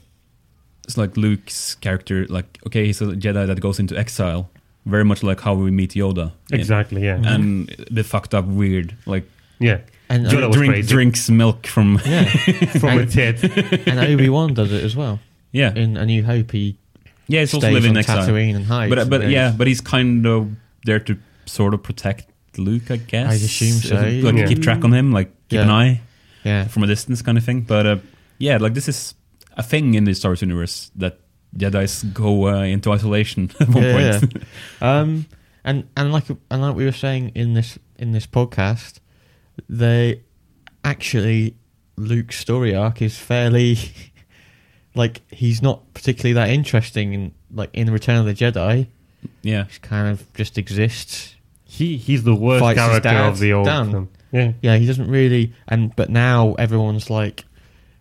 [SPEAKER 1] it's like Luke's character. Like, okay, he's a Jedi that goes into exile, very much like how we meet Yoda. in-
[SPEAKER 3] Exactly. Yeah.
[SPEAKER 1] And the fucked up weird, like
[SPEAKER 3] yeah.
[SPEAKER 2] And
[SPEAKER 3] Yoda was
[SPEAKER 1] drink,
[SPEAKER 3] crazy.
[SPEAKER 1] drinks milk from
[SPEAKER 2] yeah,
[SPEAKER 3] From a tit.
[SPEAKER 2] and Obi Wan does it as well.
[SPEAKER 1] yeah,
[SPEAKER 2] In A New Hope, he
[SPEAKER 1] yeah. It's also
[SPEAKER 2] stays
[SPEAKER 1] living
[SPEAKER 2] on
[SPEAKER 1] in exile,
[SPEAKER 2] Tatooine and hides.
[SPEAKER 1] but but
[SPEAKER 2] and
[SPEAKER 1] yeah,
[SPEAKER 2] goes-
[SPEAKER 1] but he's kind of there to sort of protect Luke, I guess.
[SPEAKER 2] I assume so,
[SPEAKER 1] Like
[SPEAKER 3] yeah.
[SPEAKER 1] keep track on him, like keep
[SPEAKER 2] Yeah.
[SPEAKER 1] an eye
[SPEAKER 2] yeah,
[SPEAKER 1] from a distance, kind of thing. But uh, yeah, like this is a thing in the Star Wars universe that Jedi's go uh, into isolation at one
[SPEAKER 2] Yeah,
[SPEAKER 1] point.
[SPEAKER 2] Um, and and like and like we were saying in this in this podcast, they actually Luke's story arc is fairly like he's not particularly that interesting in like in Return of the Jedi.
[SPEAKER 1] Yeah.
[SPEAKER 2] He kind of just exists.
[SPEAKER 3] He he's the worst
[SPEAKER 2] Fights his
[SPEAKER 3] character
[SPEAKER 2] dad,
[SPEAKER 3] of the old
[SPEAKER 2] done.
[SPEAKER 3] film. Yeah.
[SPEAKER 2] Yeah, he doesn't really and but now everyone's like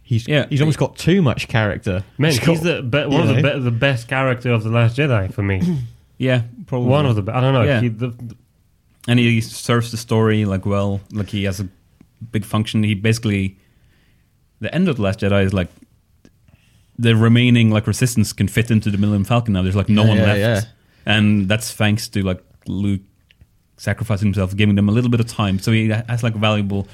[SPEAKER 2] he's
[SPEAKER 1] Yeah.
[SPEAKER 2] he's almost got too much character.
[SPEAKER 3] Man, he's,
[SPEAKER 2] got-
[SPEAKER 3] the be- one of
[SPEAKER 2] you
[SPEAKER 3] the,
[SPEAKER 2] know.
[SPEAKER 3] be- the best character of the Last Jedi for me.
[SPEAKER 1] Yeah, probably
[SPEAKER 3] one of the be- I don't know.
[SPEAKER 1] Yeah.
[SPEAKER 3] He, the, the-
[SPEAKER 1] and he serves the story like well. Like he has a big function. He basically the end of the Last Jedi is like the remaining like resistance can fit into the Millennium Falcon now. There's like no
[SPEAKER 2] Yeah,
[SPEAKER 1] one
[SPEAKER 2] yeah,
[SPEAKER 1] left,
[SPEAKER 2] yeah.
[SPEAKER 1] and that's thanks to like Luke sacrificing himself, giving them a little bit of time. So he has like valuable.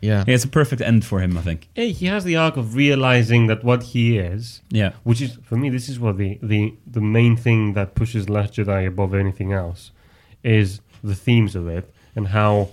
[SPEAKER 2] yeah.
[SPEAKER 1] He has a perfect end for him, I think.
[SPEAKER 3] yeah, eh, he has the arc of realizing that what he is,
[SPEAKER 1] Yeah,
[SPEAKER 3] which is for me, this is what the the the main thing that pushes Last Jedi above anything else is the themes of it and how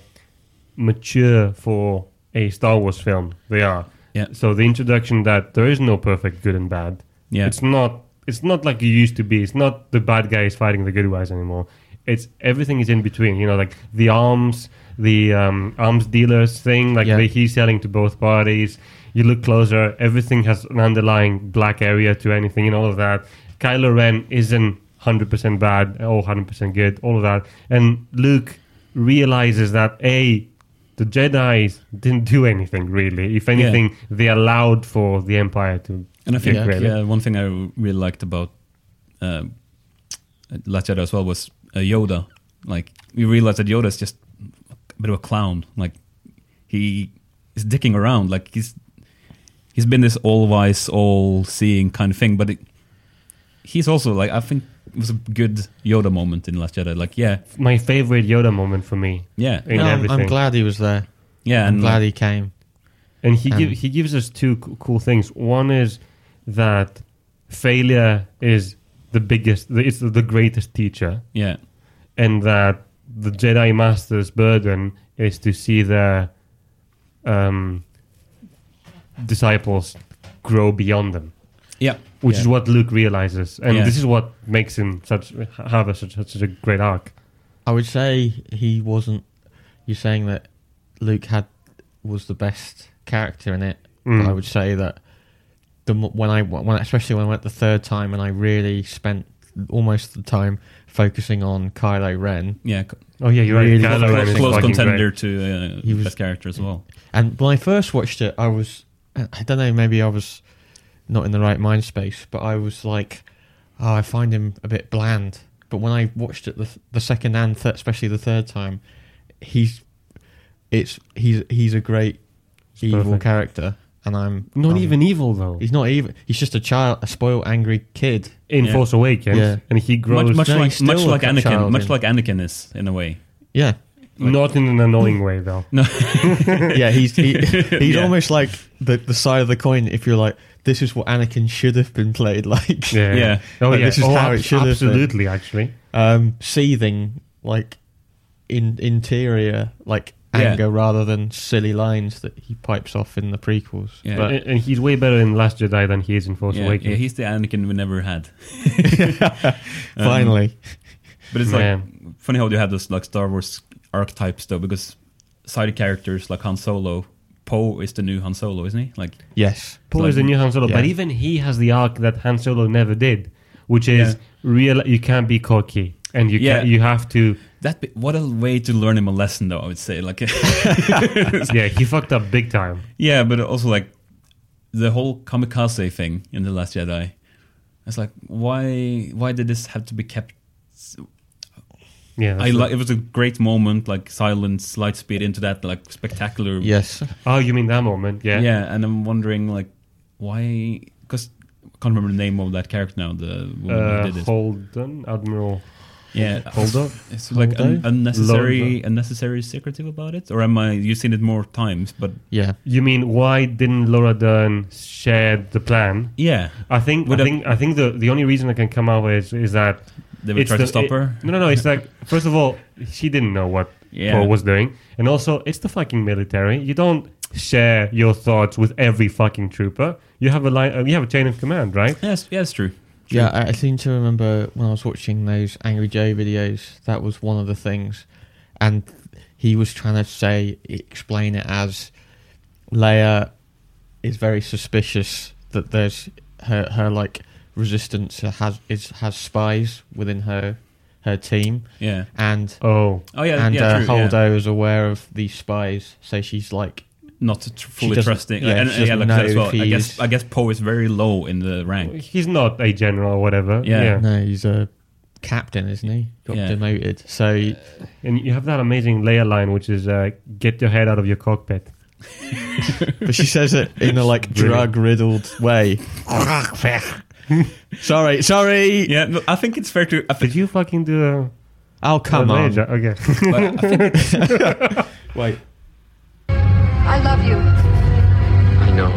[SPEAKER 3] mature for a Star Wars film they are.
[SPEAKER 1] Yeah.
[SPEAKER 3] So the introduction that there is no perfect good and bad.
[SPEAKER 1] yeah,
[SPEAKER 3] It's not it's not like it used to be. It's not the bad guys fighting the good guys anymore. It's everything is in between. You know, like the arms, the um, arms dealers thing. Like
[SPEAKER 2] Yeah.
[SPEAKER 3] the, he's selling to both parties. You look closer. Everything has an underlying black area to anything, and all of that. Kylo Ren isn't hundred percent bad or hundred percent good. All of that, and Luke realizes that a the Jedi's didn't do anything really. If anything, they allowed for the Empire to
[SPEAKER 1] and I think
[SPEAKER 2] Yeah,
[SPEAKER 1] yeah,
[SPEAKER 3] really.
[SPEAKER 1] one thing I really liked about uh, Last Jedi as well was uh, Yoda. Like we realized that Yoda's just a bit of a clown. Like he is dicking around. Like he's he's been this all wise, all seeing kind of thing. But it, he's also like I think it was a good Yoda moment in Last Jedi. Like yeah,
[SPEAKER 3] my favorite Yoda moment for me.
[SPEAKER 1] yeah,
[SPEAKER 3] in
[SPEAKER 2] No, I'm, I'm
[SPEAKER 3] everything.
[SPEAKER 2] glad he was there.
[SPEAKER 1] yeah,
[SPEAKER 2] I'm
[SPEAKER 1] and uh,
[SPEAKER 2] glad he came.
[SPEAKER 3] And he
[SPEAKER 2] Um,
[SPEAKER 3] give, he gives us two c- cool things. One is that failure is the biggest, the- it's the greatest teacher,
[SPEAKER 1] yeah,
[SPEAKER 3] and that the Jedi Master's burden is to see their um, disciples grow beyond them,
[SPEAKER 1] yeah,
[SPEAKER 3] which
[SPEAKER 1] Yeah.
[SPEAKER 3] is what Luke realizes, and
[SPEAKER 1] Yeah.
[SPEAKER 3] this is what makes him such have a, such, such a great arc.
[SPEAKER 2] I would say he wasn't you're saying that Luke had was the best character in it.
[SPEAKER 3] Mm.
[SPEAKER 2] But I would say that the mo- when I when especially when I went the third time and I really spent almost the time focusing on Kylo Ren
[SPEAKER 1] yeah.
[SPEAKER 3] Oh yeah, you're
[SPEAKER 2] Really
[SPEAKER 3] right. Kylo
[SPEAKER 2] close-
[SPEAKER 3] Ren is
[SPEAKER 1] Close
[SPEAKER 3] fucking great.
[SPEAKER 1] contender to uh,
[SPEAKER 2] He was-
[SPEAKER 1] best character as well.
[SPEAKER 2] And when I first watched it, I was, I don't know, maybe I was not in the right mind space, but I was like, oh, I find him a bit bland. But when I watched it the, the second and th- especially the third time, he's, it's he's he's a great evil
[SPEAKER 3] perfect.
[SPEAKER 2] character, and I'm
[SPEAKER 3] Not
[SPEAKER 2] I'm-
[SPEAKER 3] even evil though.
[SPEAKER 2] he's not even he's just a child, a spoiled, angry kid.
[SPEAKER 3] in
[SPEAKER 1] Yeah.
[SPEAKER 3] Force Awakens,
[SPEAKER 2] Yeah.
[SPEAKER 3] and he
[SPEAKER 1] Much,
[SPEAKER 3] grows
[SPEAKER 1] much
[SPEAKER 2] No,
[SPEAKER 1] like
[SPEAKER 2] he's
[SPEAKER 1] much
[SPEAKER 2] still a
[SPEAKER 1] like Anakin,
[SPEAKER 2] child
[SPEAKER 1] much
[SPEAKER 2] in-
[SPEAKER 1] like Anakin is in a way.
[SPEAKER 2] Yeah,
[SPEAKER 3] not in an annoying way though.
[SPEAKER 2] yeah, he's he, he's
[SPEAKER 1] Yeah.
[SPEAKER 2] almost like the the side of the coin. If you're like, this is what Anakin should have been played like.
[SPEAKER 3] Yeah,
[SPEAKER 1] Yeah.
[SPEAKER 3] Oh
[SPEAKER 2] Like,
[SPEAKER 3] yeah,
[SPEAKER 2] this is
[SPEAKER 3] Oh,
[SPEAKER 2] how it
[SPEAKER 3] abs-
[SPEAKER 2] should have been.
[SPEAKER 3] Absolutely, actually.
[SPEAKER 2] um, seething like in interior like
[SPEAKER 1] Yeah.
[SPEAKER 2] anger rather than silly lines that he pipes off in the prequels.
[SPEAKER 1] Yeah.
[SPEAKER 2] But
[SPEAKER 3] and, and he's way better in Last Jedi than he is in Force
[SPEAKER 1] Yeah,
[SPEAKER 3] Awakens.
[SPEAKER 1] yeah, he's the Anakin we never had. Um,
[SPEAKER 2] finally,
[SPEAKER 1] but it's
[SPEAKER 3] Man.
[SPEAKER 1] like funny how you have those like Star Wars archetypes though, because side characters like Han Solo, Poe is the new Han Solo, isn't he? Like
[SPEAKER 2] yes,
[SPEAKER 3] Paul is
[SPEAKER 1] like-
[SPEAKER 3] the new Han Solo,
[SPEAKER 2] yeah.
[SPEAKER 3] but even he has the arc that Han Solo never did, which is
[SPEAKER 1] Yeah.
[SPEAKER 3] real. You can't be cocky, and you
[SPEAKER 1] Yeah.
[SPEAKER 3] can, you have to.
[SPEAKER 1] that. Be, what a way to learn him a lesson, though. I would say like
[SPEAKER 3] yeah, he fucked up big time.
[SPEAKER 1] yeah, but also like the whole kamikaze thing in the Last Jedi. It's like why why did this have to be kept?
[SPEAKER 3] Yeah,
[SPEAKER 1] I
[SPEAKER 3] that's
[SPEAKER 1] like it was a great moment, like silence, light speed into that like spectacular
[SPEAKER 2] yes,
[SPEAKER 3] it. Oh, you mean that moment? Yeah.
[SPEAKER 1] yeah. and I'm wondering like why because I can't remember the name of that character now. The woman
[SPEAKER 3] Uh,
[SPEAKER 1] who did it.
[SPEAKER 3] Holden, Admiral
[SPEAKER 1] Yeah,
[SPEAKER 3] Holdo.
[SPEAKER 1] it's like un-
[SPEAKER 2] Holdo?
[SPEAKER 1] unnecessary,
[SPEAKER 3] Londo.
[SPEAKER 1] unnecessary secretive about it, or am I? You've seen it more times, but
[SPEAKER 2] yeah,
[SPEAKER 3] You mean why didn't Laura Dern share the plan?
[SPEAKER 1] yeah,
[SPEAKER 3] I think
[SPEAKER 1] Would
[SPEAKER 3] I
[SPEAKER 1] a-
[SPEAKER 3] think I think the, the only reason I can come out with is, is that
[SPEAKER 1] they would
[SPEAKER 3] it's
[SPEAKER 1] try
[SPEAKER 3] the-
[SPEAKER 1] to stop
[SPEAKER 3] it-
[SPEAKER 1] her.
[SPEAKER 3] No, no, no. It's like first of all, she didn't know what
[SPEAKER 1] Yeah.
[SPEAKER 3] Paul was doing, and also it's the fucking military. You don't share your thoughts with every fucking trooper. You have a line. Uh, you have a chain of command, right?
[SPEAKER 1] Yes, yeah, it's true.
[SPEAKER 2] yeah. I, I seem to remember when I was watching those Angry Joe videos. That was one of the things, and he was trying to say explain it as Leia is very suspicious that there's her her like resistance has is has spies within her her team,
[SPEAKER 1] Yeah.
[SPEAKER 2] and
[SPEAKER 3] Oh,
[SPEAKER 1] Oh yeah.
[SPEAKER 2] and
[SPEAKER 1] yeah,
[SPEAKER 2] uh,
[SPEAKER 1] true,
[SPEAKER 2] Holdo
[SPEAKER 1] yeah.
[SPEAKER 2] is aware of these spies, so she's like,
[SPEAKER 1] Not tr- fully
[SPEAKER 2] doesn't-
[SPEAKER 1] trusting.
[SPEAKER 2] yeah,
[SPEAKER 1] and,
[SPEAKER 2] she
[SPEAKER 1] and yeah,
[SPEAKER 2] doesn't
[SPEAKER 1] like I said
[SPEAKER 2] know
[SPEAKER 1] as
[SPEAKER 2] if
[SPEAKER 1] well. I guess
[SPEAKER 2] he's-
[SPEAKER 1] I guess Poe is very low in the rank.
[SPEAKER 3] he's not a general or whatever.
[SPEAKER 1] Yeah.
[SPEAKER 2] no, he's a captain, isn't he? Got
[SPEAKER 1] Yeah.
[SPEAKER 2] demoted, so
[SPEAKER 3] And you have that amazing layer line, which is uh, get your head out of your cockpit.
[SPEAKER 2] but she says it in a like
[SPEAKER 3] Brilliant.
[SPEAKER 2] drug riddled way. sorry, sorry.
[SPEAKER 1] Yeah, no, I think it's fair to. I think,
[SPEAKER 3] Did you fucking do a,
[SPEAKER 2] I'll Oh, come
[SPEAKER 3] a
[SPEAKER 2] on.
[SPEAKER 3] layer? Okay.
[SPEAKER 1] but I think
[SPEAKER 2] Wait,
[SPEAKER 4] I love you.
[SPEAKER 5] I know.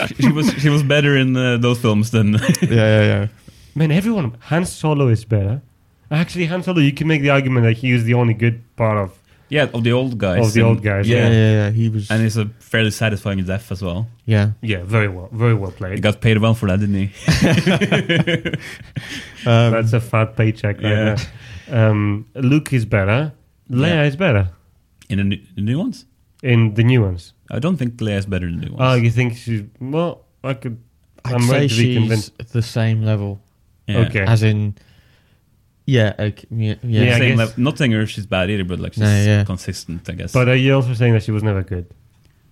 [SPEAKER 1] she was she was better in uh, those films than
[SPEAKER 2] yeah, yeah, yeah.
[SPEAKER 3] Man, everyone. Han Solo is better. Actually, Han Solo, you can make the argument that he is the only good part of.
[SPEAKER 1] yeah of the old guys.
[SPEAKER 3] Of the
[SPEAKER 1] and-
[SPEAKER 3] old guys,
[SPEAKER 2] Yeah, yeah, yeah. He was.
[SPEAKER 1] And it's a fairly satisfying death as well.
[SPEAKER 2] yeah.
[SPEAKER 3] Yeah, very well, very well played.
[SPEAKER 1] He got paid well for that, didn't he?
[SPEAKER 2] Um,
[SPEAKER 3] That's a fat paycheck right
[SPEAKER 1] Yeah.
[SPEAKER 3] there. Um, Luke is better. Leia
[SPEAKER 1] Yeah.
[SPEAKER 3] is better
[SPEAKER 1] In the new, the new ones?
[SPEAKER 3] in the new ones.
[SPEAKER 1] I don't think Leia's better than the new
[SPEAKER 3] Oh,
[SPEAKER 1] ones.
[SPEAKER 3] you think she? Well, I could.
[SPEAKER 2] I'd
[SPEAKER 3] I'm
[SPEAKER 2] say
[SPEAKER 3] ready to be
[SPEAKER 2] she's
[SPEAKER 3] convinced.
[SPEAKER 2] at the same level,
[SPEAKER 1] yeah.
[SPEAKER 3] Okay.
[SPEAKER 2] as in, yeah, okay, yeah, yeah.
[SPEAKER 3] Yeah, I
[SPEAKER 1] Same
[SPEAKER 3] guess-
[SPEAKER 1] level- not saying her she's bad either, but like she's
[SPEAKER 2] No, yeah.
[SPEAKER 1] consistent, I guess.
[SPEAKER 3] But are you also saying that she was never good?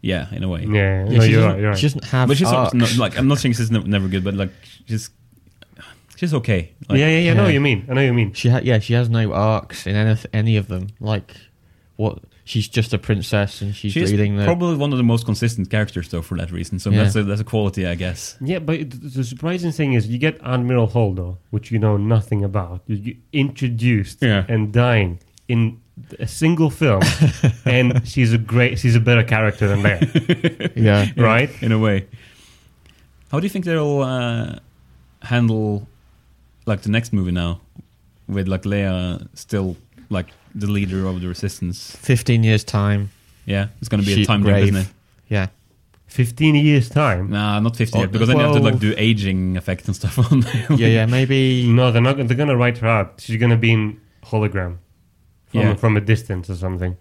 [SPEAKER 1] yeah, in a way.
[SPEAKER 3] Yeah, yeah,
[SPEAKER 2] Yeah,
[SPEAKER 3] no,
[SPEAKER 2] she
[SPEAKER 3] you're
[SPEAKER 2] doesn't-
[SPEAKER 3] right. You're right.
[SPEAKER 2] She doesn't have.
[SPEAKER 1] But she's
[SPEAKER 2] arcs.
[SPEAKER 1] not, like I'm not saying she's ne- never good, but like she's she's okay. Like,
[SPEAKER 3] yeah, yeah, yeah. I know what
[SPEAKER 2] Yeah.
[SPEAKER 3] you mean. I know what you mean.
[SPEAKER 2] she ha- yeah, she has no arcs in any any of them. Like, what? She's just a princess, and she's,
[SPEAKER 1] She's
[SPEAKER 2] leading the.
[SPEAKER 1] probably one of the most consistent characters, though, for that reason. So
[SPEAKER 2] Yeah.
[SPEAKER 1] that's a, that's a quality, I guess.
[SPEAKER 3] Yeah, but it- the surprising thing is you get Admiral Holdo, which you know nothing about, you, you introduced
[SPEAKER 1] Yeah.
[SPEAKER 3] and dying in a single film, and she's a great, she's a better character than Leia,
[SPEAKER 2] yeah,
[SPEAKER 3] right?
[SPEAKER 1] in a way. How do you think they'll uh, handle like the next movie now, with like Leia still like the leader of the resistance?
[SPEAKER 2] fifteen years time.
[SPEAKER 1] Yeah, it's going to be a
[SPEAKER 2] She-
[SPEAKER 1] time jump,
[SPEAKER 2] grave.
[SPEAKER 1] isn't it?
[SPEAKER 2] Yeah,
[SPEAKER 3] Fifteen years time.
[SPEAKER 1] Nah, not fifteen
[SPEAKER 2] Or
[SPEAKER 1] yet, because then you have to like do
[SPEAKER 2] twelve.
[SPEAKER 1] aging effect and stuff on. Them.
[SPEAKER 2] Oh, yeah, yeah. Maybe.
[SPEAKER 3] No, they're not. They're gonna write her out. She's gonna be in hologram from
[SPEAKER 1] Yeah.
[SPEAKER 3] from a distance or something.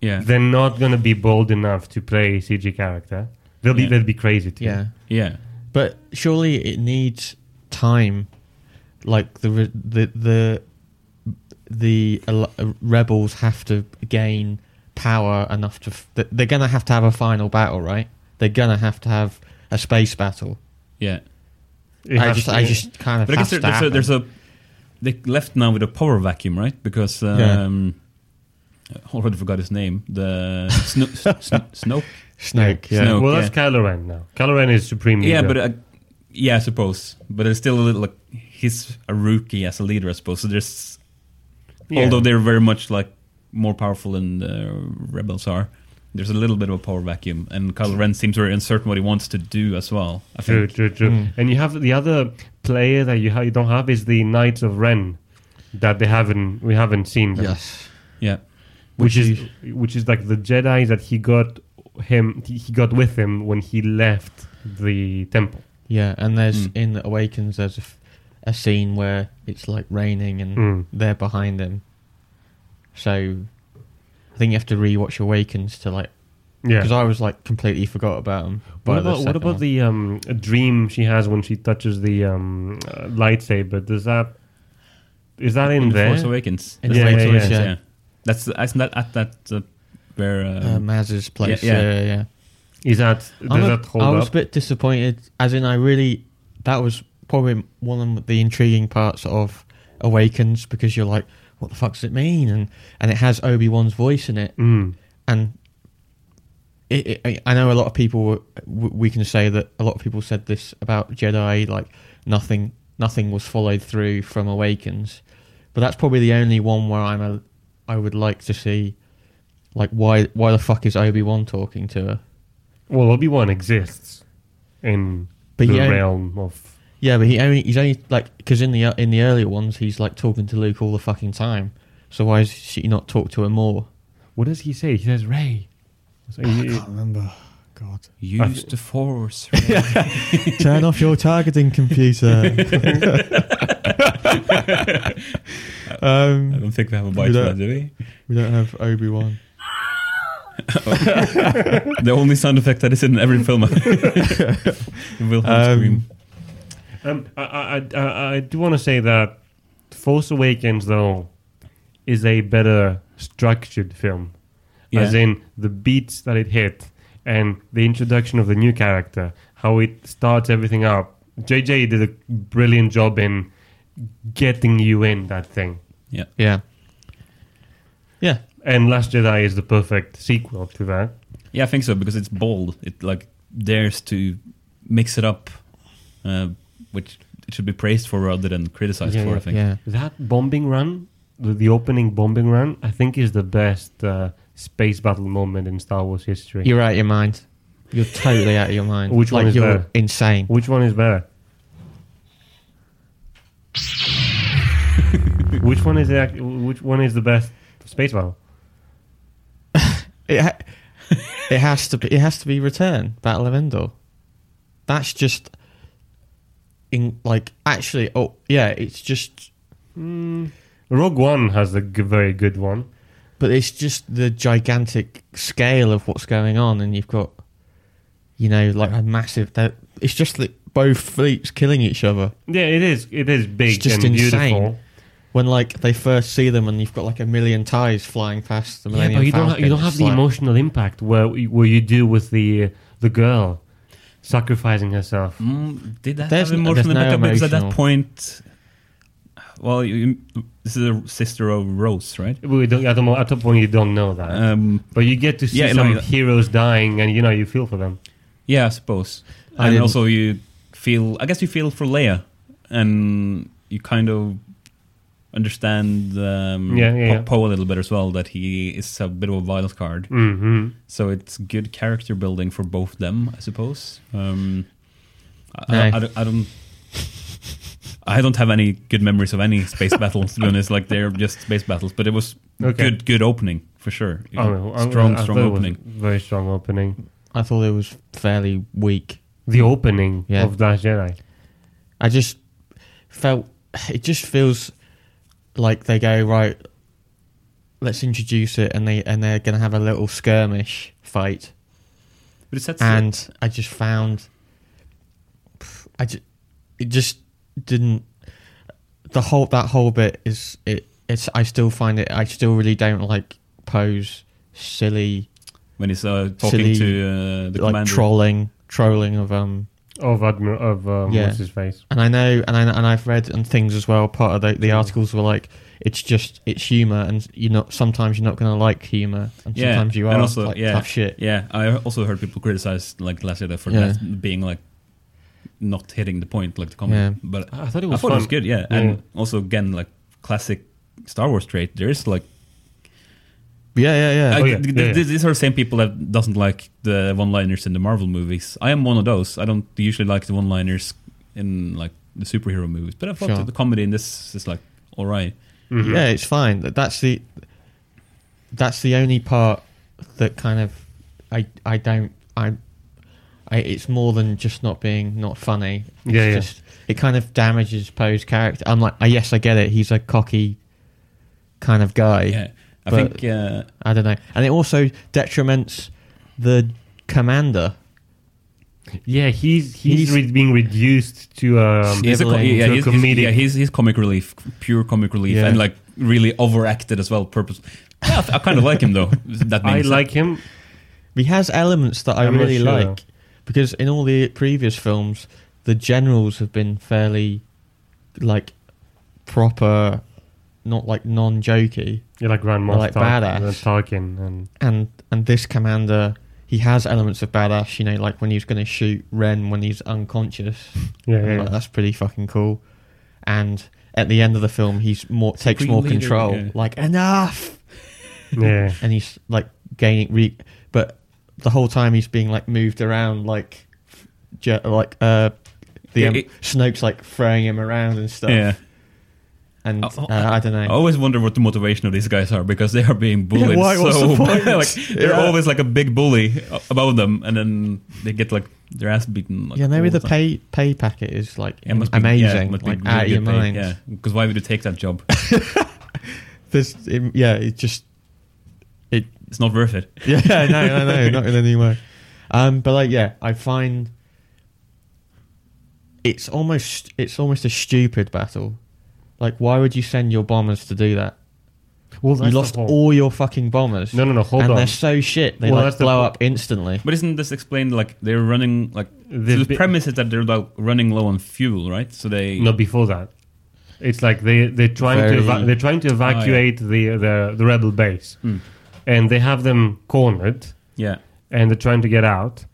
[SPEAKER 1] yeah,
[SPEAKER 3] They're not gonna be bold enough to play a CG character. They'll be
[SPEAKER 1] Yeah.
[SPEAKER 3] they'll be crazy too.
[SPEAKER 2] Yeah,
[SPEAKER 1] yeah.
[SPEAKER 2] but surely it needs time. Like the re- the the the al- rebels have to gain power enough to. F- th- they're gonna have to have a final battle, right? They're gonna have to have a space battle.
[SPEAKER 1] Yeah,
[SPEAKER 3] It
[SPEAKER 2] I
[SPEAKER 3] has
[SPEAKER 2] just,
[SPEAKER 3] to-
[SPEAKER 2] I just kind of.
[SPEAKER 1] but I guess there,
[SPEAKER 2] has to
[SPEAKER 1] there's, a,
[SPEAKER 2] happen.
[SPEAKER 1] there's a they left now with a power vacuum, right? Because
[SPEAKER 2] Yeah.
[SPEAKER 1] um, I already forgot his name. The Sno- Sno- Snoke.
[SPEAKER 2] Snake. Yeah.
[SPEAKER 1] Snoke.
[SPEAKER 3] Well,
[SPEAKER 1] yeah.
[SPEAKER 3] that's Kylo Ren now. Kylo Ren is supreme.
[SPEAKER 1] Yeah,
[SPEAKER 3] leader.
[SPEAKER 1] but uh, yeah, I suppose. But it's still a little like he's a rookie as a leader, I suppose. So there's
[SPEAKER 3] Yeah.
[SPEAKER 1] although they're very much like more powerful than the rebels are. There's a little bit of a power vacuum, and Kylo Ren seems very uncertain what he wants to do as well. I
[SPEAKER 3] True,
[SPEAKER 1] think.
[SPEAKER 3] true, true.
[SPEAKER 2] Hmm.
[SPEAKER 3] And you have the other player that you ha- you don't have is the Knights of Ren that they haven't we haven't seen them,
[SPEAKER 2] Yes.
[SPEAKER 1] Yeah,
[SPEAKER 3] which is which is like the Jedi that he got him he got with him when he left the temple.
[SPEAKER 2] Yeah, and there's
[SPEAKER 1] Mm.
[SPEAKER 2] in Awakens there's a, f- a scene where it's like raining and
[SPEAKER 1] Hmm.
[SPEAKER 3] Mm.
[SPEAKER 2] they're behind him. So I think you have to rewatch Awakens to like
[SPEAKER 3] Yeah.
[SPEAKER 2] because I was like completely forgot about him.
[SPEAKER 3] What about, what about
[SPEAKER 2] the
[SPEAKER 3] the um, dream she has when she touches the um, uh, lightsaber? Does that is that in,
[SPEAKER 1] The
[SPEAKER 3] there?
[SPEAKER 1] Force Awakens.
[SPEAKER 2] In
[SPEAKER 1] That's
[SPEAKER 3] Yeah,
[SPEAKER 1] the
[SPEAKER 3] yeah,
[SPEAKER 1] Force
[SPEAKER 3] yeah.
[SPEAKER 1] Awakens,
[SPEAKER 2] yeah.
[SPEAKER 1] That's the- isn't that at that uh, where um,
[SPEAKER 2] second one? uh, Maz's place?
[SPEAKER 1] yeah.
[SPEAKER 2] Yeah, yeah. yeah.
[SPEAKER 3] Is that does
[SPEAKER 2] I'm a-
[SPEAKER 3] that hold
[SPEAKER 2] I was
[SPEAKER 3] up?
[SPEAKER 2] a bit disappointed, as in I really that was probably one of the intriguing parts of Awakens because you're like, what the fuck does it mean? And and it has Obi Wan's voice in it,
[SPEAKER 3] Mm.
[SPEAKER 2] and it, it, I- I know a lot of people. were- w- We can say that a lot of people said this about Jedi, like nothing, nothing was followed through from Awakens, but that's probably the only one where I'm a, I would like to see, like why why the fuck is Obi Wan talking to her?
[SPEAKER 3] Well, Obi Wan exists in
[SPEAKER 2] But
[SPEAKER 3] the
[SPEAKER 2] yeah,
[SPEAKER 3] realm of
[SPEAKER 2] Yeah, but he only he's only like because in the in the earlier ones he's like talking to Luke all the fucking time. So why is she not talk to her more?
[SPEAKER 3] What does he say? He says Ray. So he-
[SPEAKER 2] remember. God,
[SPEAKER 1] use the Force.
[SPEAKER 2] turn off your targeting computer. um,
[SPEAKER 1] I don't think we have a bite
[SPEAKER 2] We
[SPEAKER 1] for that,
[SPEAKER 2] don't-
[SPEAKER 1] do we?
[SPEAKER 2] We don't have Obi Wan.
[SPEAKER 1] the only sound effect that is in every film. Wilhelm
[SPEAKER 2] Um,
[SPEAKER 1] scream.
[SPEAKER 3] Um, I, I, I, I do want to say that Force Awakens, though, is a better structured film.
[SPEAKER 1] Yeah.
[SPEAKER 3] As in the beats that it hit and the introduction of the new character, how it starts everything up. JJ did a brilliant job in getting you in that thing.
[SPEAKER 1] Yeah.
[SPEAKER 2] Yeah. Yeah.
[SPEAKER 3] And Last Jedi is the perfect sequel to that.
[SPEAKER 1] Yeah, I think so because it's bold. It like dares to mix it up, uh, which it should be praised for rather than criticized
[SPEAKER 3] Yeah,
[SPEAKER 1] for.
[SPEAKER 3] yeah,
[SPEAKER 1] I think.
[SPEAKER 2] Yeah.
[SPEAKER 3] That bombing run, the, the opening bombing run, I think is the best uh, space battle moment in Star Wars history.
[SPEAKER 2] You're out of your mind. You're totally out of your mind.
[SPEAKER 3] Which one
[SPEAKER 2] like
[SPEAKER 3] is
[SPEAKER 2] you're
[SPEAKER 3] better?
[SPEAKER 2] insane.
[SPEAKER 3] Which one is better? which one is the, act- which one is the best space battle?
[SPEAKER 2] It ha- it has to be it has to be return Battle of Endor. That's just in like actually oh yeah it's just
[SPEAKER 3] Rogue One has a g- very good one.
[SPEAKER 2] but it's just the gigantic scale of what's going on and you've got you know like a massive that it's just like both fleets killing each other
[SPEAKER 3] Yeah, it is. It is big
[SPEAKER 2] It's just
[SPEAKER 3] and
[SPEAKER 2] insane.
[SPEAKER 3] beautiful.
[SPEAKER 2] when like they first see them and you've got like a million ties flying past the Millennium
[SPEAKER 3] yeah, but you don't
[SPEAKER 2] Falcon.
[SPEAKER 3] ha- you don't have
[SPEAKER 2] it's
[SPEAKER 3] the
[SPEAKER 2] like-
[SPEAKER 3] emotional impact where where you do with the the girl sacrificing herself.
[SPEAKER 1] Mm, did that
[SPEAKER 2] There's
[SPEAKER 1] have
[SPEAKER 2] n-
[SPEAKER 1] emotional
[SPEAKER 2] there's no
[SPEAKER 1] impact? Because at that
[SPEAKER 2] emotional.
[SPEAKER 1] point, well, you, you- this is a sister of Rose, right?
[SPEAKER 3] We don't, I don't know, at that point you don't know that,
[SPEAKER 1] Um,
[SPEAKER 3] but you get to see
[SPEAKER 1] yeah,
[SPEAKER 3] some
[SPEAKER 1] like-
[SPEAKER 3] heroes dying, and you know you feel for them.
[SPEAKER 1] yeah, I suppose.
[SPEAKER 2] I
[SPEAKER 1] and
[SPEAKER 2] didn't-
[SPEAKER 1] also, you feel. I guess you feel for Leia, and you kind of understand um,
[SPEAKER 3] Yeah, yeah,
[SPEAKER 1] Po-
[SPEAKER 3] yeah.
[SPEAKER 1] Poe a little bit as well. That he is a bit of a wild card.
[SPEAKER 3] hmm
[SPEAKER 1] So it's good character building for both them, I suppose. Um, I,
[SPEAKER 2] No.
[SPEAKER 1] I, I don't- I don't. I don't have any good memories of any space battles. To be honest, like they're just space battles, but it was
[SPEAKER 3] Okay.
[SPEAKER 1] good, good opening for sure.
[SPEAKER 3] I don't know. Oh, I-
[SPEAKER 1] strong,
[SPEAKER 3] I
[SPEAKER 1] strong
[SPEAKER 3] thought it was
[SPEAKER 1] opening.
[SPEAKER 3] Very strong opening.
[SPEAKER 2] I thought it was fairly weak.
[SPEAKER 3] the opening
[SPEAKER 2] Yeah.
[SPEAKER 3] of Last Jedi.
[SPEAKER 2] I just felt it just feels like they go right. Let's introduce it, and they and they're gonna have a little skirmish fight.
[SPEAKER 1] But it sets
[SPEAKER 2] And I just found, I just it just didn't. The whole that whole bit is it. It's I still find it. I still really don't like Poe's silly
[SPEAKER 1] when he's uh, talking
[SPEAKER 2] silly,
[SPEAKER 1] to uh, the
[SPEAKER 2] like
[SPEAKER 1] commander.
[SPEAKER 2] trolling trolling of um
[SPEAKER 3] Of Admiral of um,
[SPEAKER 2] Yeah.
[SPEAKER 3] what's his face?
[SPEAKER 2] and I know, and I, and I've read and things as well. Part of the, the articles were like, it's just it's humor, and you're not. Sometimes you're not going to like humor, and
[SPEAKER 1] Yeah,
[SPEAKER 2] sometimes you are
[SPEAKER 1] and also
[SPEAKER 2] like
[SPEAKER 1] yeah,
[SPEAKER 2] tough shit.
[SPEAKER 1] Yeah, I also heard people criticize like Last Jedi for
[SPEAKER 2] Yeah.
[SPEAKER 1] that being like not hitting the point, like the comment. But
[SPEAKER 3] I thought it
[SPEAKER 1] I
[SPEAKER 3] was
[SPEAKER 1] thought it was good, yeah. And also, again, like classic Star Wars trait. There is like
[SPEAKER 2] Yeah, yeah, yeah.
[SPEAKER 1] I-
[SPEAKER 3] Oh, yeah.
[SPEAKER 1] th-
[SPEAKER 3] Yeah,
[SPEAKER 1] th-
[SPEAKER 3] yeah.
[SPEAKER 1] these are the same people that doesn't like the one-liners in the Marvel movies. I am one of those. I don't usually like the one-liners in like the superhero movies, but I thought
[SPEAKER 2] Sure.
[SPEAKER 1] that the comedy in this is like all right.
[SPEAKER 3] Mm-hmm.
[SPEAKER 2] Yeah, it's fine. That- That's the that's the only part that kind of I I don't I. I, it's more than just not being not funny. It's
[SPEAKER 3] Yeah, yeah.
[SPEAKER 2] just it kind of damages Poe's character. I'm like, I yes, I get it. He's a cocky kind of guy.
[SPEAKER 1] Yeah, I
[SPEAKER 2] But-
[SPEAKER 1] think uh,
[SPEAKER 2] I don't know. And it also detriments the commander.
[SPEAKER 3] Yeah, he's he's,
[SPEAKER 2] He's-
[SPEAKER 3] re- being reduced to um,
[SPEAKER 1] he's a co-
[SPEAKER 2] Evelyn
[SPEAKER 1] yeah,
[SPEAKER 3] to a
[SPEAKER 1] he's, he's-
[SPEAKER 3] comedic-
[SPEAKER 1] yeah, he's he's comic relief, pure comic relief,
[SPEAKER 2] Yeah.
[SPEAKER 1] and like really overacted as well. Purpose. Yeah, I th- I kind of like him though. That
[SPEAKER 3] I
[SPEAKER 1] means
[SPEAKER 3] like him.
[SPEAKER 2] He has elements that I
[SPEAKER 3] I'm not
[SPEAKER 2] really
[SPEAKER 3] sure.
[SPEAKER 2] like because in all the previous films, the generals have been fairly like proper, not like non-jokey,
[SPEAKER 3] You like Grand
[SPEAKER 2] I
[SPEAKER 3] Moff
[SPEAKER 2] like
[SPEAKER 3] Tarkin,
[SPEAKER 2] badass.
[SPEAKER 3] Tarkin, uh, and
[SPEAKER 2] and and this commander. He has elements of badass, you know, like when he's going to shoot Ren when he's unconscious.
[SPEAKER 3] yeah,
[SPEAKER 2] I'm
[SPEAKER 3] yeah,
[SPEAKER 2] like,
[SPEAKER 3] yeah.
[SPEAKER 2] that's pretty fucking cool. And at the end of the film, he's more takes
[SPEAKER 1] Supreme
[SPEAKER 2] more
[SPEAKER 1] leader,
[SPEAKER 2] control.
[SPEAKER 1] yeah.
[SPEAKER 2] Like enough.
[SPEAKER 3] yeah.
[SPEAKER 2] and he's like gaining re- but the whole time he's being like moved around like ju- like uh the
[SPEAKER 1] Yeah,
[SPEAKER 2] um,
[SPEAKER 1] it-
[SPEAKER 2] Snoke's like throwing him around and stuff
[SPEAKER 1] Yeah,
[SPEAKER 2] and
[SPEAKER 1] Oh,
[SPEAKER 2] uh, I don't
[SPEAKER 1] I
[SPEAKER 2] know
[SPEAKER 1] always wonder what the motivation of these guys are because they are being
[SPEAKER 2] Yeah,
[SPEAKER 1] bullied
[SPEAKER 2] why? What's
[SPEAKER 1] so
[SPEAKER 2] the
[SPEAKER 1] bad.
[SPEAKER 2] point?
[SPEAKER 1] like they're
[SPEAKER 2] Yeah.
[SPEAKER 1] always like a big bully a- about them, and then they get like their ass beaten. Like,
[SPEAKER 2] yeah
[SPEAKER 1] all
[SPEAKER 2] maybe the
[SPEAKER 1] time.
[SPEAKER 2] pay pay packet is like
[SPEAKER 1] Yeah, it must be- yeah, it
[SPEAKER 2] amazing
[SPEAKER 1] must be
[SPEAKER 2] like
[SPEAKER 1] really
[SPEAKER 2] out of
[SPEAKER 1] good
[SPEAKER 2] your
[SPEAKER 1] pay,
[SPEAKER 2] mind
[SPEAKER 1] Yeah, because why would you take that job?
[SPEAKER 2] There's, it, yeah, it just it
[SPEAKER 1] it's not worth it.
[SPEAKER 2] yeah, no, no, no, not in any way. Um, but like, yeah, I find it's almost it's almost a stupid battle. Like, why would you send your bombers to do that?
[SPEAKER 3] Well,
[SPEAKER 2] You lost all your fucking bombers.
[SPEAKER 3] No, no, no. Hold
[SPEAKER 2] and
[SPEAKER 3] on.
[SPEAKER 2] they're so shit. They
[SPEAKER 3] Well,
[SPEAKER 2] like
[SPEAKER 3] that's the
[SPEAKER 2] blow
[SPEAKER 3] po-
[SPEAKER 2] up instantly.
[SPEAKER 1] But isn't this explained like they're running like so
[SPEAKER 3] They've
[SPEAKER 1] the
[SPEAKER 3] been-
[SPEAKER 1] premise is that they're like running low on fuel, right? So they
[SPEAKER 3] No, before that, it's like they they're trying to
[SPEAKER 2] Very-
[SPEAKER 3] eva- they're trying to evacuate the, the the rebel base, and they have them cornered,
[SPEAKER 1] yeah
[SPEAKER 3] and they're trying to get out,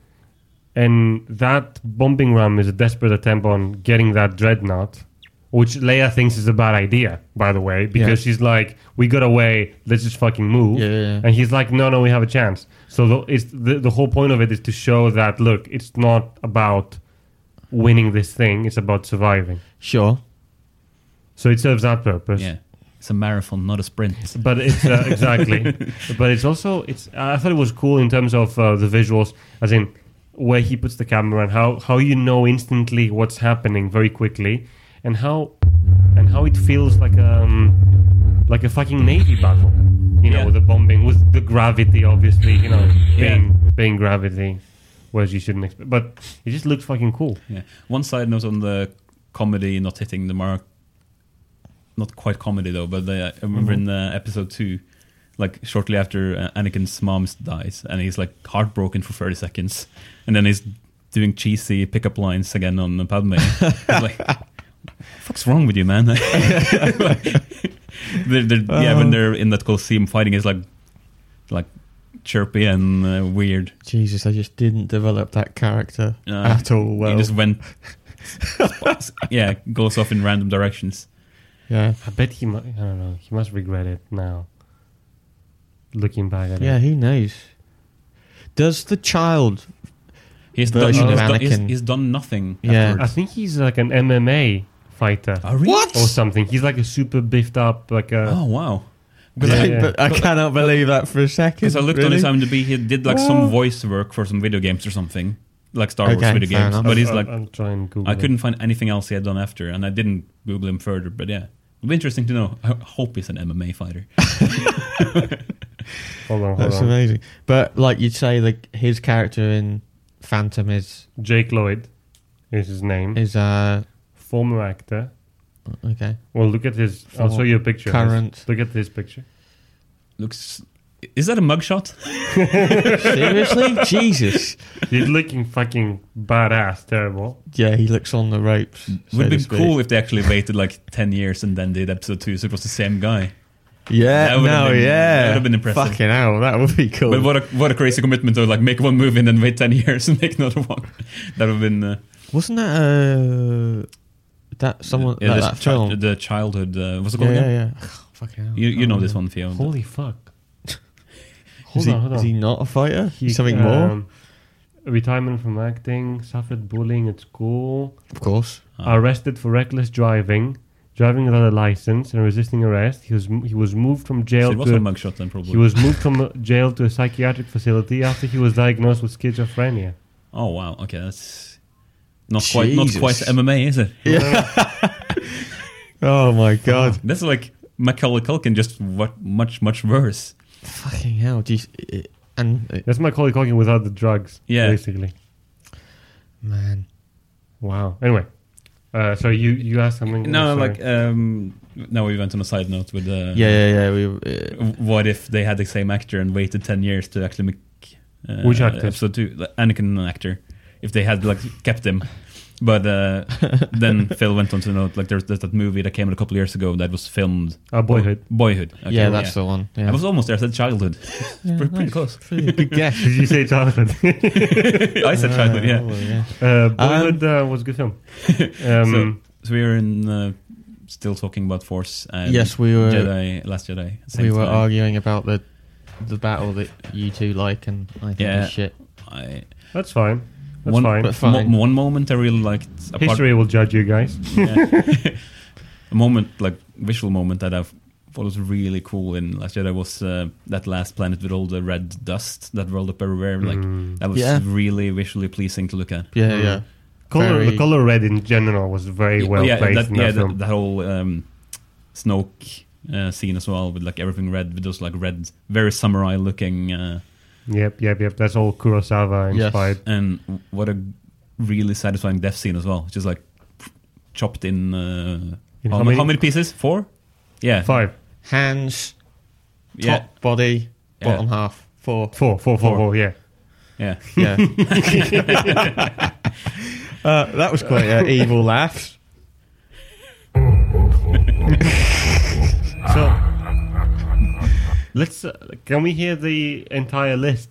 [SPEAKER 3] and that bombing ram is a desperate attempt on getting that dreadnought. Which Leia thinks is a bad idea, by the way, because she's like, "We got away. Let's just fucking move."
[SPEAKER 2] Yeah, yeah, yeah.
[SPEAKER 3] And he's like, "No, no, we have a chance." So the, it's the the whole point of it is to show that look, it's not about winning this thing; it's about surviving.
[SPEAKER 2] Sure.
[SPEAKER 3] So it serves that purpose.
[SPEAKER 1] yeah it's a marathon, not a sprint.
[SPEAKER 3] But it's uh, exactly. but it's also it's. I thought it was cool in terms of uh, the visuals, as in where he puts the camera and how how you know instantly what's happening very quickly, and how and how it feels like um like a fucking navy battle. You know,
[SPEAKER 1] Yeah.
[SPEAKER 3] with the bombing, with the gravity, obviously. You know,
[SPEAKER 1] Yeah.
[SPEAKER 3] being being gravity, whereas you shouldn't expect. But it just looked fucking cool.
[SPEAKER 1] Yeah. One side note on the comedy not hitting the mark. Not quite comedy though, but the, I remember in uh, episode two, like shortly after uh, Anakin's mom dies, and he's like heartbroken for thirty seconds, and then he's doing cheesy pickup lines again on Padme. It's like, "Fuck's wrong with you, man?" Like, they're, they're, yeah, when they're in that coliseum fighting, it's like, like chirpy and uh, weird.
[SPEAKER 2] Jesus, I just didn't develop that character
[SPEAKER 1] No.
[SPEAKER 2] at all. Well,
[SPEAKER 1] He just went, yeah, goes off in random directions.
[SPEAKER 2] yeah,
[SPEAKER 3] I bet he. Mu- I don't know. He must regret it now. Looking back at
[SPEAKER 2] yeah.
[SPEAKER 3] it.
[SPEAKER 2] Who knows? Does the child?
[SPEAKER 1] He's done,
[SPEAKER 2] Version
[SPEAKER 1] he's,
[SPEAKER 2] of
[SPEAKER 1] done, he's,
[SPEAKER 2] Anakin.
[SPEAKER 1] he's done nothing.
[SPEAKER 2] Yeah. Ah,
[SPEAKER 3] I
[SPEAKER 1] afterwards.
[SPEAKER 3] think he's like an MMA fighter
[SPEAKER 1] Oh, really?
[SPEAKER 3] or something. He's like a super biffed up, like a.
[SPEAKER 1] Oh wow! Because
[SPEAKER 3] Yeah,
[SPEAKER 1] I,
[SPEAKER 3] yeah.
[SPEAKER 2] but I cannot believe that for a second.
[SPEAKER 1] 'cause I looked
[SPEAKER 2] really?
[SPEAKER 1] on his IMDb, he did like
[SPEAKER 2] Wow.
[SPEAKER 1] some voice work for some video games or something, like Star
[SPEAKER 2] Okay,
[SPEAKER 1] Wars video
[SPEAKER 2] fair
[SPEAKER 1] games.
[SPEAKER 2] enough. Uh,
[SPEAKER 1] But he's
[SPEAKER 3] I'll-
[SPEAKER 1] like,
[SPEAKER 3] I'll try and Google.
[SPEAKER 1] I couldn't find anything else he had done after, and I didn't Google him further. But yeah, it'll be interesting to know. I hope he's an MMA fighter.
[SPEAKER 3] It. Hold on, hold
[SPEAKER 2] That's
[SPEAKER 3] on.
[SPEAKER 2] amazing. But like you'd say, like his character in Phantom is
[SPEAKER 3] Jake Lloyd is his name.
[SPEAKER 2] is uh
[SPEAKER 3] Former actor.
[SPEAKER 2] okay.
[SPEAKER 3] Well, look at his. I'll show
[SPEAKER 2] Former-
[SPEAKER 3] you a picture. of his-
[SPEAKER 2] current.
[SPEAKER 3] Look at this picture.
[SPEAKER 1] Looks. Is that a mugshot?
[SPEAKER 2] Seriously, Jesus.
[SPEAKER 3] He's looking fucking badass, terrible.
[SPEAKER 2] Yeah, he looks on the ropes. so
[SPEAKER 1] Would
[SPEAKER 2] to
[SPEAKER 1] be
[SPEAKER 2] speak.
[SPEAKER 1] cool if they actually waited like ten years and then did episode two, so it was the same guy.
[SPEAKER 2] Yeah,
[SPEAKER 1] That would've
[SPEAKER 2] no,
[SPEAKER 1] been-
[SPEAKER 2] yeah,
[SPEAKER 1] that would've been impressive.
[SPEAKER 2] Fucking hell, that would be cool.
[SPEAKER 1] But what a what a crazy commitment to like make one movie and then wait ten years and make another one. That would have been uh,
[SPEAKER 2] Wasn't that uh that someone
[SPEAKER 1] yeah,
[SPEAKER 2] that,
[SPEAKER 1] this
[SPEAKER 2] that
[SPEAKER 1] chi-
[SPEAKER 2] film?
[SPEAKER 1] the childhood. Uh, what's it
[SPEAKER 2] yeah,
[SPEAKER 1] called
[SPEAKER 2] yeah,
[SPEAKER 1] again?
[SPEAKER 2] yeah. Um, fucking hell.
[SPEAKER 1] You you know this one, Theo.
[SPEAKER 3] Holy fuck.
[SPEAKER 2] Is
[SPEAKER 3] Hold
[SPEAKER 2] he,
[SPEAKER 3] on, hold on.
[SPEAKER 2] is he not a fighter?
[SPEAKER 3] He,
[SPEAKER 2] Something more,
[SPEAKER 3] um, Retirement from acting, suffered bullying at school,
[SPEAKER 2] of course.
[SPEAKER 1] Uh-huh.
[SPEAKER 3] arrested for reckless driving, driving without a license, and resisting arrest. He was he was moved from
[SPEAKER 1] So
[SPEAKER 3] jail
[SPEAKER 1] it was
[SPEAKER 3] to
[SPEAKER 1] a
[SPEAKER 3] a-
[SPEAKER 1] mugshot then, probably.
[SPEAKER 3] he was moved from jail to a psychiatric facility after he was diagnosed with schizophrenia.
[SPEAKER 1] oh wow. Okay, that's not quite not
[SPEAKER 2] Jesus.
[SPEAKER 1] quite MMA, is it?
[SPEAKER 2] Oh my god,
[SPEAKER 1] That's like Macaulay Culkin, just what much much worse.
[SPEAKER 2] fucking hell! Do you, it, and uh, it,
[SPEAKER 3] That's Macaulay Culkin without the drugs.
[SPEAKER 1] Yeah.
[SPEAKER 3] basically.
[SPEAKER 2] man,
[SPEAKER 3] Wow. Anyway, uh, so you you asked
[SPEAKER 2] Oh,
[SPEAKER 3] something?
[SPEAKER 1] No,
[SPEAKER 3] I'm sorry.
[SPEAKER 1] like um, now we went on a side note with uh,
[SPEAKER 2] yeah, yeah, yeah. We, uh,
[SPEAKER 1] What if they had the same actor and waited ten years to actually make uh,
[SPEAKER 3] Which actor?
[SPEAKER 1] episode two? The Anakin actor. If they had like kept him, but uh, then Phil went on to note like there's, there's that movie that came out a couple years ago that was filmed
[SPEAKER 3] Uh, Boyhood.
[SPEAKER 1] Boyhood. Okay,
[SPEAKER 2] yeah, that's the one.
[SPEAKER 1] I
[SPEAKER 2] Yeah.
[SPEAKER 1] was almost there. I said childhood. pretty,
[SPEAKER 2] Yeah,
[SPEAKER 1] pretty
[SPEAKER 2] nice.
[SPEAKER 1] close.
[SPEAKER 2] Pretty good guess.
[SPEAKER 3] Did you say childhood?
[SPEAKER 1] I said childhood. Yeah.
[SPEAKER 2] Oh, yeah.
[SPEAKER 3] uh, Boyhood uh, was a good film. Um,
[SPEAKER 1] So we were in uh, still talking about Force. And
[SPEAKER 2] Yes, we were-
[SPEAKER 1] Jedi. Last Jedi. same
[SPEAKER 2] we were
[SPEAKER 1] time.
[SPEAKER 2] arguing about the the battle that you two like, and I think
[SPEAKER 1] Yeah.
[SPEAKER 2] is shit.
[SPEAKER 1] I,
[SPEAKER 3] That's fine. That's
[SPEAKER 1] One-
[SPEAKER 3] fine.
[SPEAKER 2] but Fine.
[SPEAKER 1] mo- one moment I really liked. apart-
[SPEAKER 3] History will judge you guys.
[SPEAKER 1] a moment like visual moment that I thought was really cool in Last Jedi was uh, that last planet with all the red dust that rolled up everywhere. Like that was
[SPEAKER 2] Yeah.
[SPEAKER 1] really visually pleasing to look at.
[SPEAKER 2] Yeah,
[SPEAKER 3] Mm.
[SPEAKER 2] yeah.
[SPEAKER 3] Color,
[SPEAKER 2] Very-
[SPEAKER 3] the color red in general was very well
[SPEAKER 1] yeah,
[SPEAKER 3] placed
[SPEAKER 1] that,
[SPEAKER 3] in that
[SPEAKER 1] yeah, that,
[SPEAKER 3] film.
[SPEAKER 1] that whole um, Snoke uh, scene as well with like everything red with those like red very samurai looking uh,
[SPEAKER 3] Yep, yep, yep. That's all Kurosawa
[SPEAKER 2] Yes.
[SPEAKER 3] inspired.
[SPEAKER 1] and what a really satisfying death scene as well just like chopped in, uh,
[SPEAKER 3] In
[SPEAKER 1] how,
[SPEAKER 3] how
[SPEAKER 1] mu-
[SPEAKER 3] many-
[SPEAKER 1] how many pieces four yeah
[SPEAKER 3] Five,
[SPEAKER 2] Hands,
[SPEAKER 1] yeah
[SPEAKER 2] top body,
[SPEAKER 1] Yeah.
[SPEAKER 2] bottom half, four.
[SPEAKER 3] four, four, four, four.
[SPEAKER 1] Four.
[SPEAKER 3] Yeah.
[SPEAKER 1] yeah
[SPEAKER 2] Yeah. uh, that was quite uh, evil laughs.
[SPEAKER 3] So let's. Uh, can we hear the entire list,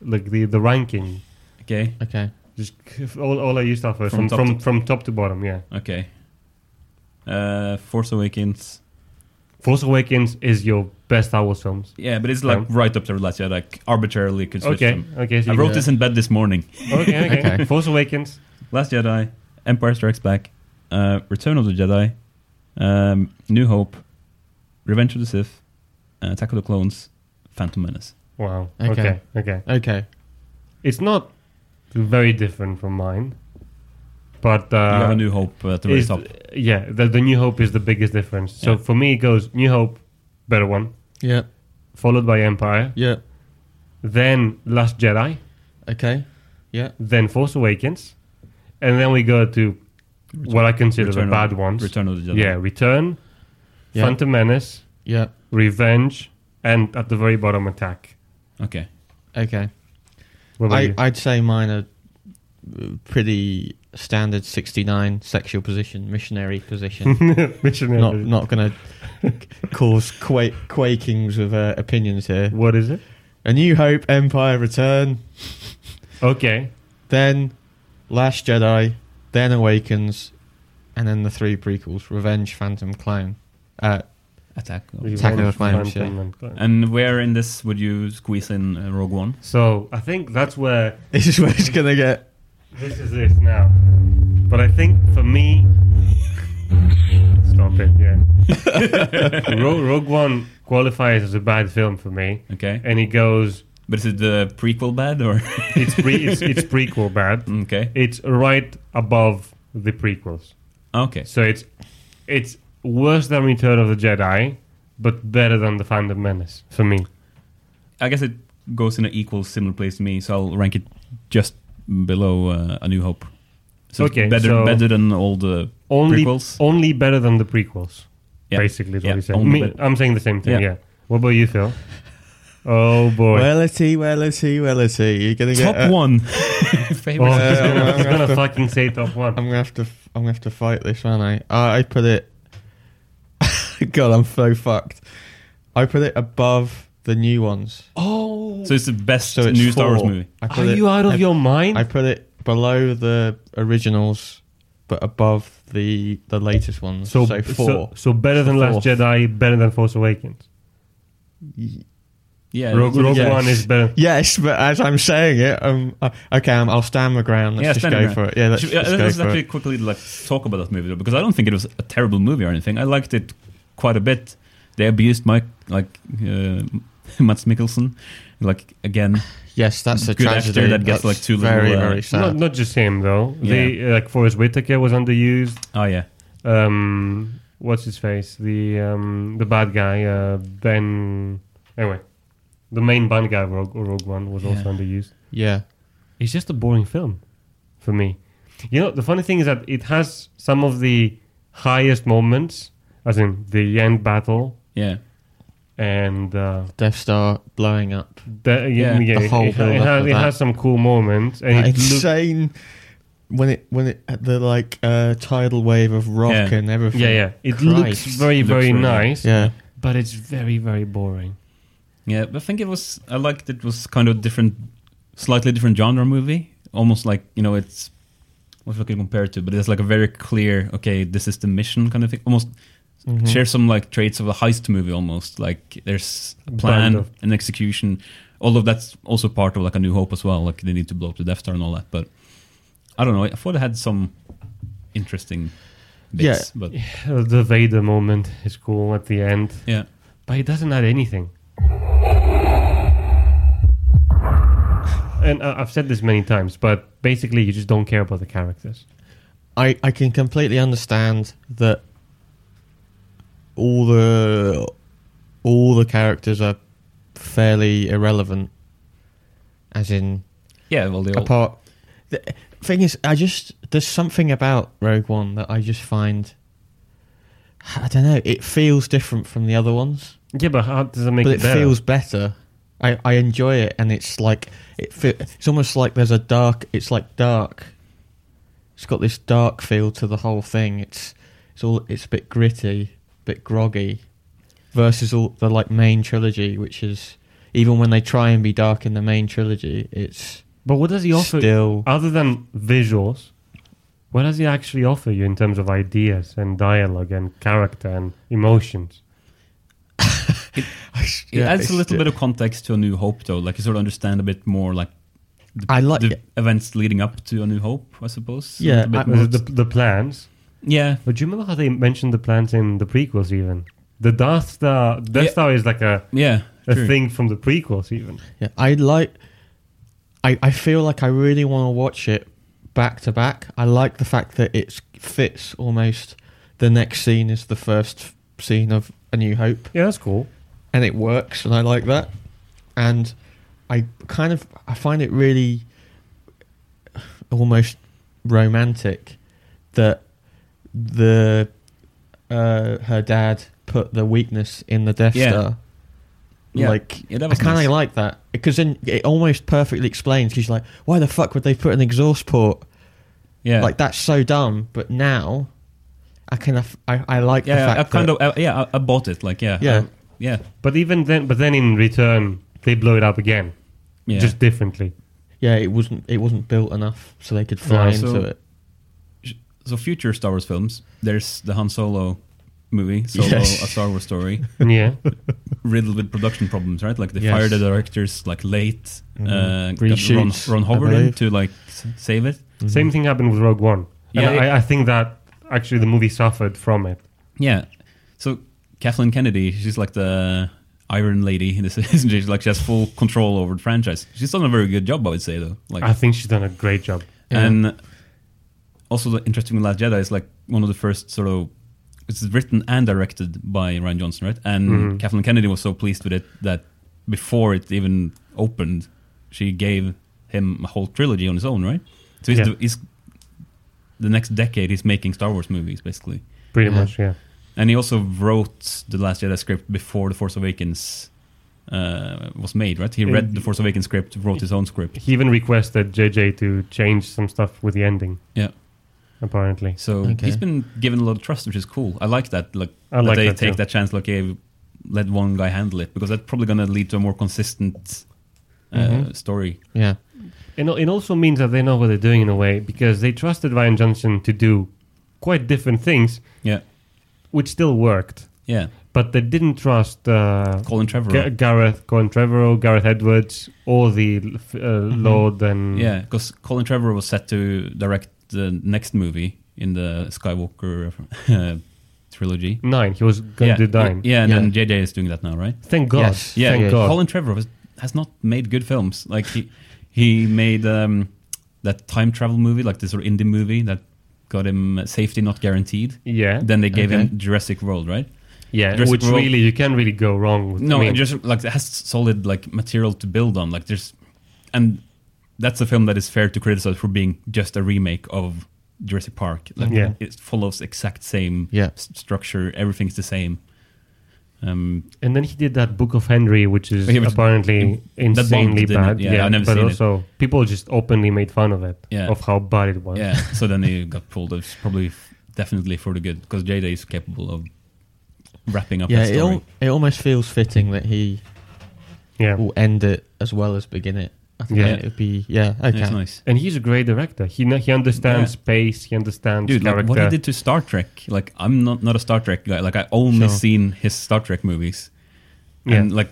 [SPEAKER 3] like the the ranking?
[SPEAKER 1] okay
[SPEAKER 2] Okay.
[SPEAKER 3] Just c- all all of you start first,
[SPEAKER 1] From
[SPEAKER 3] from
[SPEAKER 1] top
[SPEAKER 3] from, from top to bottom. Yeah.
[SPEAKER 1] okay uh, Force Awakens
[SPEAKER 3] Force Awakens is your best Star Wars films.
[SPEAKER 1] yeah but it's like
[SPEAKER 3] Um,
[SPEAKER 1] right up there last year like arbitrarily could switch
[SPEAKER 3] Okay.
[SPEAKER 1] them
[SPEAKER 3] Okay. So
[SPEAKER 1] I
[SPEAKER 3] you-
[SPEAKER 1] wrote this in bed this morning
[SPEAKER 3] Okay. Okay.
[SPEAKER 2] Okay.
[SPEAKER 3] Force Awakens.
[SPEAKER 1] Last Jedi, Empire Strikes Back, uh, Return of the Jedi, um, New Hope, Revenge of the Sith, uh, Attack of the Clones, Phantom Menace.
[SPEAKER 3] Wow.
[SPEAKER 2] Okay.
[SPEAKER 3] Okay. Okay.
[SPEAKER 2] Okay.
[SPEAKER 3] It's not very different from mine, but uh,
[SPEAKER 1] you have a New Hope at the very
[SPEAKER 3] is-
[SPEAKER 1] top.
[SPEAKER 3] Yeah, the, the New Hope is the biggest difference. So
[SPEAKER 1] Yeah.
[SPEAKER 3] for me, it goes New Hope, better one,
[SPEAKER 2] Yeah.
[SPEAKER 3] followed by Empire,
[SPEAKER 2] Yeah.
[SPEAKER 3] then Last Jedi,
[SPEAKER 2] Okay. Yeah.
[SPEAKER 3] then Force Awakens, and then we go to what I consider the bad
[SPEAKER 1] of,
[SPEAKER 3] ones.
[SPEAKER 1] Return of the Jedi.
[SPEAKER 3] Yeah, Return,
[SPEAKER 2] Yeah.
[SPEAKER 3] Phantom Menace,
[SPEAKER 2] Yeah.
[SPEAKER 3] Revenge, and at the very bottom, Attack.
[SPEAKER 1] Okay.
[SPEAKER 2] Okay.
[SPEAKER 3] What about
[SPEAKER 2] I,
[SPEAKER 3] you?
[SPEAKER 2] I'd say mine are uh, pretty standard 69 sexual position, missionary position.
[SPEAKER 3] Missionary.
[SPEAKER 2] not not going to cause qua- quakings of uh, opinions here.
[SPEAKER 3] What is it?
[SPEAKER 2] A New Hope, Empire, Return,
[SPEAKER 3] Okay.
[SPEAKER 2] then Last Jedi, then Awakens, and then the three prequels: Revenge, Phantom, Clown. Uh,
[SPEAKER 1] Attack. of-
[SPEAKER 2] Attack of the
[SPEAKER 3] Revenge,
[SPEAKER 2] Clones,
[SPEAKER 3] Phantom and-
[SPEAKER 1] And where in this would you squeeze in uh, Rogue One?
[SPEAKER 3] So I think that's where
[SPEAKER 2] this is where it's gonna get.
[SPEAKER 3] This is it now. But I think for me. Stop it, yeah. Rogue, Rogue One qualifies as a bad film for me.
[SPEAKER 1] Okay.
[SPEAKER 3] And it goes.
[SPEAKER 1] But is it the prequel bad or?
[SPEAKER 3] It's, pre, it's, it's prequel bad.
[SPEAKER 1] okay.
[SPEAKER 3] It's right above the prequels.
[SPEAKER 1] Okay.
[SPEAKER 3] So it's it's worse than Return of the Jedi, but better than The Phantom Menace for me.
[SPEAKER 1] I guess it goes in an equal, similar place to me, so I'll rank it just below uh, A New Hope. So it's
[SPEAKER 3] Okay,
[SPEAKER 1] better,
[SPEAKER 3] so-
[SPEAKER 1] better than all the
[SPEAKER 3] Only,
[SPEAKER 1] prequels.
[SPEAKER 3] only better than the prequels.
[SPEAKER 1] Yeah.
[SPEAKER 3] Basically, is what
[SPEAKER 1] Yeah,
[SPEAKER 3] you said.
[SPEAKER 1] only
[SPEAKER 3] Me-
[SPEAKER 1] better.
[SPEAKER 3] I'm saying the same thing,
[SPEAKER 1] Yeah.
[SPEAKER 3] yeah. What about you, Phil? Oh, boy.
[SPEAKER 2] Wellity, wellity, wellity. You're gonna get
[SPEAKER 1] Top
[SPEAKER 2] uh,
[SPEAKER 1] one.
[SPEAKER 3] Oh,
[SPEAKER 1] Favorite.
[SPEAKER 2] Uh,
[SPEAKER 3] he's gonna,
[SPEAKER 2] I'm
[SPEAKER 3] he's
[SPEAKER 2] gonna
[SPEAKER 3] gonna
[SPEAKER 2] have to-
[SPEAKER 3] fucking say top one.
[SPEAKER 2] I'm gonna have to. f- I'm gonna have to fight this, aren't I? I, I put it. God, I'm so fucked. I put it above the new ones.
[SPEAKER 3] oh,
[SPEAKER 1] so it's the best
[SPEAKER 2] So it's
[SPEAKER 1] new Star Wars
[SPEAKER 2] four.
[SPEAKER 1] movie.
[SPEAKER 2] I put
[SPEAKER 3] are
[SPEAKER 2] it-
[SPEAKER 3] you out of
[SPEAKER 2] I-
[SPEAKER 3] your mind?
[SPEAKER 2] I put it below the originals, but above the the latest ones. So, four.
[SPEAKER 3] So, so better than
[SPEAKER 2] So
[SPEAKER 3] Last
[SPEAKER 2] four.
[SPEAKER 3] Jedi, better than Force Awakens.
[SPEAKER 1] Yeah.
[SPEAKER 3] Rogue, Rogue
[SPEAKER 2] yes.
[SPEAKER 3] One is better.
[SPEAKER 2] Yes, but as I'm saying it, um, uh, okay, I'm, I'll stand my ground. Let's
[SPEAKER 1] yeah,
[SPEAKER 2] just
[SPEAKER 1] stand
[SPEAKER 2] go
[SPEAKER 1] around.
[SPEAKER 2] for it. Yeah, let's,
[SPEAKER 1] Should-
[SPEAKER 2] let's
[SPEAKER 1] uh,
[SPEAKER 2] go
[SPEAKER 1] let's
[SPEAKER 2] for
[SPEAKER 1] actually
[SPEAKER 2] it.
[SPEAKER 1] quickly like talk about that movie though, because I don't think it was a terrible movie or anything. I liked it quite a bit. They abused Mike, like uh, Mats Mikkelsen, like again.
[SPEAKER 2] Yes, that's a
[SPEAKER 1] Good actor
[SPEAKER 2] tragedy.
[SPEAKER 1] that gets,
[SPEAKER 2] That's
[SPEAKER 1] like, too
[SPEAKER 2] very,
[SPEAKER 1] little, uh,
[SPEAKER 2] very sad.
[SPEAKER 3] Not, not just him though. They, like Forrest Whitaker was underused.
[SPEAKER 1] Oh yeah,
[SPEAKER 3] Um, what's his face? The um, the bad guy. Uh, ben. Anyway, the main bad guy of Rogue, Rogue One was also
[SPEAKER 1] Yeah.
[SPEAKER 3] underused.
[SPEAKER 2] yeah,
[SPEAKER 3] it's just a boring film for me. You know, the funny thing is that it has some of the highest moments, as in the end battle
[SPEAKER 1] yeah.
[SPEAKER 3] and uh,
[SPEAKER 2] Death Star blowing up.
[SPEAKER 3] the,
[SPEAKER 1] Yeah,
[SPEAKER 3] yeah, yeah,
[SPEAKER 2] the
[SPEAKER 3] it-
[SPEAKER 2] whole
[SPEAKER 3] it, ha- it,
[SPEAKER 2] build-up
[SPEAKER 3] has,
[SPEAKER 2] of
[SPEAKER 3] it
[SPEAKER 2] that.
[SPEAKER 3] has some cool moments. And
[SPEAKER 2] That
[SPEAKER 3] it look-
[SPEAKER 2] insane. When it when it at the like uh, tidal wave of rock
[SPEAKER 1] Yeah.
[SPEAKER 2] and everything.
[SPEAKER 3] yeah, yeah, it looks
[SPEAKER 2] Christ.
[SPEAKER 3] very,
[SPEAKER 1] Looks
[SPEAKER 3] very
[SPEAKER 1] really-
[SPEAKER 3] nice,
[SPEAKER 2] yeah.
[SPEAKER 3] but it's very, very boring.
[SPEAKER 1] Yeah, but I think it was. I liked it was kind of different, slightly different genre movie. Almost like you know, it's what we can compare it to, but it's like a very clear. Okay, this is the mission kind of thing. Almost
[SPEAKER 2] Mhm.
[SPEAKER 1] share some like traits of a heist movie. Almost like there's a plan
[SPEAKER 3] Band of-
[SPEAKER 1] and execution. Although that's also part of like a New Hope as well. Like they need to blow up the Death Star and all that. But I don't know. I thought it had some interesting bits.
[SPEAKER 2] Yeah.
[SPEAKER 1] But
[SPEAKER 3] The Vader moment is cool at the end,
[SPEAKER 1] yeah,
[SPEAKER 3] but it doesn't add anything. And I- I've said this many times, but basically, you just don't care about the characters.
[SPEAKER 2] I, I can completely understand that all the all the characters are fairly irrelevant. As in,
[SPEAKER 1] Yeah, well, they all.
[SPEAKER 2] apart. The thing is, I just there's something about Rogue One that I just find. I don't know. It feels different from the other ones,
[SPEAKER 3] Yeah, but how does it make
[SPEAKER 2] but
[SPEAKER 3] it,
[SPEAKER 2] it
[SPEAKER 3] better?
[SPEAKER 2] feels better. I, I enjoy it, and it's like it. Fe- it's almost like there's a dark. It's like dark. It's got this dark feel to the whole thing. It's it's all. It's a bit gritty, bit groggy, versus all the like main trilogy, which is even when they try and be dark in the main trilogy, it's
[SPEAKER 3] But what does he offer
[SPEAKER 2] still
[SPEAKER 3] other than visuals? What does he actually offer you in terms of ideas and dialogue and character and emotions?
[SPEAKER 1] It
[SPEAKER 2] Yeah,
[SPEAKER 1] adds
[SPEAKER 2] it's
[SPEAKER 1] a little
[SPEAKER 2] ju-
[SPEAKER 1] bit of context to A New Hope, though. Like you sort of understand a bit more, like the,
[SPEAKER 2] I like
[SPEAKER 1] the
[SPEAKER 2] it.
[SPEAKER 1] events leading up to A New Hope, I suppose. A
[SPEAKER 2] Yeah,
[SPEAKER 1] little bit
[SPEAKER 2] I-
[SPEAKER 1] more.
[SPEAKER 3] The, the plans.
[SPEAKER 1] yeah,
[SPEAKER 3] But do you remember how they mentioned the plans in the prequels even? The Darth Star, Death
[SPEAKER 1] Yeah.
[SPEAKER 3] Star is like a,
[SPEAKER 1] yeah,
[SPEAKER 3] a
[SPEAKER 1] true.
[SPEAKER 3] thing from the prequels even.
[SPEAKER 2] Yeah, I like. I I feel like I really want to watch it back to back. I like the fact that it fits almost. The next scene is the first scene of A New Hope,
[SPEAKER 3] Yeah, that's cool.
[SPEAKER 2] and it works, and I like that. And I kind of I find it really almost romantic that the uh, her dad put the weakness in the Death
[SPEAKER 1] Yeah.
[SPEAKER 2] Star.
[SPEAKER 1] Yeah.
[SPEAKER 2] Like
[SPEAKER 1] Yeah, that
[SPEAKER 2] I
[SPEAKER 1] was
[SPEAKER 2] kind of
[SPEAKER 1] nice.
[SPEAKER 2] like that because then it almost perfectly explains. She's like, "Why the fuck would they put an exhaust port?
[SPEAKER 1] yeah,
[SPEAKER 2] Like that's so dumb." But now, I kind of I, I like the
[SPEAKER 1] yeah.
[SPEAKER 2] fact
[SPEAKER 1] I kind
[SPEAKER 2] that,
[SPEAKER 1] of, I, yeah, I, I bought it. Like, yeah,
[SPEAKER 2] Yeah.
[SPEAKER 1] I- yeah,
[SPEAKER 3] But even then, but then in return, they blow it up again,
[SPEAKER 1] yeah.
[SPEAKER 3] just differently.
[SPEAKER 2] yeah it wasn't it wasn't built enough so they could fly
[SPEAKER 1] Yeah,
[SPEAKER 2] into
[SPEAKER 1] so-
[SPEAKER 2] it.
[SPEAKER 1] so future Star Wars films. There's the Han Solo movie, Solo:
[SPEAKER 2] Yes.
[SPEAKER 1] A Star Wars Story,
[SPEAKER 3] yeah.
[SPEAKER 1] riddled with production problems, right? Like they
[SPEAKER 2] Yes.
[SPEAKER 1] fired the directors like late. Uh, got
[SPEAKER 2] Reshoots,
[SPEAKER 1] Ron, Ron
[SPEAKER 2] I
[SPEAKER 1] Howard in
[SPEAKER 2] believe.
[SPEAKER 1] to like s- save it.
[SPEAKER 2] Mm-hmm.
[SPEAKER 3] Same thing happened with Rogue One.
[SPEAKER 1] Yeah,
[SPEAKER 3] and
[SPEAKER 1] it-
[SPEAKER 3] I, I think that actually the movie suffered from it.
[SPEAKER 1] Yeah. So Kathleen Kennedy, she's like the Iron Lady in this, isn't she? She's like she has full control over the franchise. She's done a very good job, I would say, though. Like,
[SPEAKER 3] I think she's done a great job.
[SPEAKER 2] Yeah.
[SPEAKER 1] and also the interesting Last Jedi is like one of the first sort of. It's written and directed by Ryan Johnson, right? And Kathleen Kennedy was so pleased with it that before it even opened, she gave him a whole trilogy on his own, right? So he's,
[SPEAKER 3] Yeah.
[SPEAKER 1] the, he's the next decade he's making Star Wars movies, basically.
[SPEAKER 3] Pretty
[SPEAKER 2] Yeah.
[SPEAKER 3] much, yeah.
[SPEAKER 1] And he also wrote the Last Jedi script before the Force Awakens uh, was made, right? He read the Force Awakens script, wrote his own script.
[SPEAKER 3] He even requested JJ to change some stuff with the ending,
[SPEAKER 1] Yeah.
[SPEAKER 3] apparently.
[SPEAKER 1] So
[SPEAKER 2] Okay.
[SPEAKER 1] he's been given a lot of trust, which is cool. I like that. Like
[SPEAKER 3] I like
[SPEAKER 1] that they
[SPEAKER 3] that
[SPEAKER 1] take
[SPEAKER 3] too.
[SPEAKER 1] that chance. Like, hey, let one guy handle it because that's probably going to lead to a more consistent uh,
[SPEAKER 3] Mm-hmm.
[SPEAKER 2] Mhm.
[SPEAKER 1] story.
[SPEAKER 2] Yeah,
[SPEAKER 3] And it also means that they know what they're doing in a way because they trusted Ryan Johnson to do quite different things,
[SPEAKER 1] Yeah,
[SPEAKER 3] which still worked.
[SPEAKER 1] yeah.
[SPEAKER 3] But they didn't trust uh,
[SPEAKER 1] Colin Trevorrow.
[SPEAKER 3] Ga- Gareth Colin Trevorrow, Gareth Edwards, or the uh, Lord and
[SPEAKER 1] Mm-hmm. Yeah, because Colin Trevorrow was set to direct the next movie in the Skywalker uh, trilogy.
[SPEAKER 3] Nine. He was going
[SPEAKER 1] yeah,
[SPEAKER 3] to do nine.
[SPEAKER 1] yeah, and
[SPEAKER 2] Yeah.
[SPEAKER 1] then JJ is doing that now, right?
[SPEAKER 3] Thank God.
[SPEAKER 2] Yes.
[SPEAKER 1] Yeah,
[SPEAKER 3] Thank God.
[SPEAKER 1] Colin Trevorrow has, has not made good films. Like he he made um, that time travel movie, like this sort of indie movie that got him uh, Safety Not Guaranteed.
[SPEAKER 3] yeah.
[SPEAKER 1] Then they gave
[SPEAKER 2] Okay.
[SPEAKER 1] him Jurassic World, right?
[SPEAKER 3] Yeah,
[SPEAKER 1] Jurassic
[SPEAKER 3] which
[SPEAKER 1] World-
[SPEAKER 3] really you can't really go wrong with.
[SPEAKER 1] No,
[SPEAKER 3] I mean,
[SPEAKER 1] it just like it has solid like material to build on. Like there's, and that's a film that is fair to criticize for being just a remake of Jurassic Park. Like,
[SPEAKER 3] Yeah.
[SPEAKER 1] it follows exact same
[SPEAKER 2] Yeah.
[SPEAKER 1] s- structure. Everything's the same. Um,
[SPEAKER 3] and then he did that Book of Henry, which is
[SPEAKER 1] Yeah, which-
[SPEAKER 3] apparently
[SPEAKER 1] that
[SPEAKER 3] insanely
[SPEAKER 1] bombed, didn't
[SPEAKER 3] bad.
[SPEAKER 1] it? Yeah, I've never
[SPEAKER 3] but
[SPEAKER 1] seen it.
[SPEAKER 3] also people just openly made fun of it,
[SPEAKER 1] Yeah.
[SPEAKER 3] of how bad it was.
[SPEAKER 1] yeah. so then he got pulled. It's probably f- definitely for the good because Jada is capable of wrapping up.
[SPEAKER 2] yeah.
[SPEAKER 1] that
[SPEAKER 2] It
[SPEAKER 1] story.
[SPEAKER 2] al- it almost feels fitting that he
[SPEAKER 3] Yeah.
[SPEAKER 2] will end it as well as begin it. I think
[SPEAKER 3] Yeah.
[SPEAKER 2] it would be yeah okay.
[SPEAKER 1] It's nice.
[SPEAKER 3] and he's a great director. He kn- he understands
[SPEAKER 1] Yeah.
[SPEAKER 3] space. He understands
[SPEAKER 1] Dude, like
[SPEAKER 3] character.
[SPEAKER 1] what he did to Star Trek, like I'm not not a Star Trek guy. Like I only
[SPEAKER 2] Sure.
[SPEAKER 1] seen his Star Trek movies,
[SPEAKER 3] Yeah.
[SPEAKER 1] and like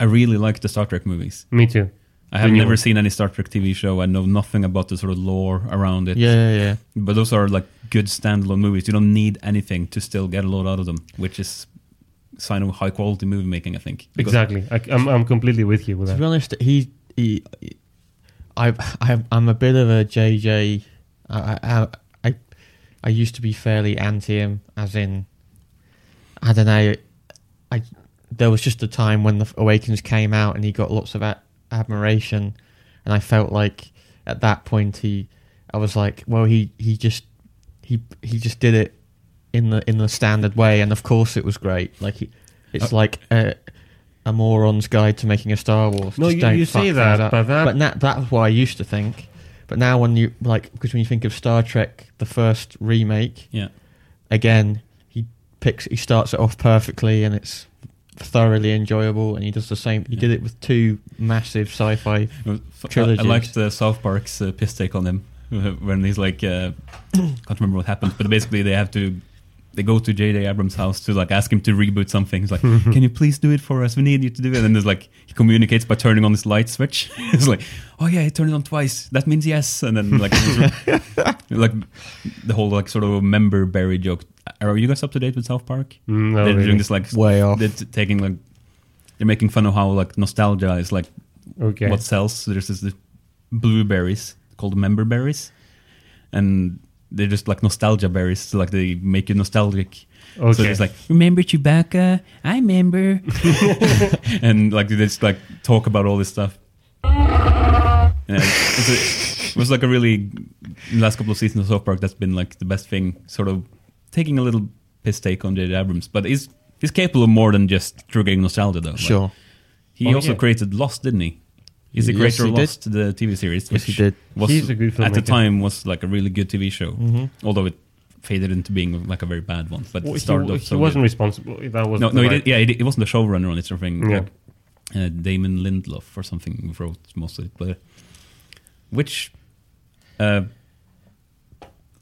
[SPEAKER 1] I really like the Star Trek movies.
[SPEAKER 3] Me too.
[SPEAKER 1] I have
[SPEAKER 3] new
[SPEAKER 1] never
[SPEAKER 3] one.
[SPEAKER 1] seen any Star Trek TV show. I know nothing about the sort of lore around it.
[SPEAKER 2] Yeah, yeah, yeah.
[SPEAKER 1] but those are like good standalone movies. You don't need anything to still get a lot out of them, which is sign of high quality movie making. I think Because-
[SPEAKER 3] Exactly. I, am I'm completely with you with
[SPEAKER 2] To be
[SPEAKER 3] that.
[SPEAKER 2] honest, he, he I, I, I'm a bit of a JJ. I, I, I, I used to be fairly anti him, as in, I don't know. I there was just a time when the Awakens came out and he got lots of a- admiration, and I felt like at that point he, I was like, well, he he just he he just did it in the in the standard way, and of course it was great. Like he, it's
[SPEAKER 3] Uh,
[SPEAKER 2] like a, a moron's guide to making a Star Wars.
[SPEAKER 3] No,
[SPEAKER 2] Just
[SPEAKER 3] you-
[SPEAKER 2] don't
[SPEAKER 3] you
[SPEAKER 2] fuck
[SPEAKER 3] say
[SPEAKER 2] things
[SPEAKER 3] that,
[SPEAKER 2] up.
[SPEAKER 3] but that-
[SPEAKER 2] but na- that's what I used to think. But now when you like, because when you think of Star Trek, the first remake,
[SPEAKER 1] Yeah.
[SPEAKER 2] again, he picks he starts it off perfectly and it's thoroughly enjoyable and he does the same he did it with two massive sci-fi
[SPEAKER 1] It was- I, I
[SPEAKER 2] Trilogies.
[SPEAKER 1] liked uh, South Park's uh, piss take on him when he's like, uh, can't remember what happens, but basically they have to. They go to J.J. Abrams' house to like ask him to reboot something. He's like, "Can you please do it for us? We need you to do it." And there's like he communicates by turning on this light switch. it's like, "Oh yeah, he turned it on twice. That means yes." And then like, like the whole like sort of member berry joke. Are you guys up to date with South Park?
[SPEAKER 3] Mm, No,
[SPEAKER 1] they're
[SPEAKER 3] really.
[SPEAKER 1] doing this like
[SPEAKER 2] Way off.
[SPEAKER 1] They're t- taking like they're making fun of how like nostalgia is like
[SPEAKER 3] Okay.
[SPEAKER 1] what sells. So there's this, this blueberries called member berries, and they're just like nostalgia berries. So like they make you nostalgic. So
[SPEAKER 3] Okay.
[SPEAKER 1] it's like remember Chewbacca? I remember. and like they just like talk about all this stuff. Yeah, it's a- it was like a really the last couple of seasons of South Park that's been like the best thing. Sort of taking a little piss take on J.J. Abrams, but he's he's capable of more than just triggering nostalgia though. Like,
[SPEAKER 2] sure
[SPEAKER 1] he
[SPEAKER 3] Oh,
[SPEAKER 1] also
[SPEAKER 3] yeah.
[SPEAKER 1] created Lost, didn't he? He's the
[SPEAKER 2] Yes,
[SPEAKER 1] creator
[SPEAKER 2] he
[SPEAKER 1] of
[SPEAKER 2] did.
[SPEAKER 1] Lost, the TV series.
[SPEAKER 2] Yes,
[SPEAKER 1] Which
[SPEAKER 2] he did.
[SPEAKER 1] Was,
[SPEAKER 3] He's a good
[SPEAKER 1] At the
[SPEAKER 3] filmmaker.
[SPEAKER 1] time, was like a really good TV show, although it faded into being like a very bad one. But
[SPEAKER 3] Well,
[SPEAKER 1] it started
[SPEAKER 3] he,
[SPEAKER 1] off
[SPEAKER 3] he
[SPEAKER 1] so
[SPEAKER 3] wasn't
[SPEAKER 1] good.
[SPEAKER 3] responsible. That was
[SPEAKER 1] No, no, he did, yeah, he, did, he wasn't the showrunner on it or something.
[SPEAKER 3] Yeah.
[SPEAKER 1] Like, uh, Damon Lindelof or something wrote most of it, but which, uh,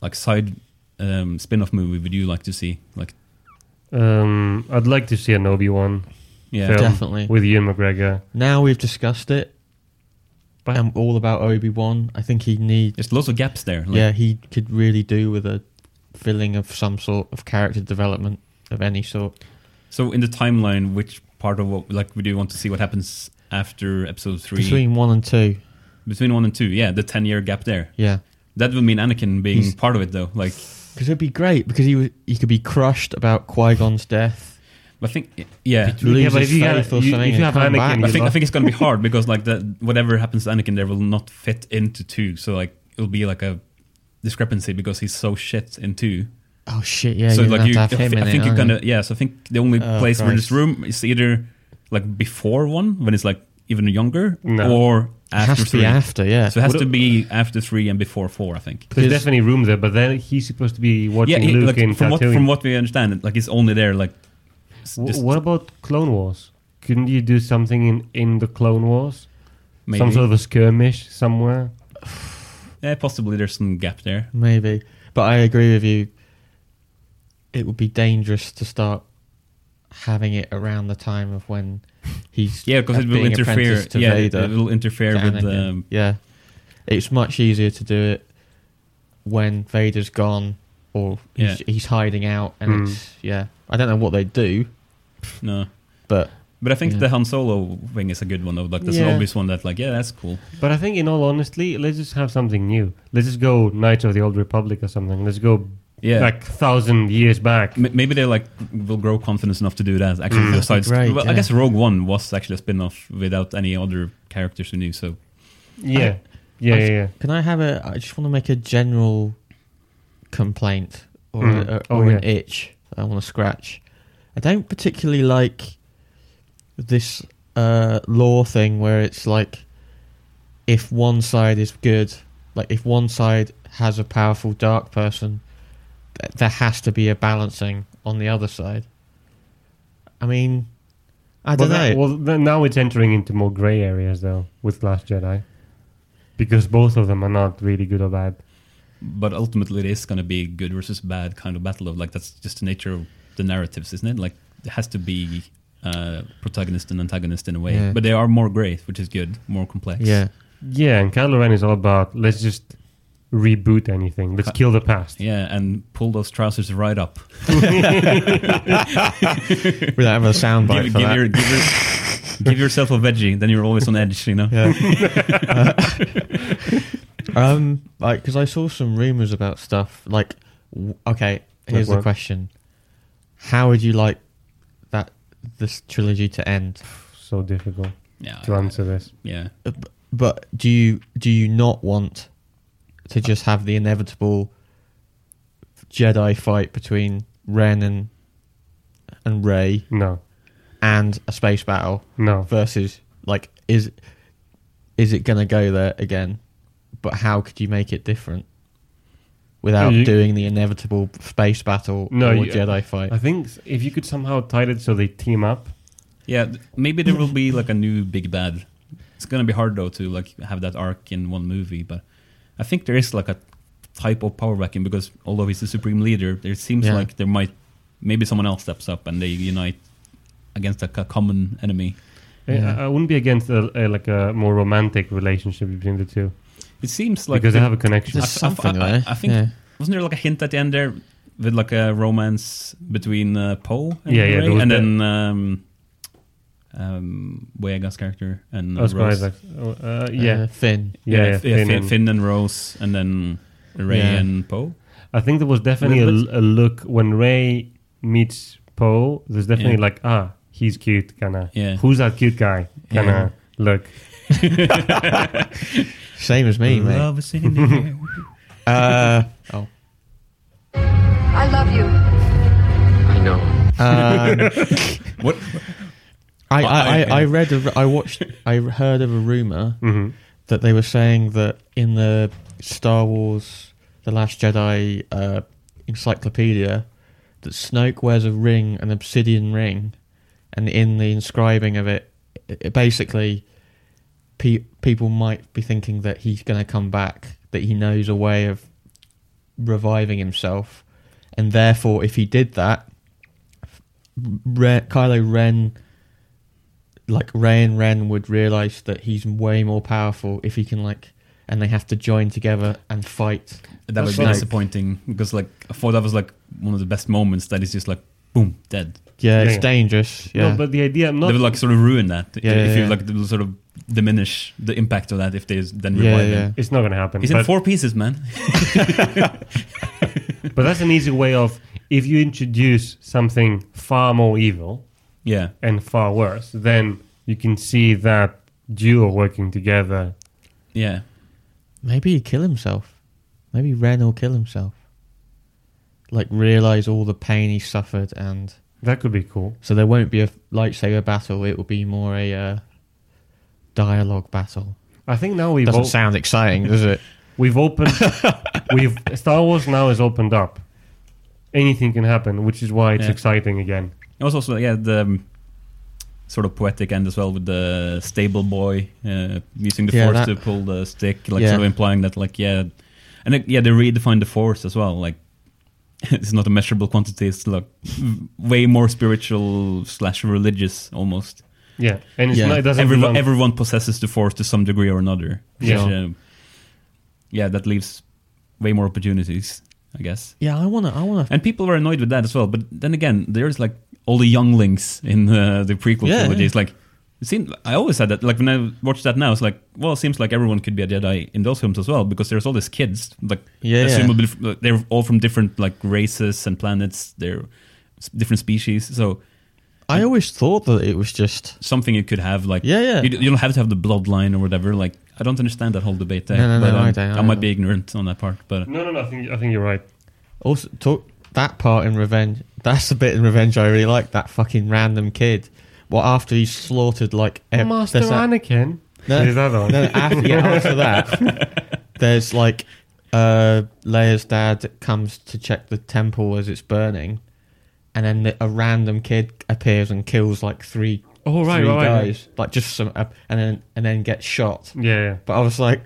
[SPEAKER 1] like side um, spin-off movie would you like to see? Like,
[SPEAKER 3] Um, I'd like to see an Obi Wan
[SPEAKER 1] yeah,
[SPEAKER 3] film
[SPEAKER 2] Definitely.
[SPEAKER 3] with Ian McGregor.
[SPEAKER 2] now we've discussed it
[SPEAKER 3] But-
[SPEAKER 2] i'm all about obi-wan i think he needs
[SPEAKER 1] there's lots of gaps there. Like,
[SPEAKER 2] yeah he could really do with a filling of some sort of character development of any sort
[SPEAKER 1] So in the timeline, which part of what like we do want to see what happens after episode three
[SPEAKER 2] between one and two
[SPEAKER 1] Between one and two? Yeah, the ten year gap there.
[SPEAKER 2] yeah
[SPEAKER 1] That would mean Anakin being
[SPEAKER 2] He's-
[SPEAKER 1] part of it though. Like
[SPEAKER 2] because it'd be great because he was, he could be crushed about Qui-Gon's death
[SPEAKER 1] I think yeah.
[SPEAKER 2] Lose
[SPEAKER 3] yeah, but
[SPEAKER 2] his
[SPEAKER 3] if you,
[SPEAKER 2] faith
[SPEAKER 3] have-
[SPEAKER 2] or
[SPEAKER 3] you-
[SPEAKER 2] something
[SPEAKER 3] if you
[SPEAKER 2] and
[SPEAKER 3] have
[SPEAKER 2] come
[SPEAKER 3] Anakin,
[SPEAKER 2] back.
[SPEAKER 3] you
[SPEAKER 1] I think I
[SPEAKER 3] lost-
[SPEAKER 1] think it's gonna be hard because like that whatever happens to Anakin there will not fit into two. So like it'll be like a discrepancy because he's so shit in two.
[SPEAKER 2] oh shit yeah
[SPEAKER 1] so
[SPEAKER 2] you're
[SPEAKER 1] like
[SPEAKER 2] gonna
[SPEAKER 1] you, I,
[SPEAKER 2] have to have
[SPEAKER 1] thi-
[SPEAKER 2] him in
[SPEAKER 1] I
[SPEAKER 2] it,
[SPEAKER 1] think you're
[SPEAKER 2] aren't you?
[SPEAKER 1] gonna yeah. So I think the only
[SPEAKER 2] Oh,
[SPEAKER 1] place where this
[SPEAKER 2] Christ.
[SPEAKER 1] room is either like before one when it's like even younger
[SPEAKER 3] No.
[SPEAKER 1] or
[SPEAKER 2] It
[SPEAKER 1] after
[SPEAKER 2] has to
[SPEAKER 1] three.
[SPEAKER 2] be after yeah
[SPEAKER 1] So it has
[SPEAKER 3] Would
[SPEAKER 1] to
[SPEAKER 3] it-
[SPEAKER 1] be after three and before four, I think.
[SPEAKER 3] there's
[SPEAKER 2] because-
[SPEAKER 3] definitely room there, but then he's supposed to be watching
[SPEAKER 1] he-
[SPEAKER 3] Luke
[SPEAKER 1] like,
[SPEAKER 3] in
[SPEAKER 1] from what
[SPEAKER 3] Tatooine.
[SPEAKER 1] from what we understand, like it's only there like s-
[SPEAKER 3] W-
[SPEAKER 1] just
[SPEAKER 3] what about Clone Wars? Couldn't you do something in, in the Clone Wars?
[SPEAKER 1] maybe
[SPEAKER 3] Some sort of a skirmish somewhere?
[SPEAKER 1] yeah, possibly there's some gap there.
[SPEAKER 2] Maybe, but I agree with you. It would be dangerous to start having it around the time of when he's uh,
[SPEAKER 1] Yeah, because it will
[SPEAKER 2] being
[SPEAKER 1] interfere.
[SPEAKER 2] apprenticed to
[SPEAKER 1] Yeah,
[SPEAKER 2] Vader,
[SPEAKER 1] it will interfere
[SPEAKER 2] to
[SPEAKER 1] with
[SPEAKER 2] Anakin.
[SPEAKER 1] um,
[SPEAKER 2] yeah. It's much easier to do it when Vader's gone or he's, he's hiding out, and
[SPEAKER 3] Mm.
[SPEAKER 2] it's yeah. I don't know what they do,
[SPEAKER 1] no.
[SPEAKER 2] but
[SPEAKER 1] But I think
[SPEAKER 2] Yeah.
[SPEAKER 1] the Han Solo thing is a good one though. Like that's an
[SPEAKER 2] Yeah.
[SPEAKER 1] obvious one that like yeah, that's cool.
[SPEAKER 3] But I think, in all honesty, let's just have something new. Let's just go Knights of the Old Republic or something. Let's go
[SPEAKER 1] Yeah.
[SPEAKER 3] like thousand years back.
[SPEAKER 1] M- Maybe they like will grow confidence enough to do that.
[SPEAKER 3] Mm.
[SPEAKER 1] Actually, the side.
[SPEAKER 2] great,
[SPEAKER 1] well, I
[SPEAKER 2] yeah.
[SPEAKER 1] guess Rogue One was actually a spin-off without any other characters we knew. So
[SPEAKER 3] Yeah, yeah,
[SPEAKER 2] I-
[SPEAKER 3] yeah. yeah.
[SPEAKER 2] Can I have a? I just want to make a general complaint or,
[SPEAKER 3] Mm.
[SPEAKER 2] a,
[SPEAKER 3] Oh,
[SPEAKER 2] or an
[SPEAKER 3] yeah.
[SPEAKER 2] itch that I want to scratch. I don't particularly like this uh, law thing where it's like if one side is good, like if one side has a powerful dark person, th- there has to be a balancing on the other side. I mean, I
[SPEAKER 3] Well,
[SPEAKER 2] don't know.
[SPEAKER 3] that- well, th- now it's entering into more grey areas though with Last Jedi, because both of them are not really good or bad.
[SPEAKER 1] but ultimately it is going to be good versus bad kind of battle of like that's just the nature of the narratives isn't it like it has to be uh, protagonist and antagonist in a way
[SPEAKER 2] Yeah.
[SPEAKER 1] but they are more great which is good more complex
[SPEAKER 2] yeah,
[SPEAKER 3] Yeah, and Kylo Ren is all about let's just reboot anything. Let's kill the past.
[SPEAKER 1] yeah and pull those trousers right up
[SPEAKER 2] without having a soundbite
[SPEAKER 1] give,
[SPEAKER 2] for
[SPEAKER 1] give
[SPEAKER 2] that.
[SPEAKER 1] your, give, your, give yourself a veggie then you're always on edge you know
[SPEAKER 2] Yeah. um, like because I saw some rumors about stuff. Like, w- okay, here's the
[SPEAKER 3] what?
[SPEAKER 2] question: How would you like this trilogy to end.
[SPEAKER 3] So difficult
[SPEAKER 1] Yeah,
[SPEAKER 3] to answer this.
[SPEAKER 1] yeah.
[SPEAKER 2] Uh, b- But do you do you not want to just have the inevitable Jedi fight between Ren and and Rey
[SPEAKER 3] No,
[SPEAKER 2] and a space battle
[SPEAKER 3] no.
[SPEAKER 2] versus like is is it gonna go there again? But how could you make it different without
[SPEAKER 3] You-
[SPEAKER 2] doing the inevitable space battle
[SPEAKER 3] No,
[SPEAKER 2] or
[SPEAKER 3] you-
[SPEAKER 2] Jedi fight?
[SPEAKER 3] I think s- if you could somehow tie it so they team up.
[SPEAKER 1] Yeah, th- maybe there will be like a new big bad. It's gonna be hard though to like have that arc in one movie, but I think there is like a type of power vacuum because although he's the supreme leader, there seems
[SPEAKER 2] Yeah.
[SPEAKER 1] like there might maybe someone else steps up and they unite against like a common enemy.
[SPEAKER 3] I-
[SPEAKER 2] Yeah.
[SPEAKER 3] I, I wouldn't be against a, a, like a more romantic relationship between the two
[SPEAKER 1] It seems like
[SPEAKER 3] because they
[SPEAKER 1] there-
[SPEAKER 3] have a connection.
[SPEAKER 2] There's
[SPEAKER 1] I- I-
[SPEAKER 2] something
[SPEAKER 1] I-
[SPEAKER 2] there.
[SPEAKER 1] I think-
[SPEAKER 2] yeah.
[SPEAKER 1] wasn't there like a hint at the end there with like a romance between uh, Poe and
[SPEAKER 3] Yeah, yeah,
[SPEAKER 1] Ray?
[SPEAKER 3] there was
[SPEAKER 1] and
[SPEAKER 3] that-
[SPEAKER 1] then um, um, Boyega's character and uh,
[SPEAKER 3] Oscar
[SPEAKER 1] Rose.
[SPEAKER 3] Isaac. Oh, Uh, yeah.
[SPEAKER 2] Uh, Finn.
[SPEAKER 3] yeah, yeah,
[SPEAKER 1] Finn,
[SPEAKER 3] Finn
[SPEAKER 1] Finn,
[SPEAKER 3] and-
[SPEAKER 1] and Rose, and then Ray
[SPEAKER 2] Yeah.
[SPEAKER 1] and Poe.
[SPEAKER 3] I think there was definitely
[SPEAKER 1] Little
[SPEAKER 3] a, a look when Ray meets Poe. There's definitely
[SPEAKER 1] Yeah.
[SPEAKER 3] like, ah, he's cute, kind of.
[SPEAKER 1] Yeah.
[SPEAKER 3] Who's that cute guy? Kind of
[SPEAKER 2] Yeah.
[SPEAKER 3] look.
[SPEAKER 2] Same as me, mate.
[SPEAKER 1] Love is in the air.
[SPEAKER 2] Uh, oh.
[SPEAKER 4] I love you.
[SPEAKER 5] I know.
[SPEAKER 2] Um,
[SPEAKER 1] What?
[SPEAKER 2] I, I, I,
[SPEAKER 1] Okay.
[SPEAKER 2] I read, a, I watched, I heard of a rumor
[SPEAKER 3] hmm
[SPEAKER 2] that they were saying that in the Star Wars, the Last Jedi uh, encyclopedia, that Snoke wears a ring, an obsidian ring, and in the inscribing of it, it basically, pe- people might be thinking that he's going to come back, that he knows a way of reviving himself, and therefore, if he did that, Re- Kylo Ren like Ray and Ren would realize that he's way more powerful if he can like, and they have to join together and fight.
[SPEAKER 1] That was
[SPEAKER 3] That's right.
[SPEAKER 1] disappointing because, like, I thought that was like one of the best moments. That is just like boom, dead.
[SPEAKER 2] Yeah,
[SPEAKER 3] Yeah,
[SPEAKER 2] it's
[SPEAKER 3] yeah.
[SPEAKER 2] dangerous. Yeah,
[SPEAKER 3] No, but the
[SPEAKER 1] they
[SPEAKER 3] idea, not
[SPEAKER 1] would like sort of ruin that
[SPEAKER 2] Yeah,
[SPEAKER 1] if
[SPEAKER 2] yeah,
[SPEAKER 1] you
[SPEAKER 2] yeah.
[SPEAKER 1] like they'll sort of diminish the impact of that if they then
[SPEAKER 2] yeah,
[SPEAKER 1] revive
[SPEAKER 2] yeah.
[SPEAKER 1] him.
[SPEAKER 3] it's not going to happen.
[SPEAKER 1] He's
[SPEAKER 3] but,
[SPEAKER 1] in four pieces, man.
[SPEAKER 3] but that's an easy way of if you introduce something far more evil
[SPEAKER 1] yeah,
[SPEAKER 3] and far worse, then you can see that duo working together.
[SPEAKER 1] yeah.
[SPEAKER 2] Maybe he kill himself. Maybe Ren will kill himself. Like realize all the pain he suffered, and
[SPEAKER 3] That could be cool.
[SPEAKER 2] so there won't be a lightsaber battle. It will be more a uh, dialogue battle.
[SPEAKER 3] I think now we've
[SPEAKER 2] Doesn't
[SPEAKER 3] all,
[SPEAKER 2] sound exciting, does it?
[SPEAKER 3] We've opened. we've Star Wars now is opened up. Anything can happen, which is why it's
[SPEAKER 1] Yeah.
[SPEAKER 3] exciting again.
[SPEAKER 1] It was also yeah the um, sort of poetic end as well with the stable boy uh, using the
[SPEAKER 2] Yeah,
[SPEAKER 1] force
[SPEAKER 2] that-
[SPEAKER 1] to pull the stick, like
[SPEAKER 2] Yeah.
[SPEAKER 1] sort of implying that like yeah, and like, yeah they redefined the force as well. Like it's not a measurable quantity; it's like w- way more spiritual slash religious almost.
[SPEAKER 3] Yeah, and it's
[SPEAKER 2] Yeah.
[SPEAKER 3] Not, it doesn't
[SPEAKER 1] Everyone
[SPEAKER 3] belong-
[SPEAKER 1] everyone possesses the force to some degree or another. which,
[SPEAKER 3] Yeah.
[SPEAKER 1] um, yeah, that leaves way more opportunities, I guess.
[SPEAKER 2] Yeah, I wanna, I wanna.
[SPEAKER 1] And people were annoyed with that as well. But then again, there's like all the younglings in uh, the prequel
[SPEAKER 2] Yeah,
[SPEAKER 1] trilogy.
[SPEAKER 2] yeah.
[SPEAKER 1] It's like, it seemed, I always said that. Like when I watch that now, it's like, well, it seems like everyone could be a Jedi in those films as well because there's all these kids. Like,
[SPEAKER 2] Yeah, yeah.
[SPEAKER 1] assumably, f- they're all from different like races and planets. They're s- different species. So
[SPEAKER 2] I always thought that it was just
[SPEAKER 1] something you could have like,
[SPEAKER 2] Yeah, yeah.
[SPEAKER 1] You, d- you don't have to have the bloodline or whatever. Like, I don't understand that whole debate there.
[SPEAKER 2] No, no, no,
[SPEAKER 1] but, um,
[SPEAKER 2] I don't, I
[SPEAKER 1] I might
[SPEAKER 2] don't.
[SPEAKER 1] be ignorant on that part, but.
[SPEAKER 3] No, no, no. I think I think you're right.
[SPEAKER 2] Also, talk that part in Revenge. That's the bit in Revenge I really like. That fucking random kid. Well, after he's slaughtered like ev-
[SPEAKER 3] Master
[SPEAKER 2] there's that-
[SPEAKER 3] Anakin.
[SPEAKER 2] No.
[SPEAKER 3] Is that on?
[SPEAKER 2] no, no, after, yeah, after that, there's like uh, Leia's dad comes to check the temple as it's burning, and then the, a random kid appears and kills like three,
[SPEAKER 3] Oh right,
[SPEAKER 2] three
[SPEAKER 3] right, right.
[SPEAKER 2] guys, like just some, uh, and then and then gets shot.
[SPEAKER 3] Yeah, yeah.
[SPEAKER 2] But I was like,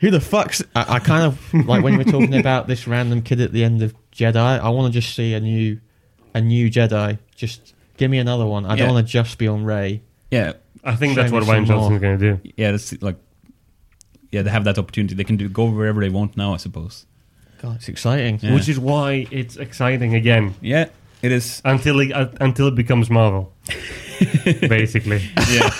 [SPEAKER 2] who the fuck's. I, I kind of. Like when we're talking about this random kid at the end of Jedi, I want to just see a new a new Jedi. Just give me another one. I
[SPEAKER 1] Yeah.
[SPEAKER 2] don't want to just be on Ray.
[SPEAKER 1] Yeah,
[SPEAKER 3] I think that's
[SPEAKER 2] Show me
[SPEAKER 3] what Ryan
[SPEAKER 2] some
[SPEAKER 3] Johnson's
[SPEAKER 2] more.
[SPEAKER 3] going to do.
[SPEAKER 1] yeah, that's like, yeah, they have that opportunity. They can do go wherever they want now, I suppose.
[SPEAKER 2] God, it's exciting.
[SPEAKER 1] Yeah.
[SPEAKER 3] Which is why it's exciting again
[SPEAKER 1] Yeah, it is.
[SPEAKER 3] until it, uh, until it becomes Marvel, basically.
[SPEAKER 1] Yeah,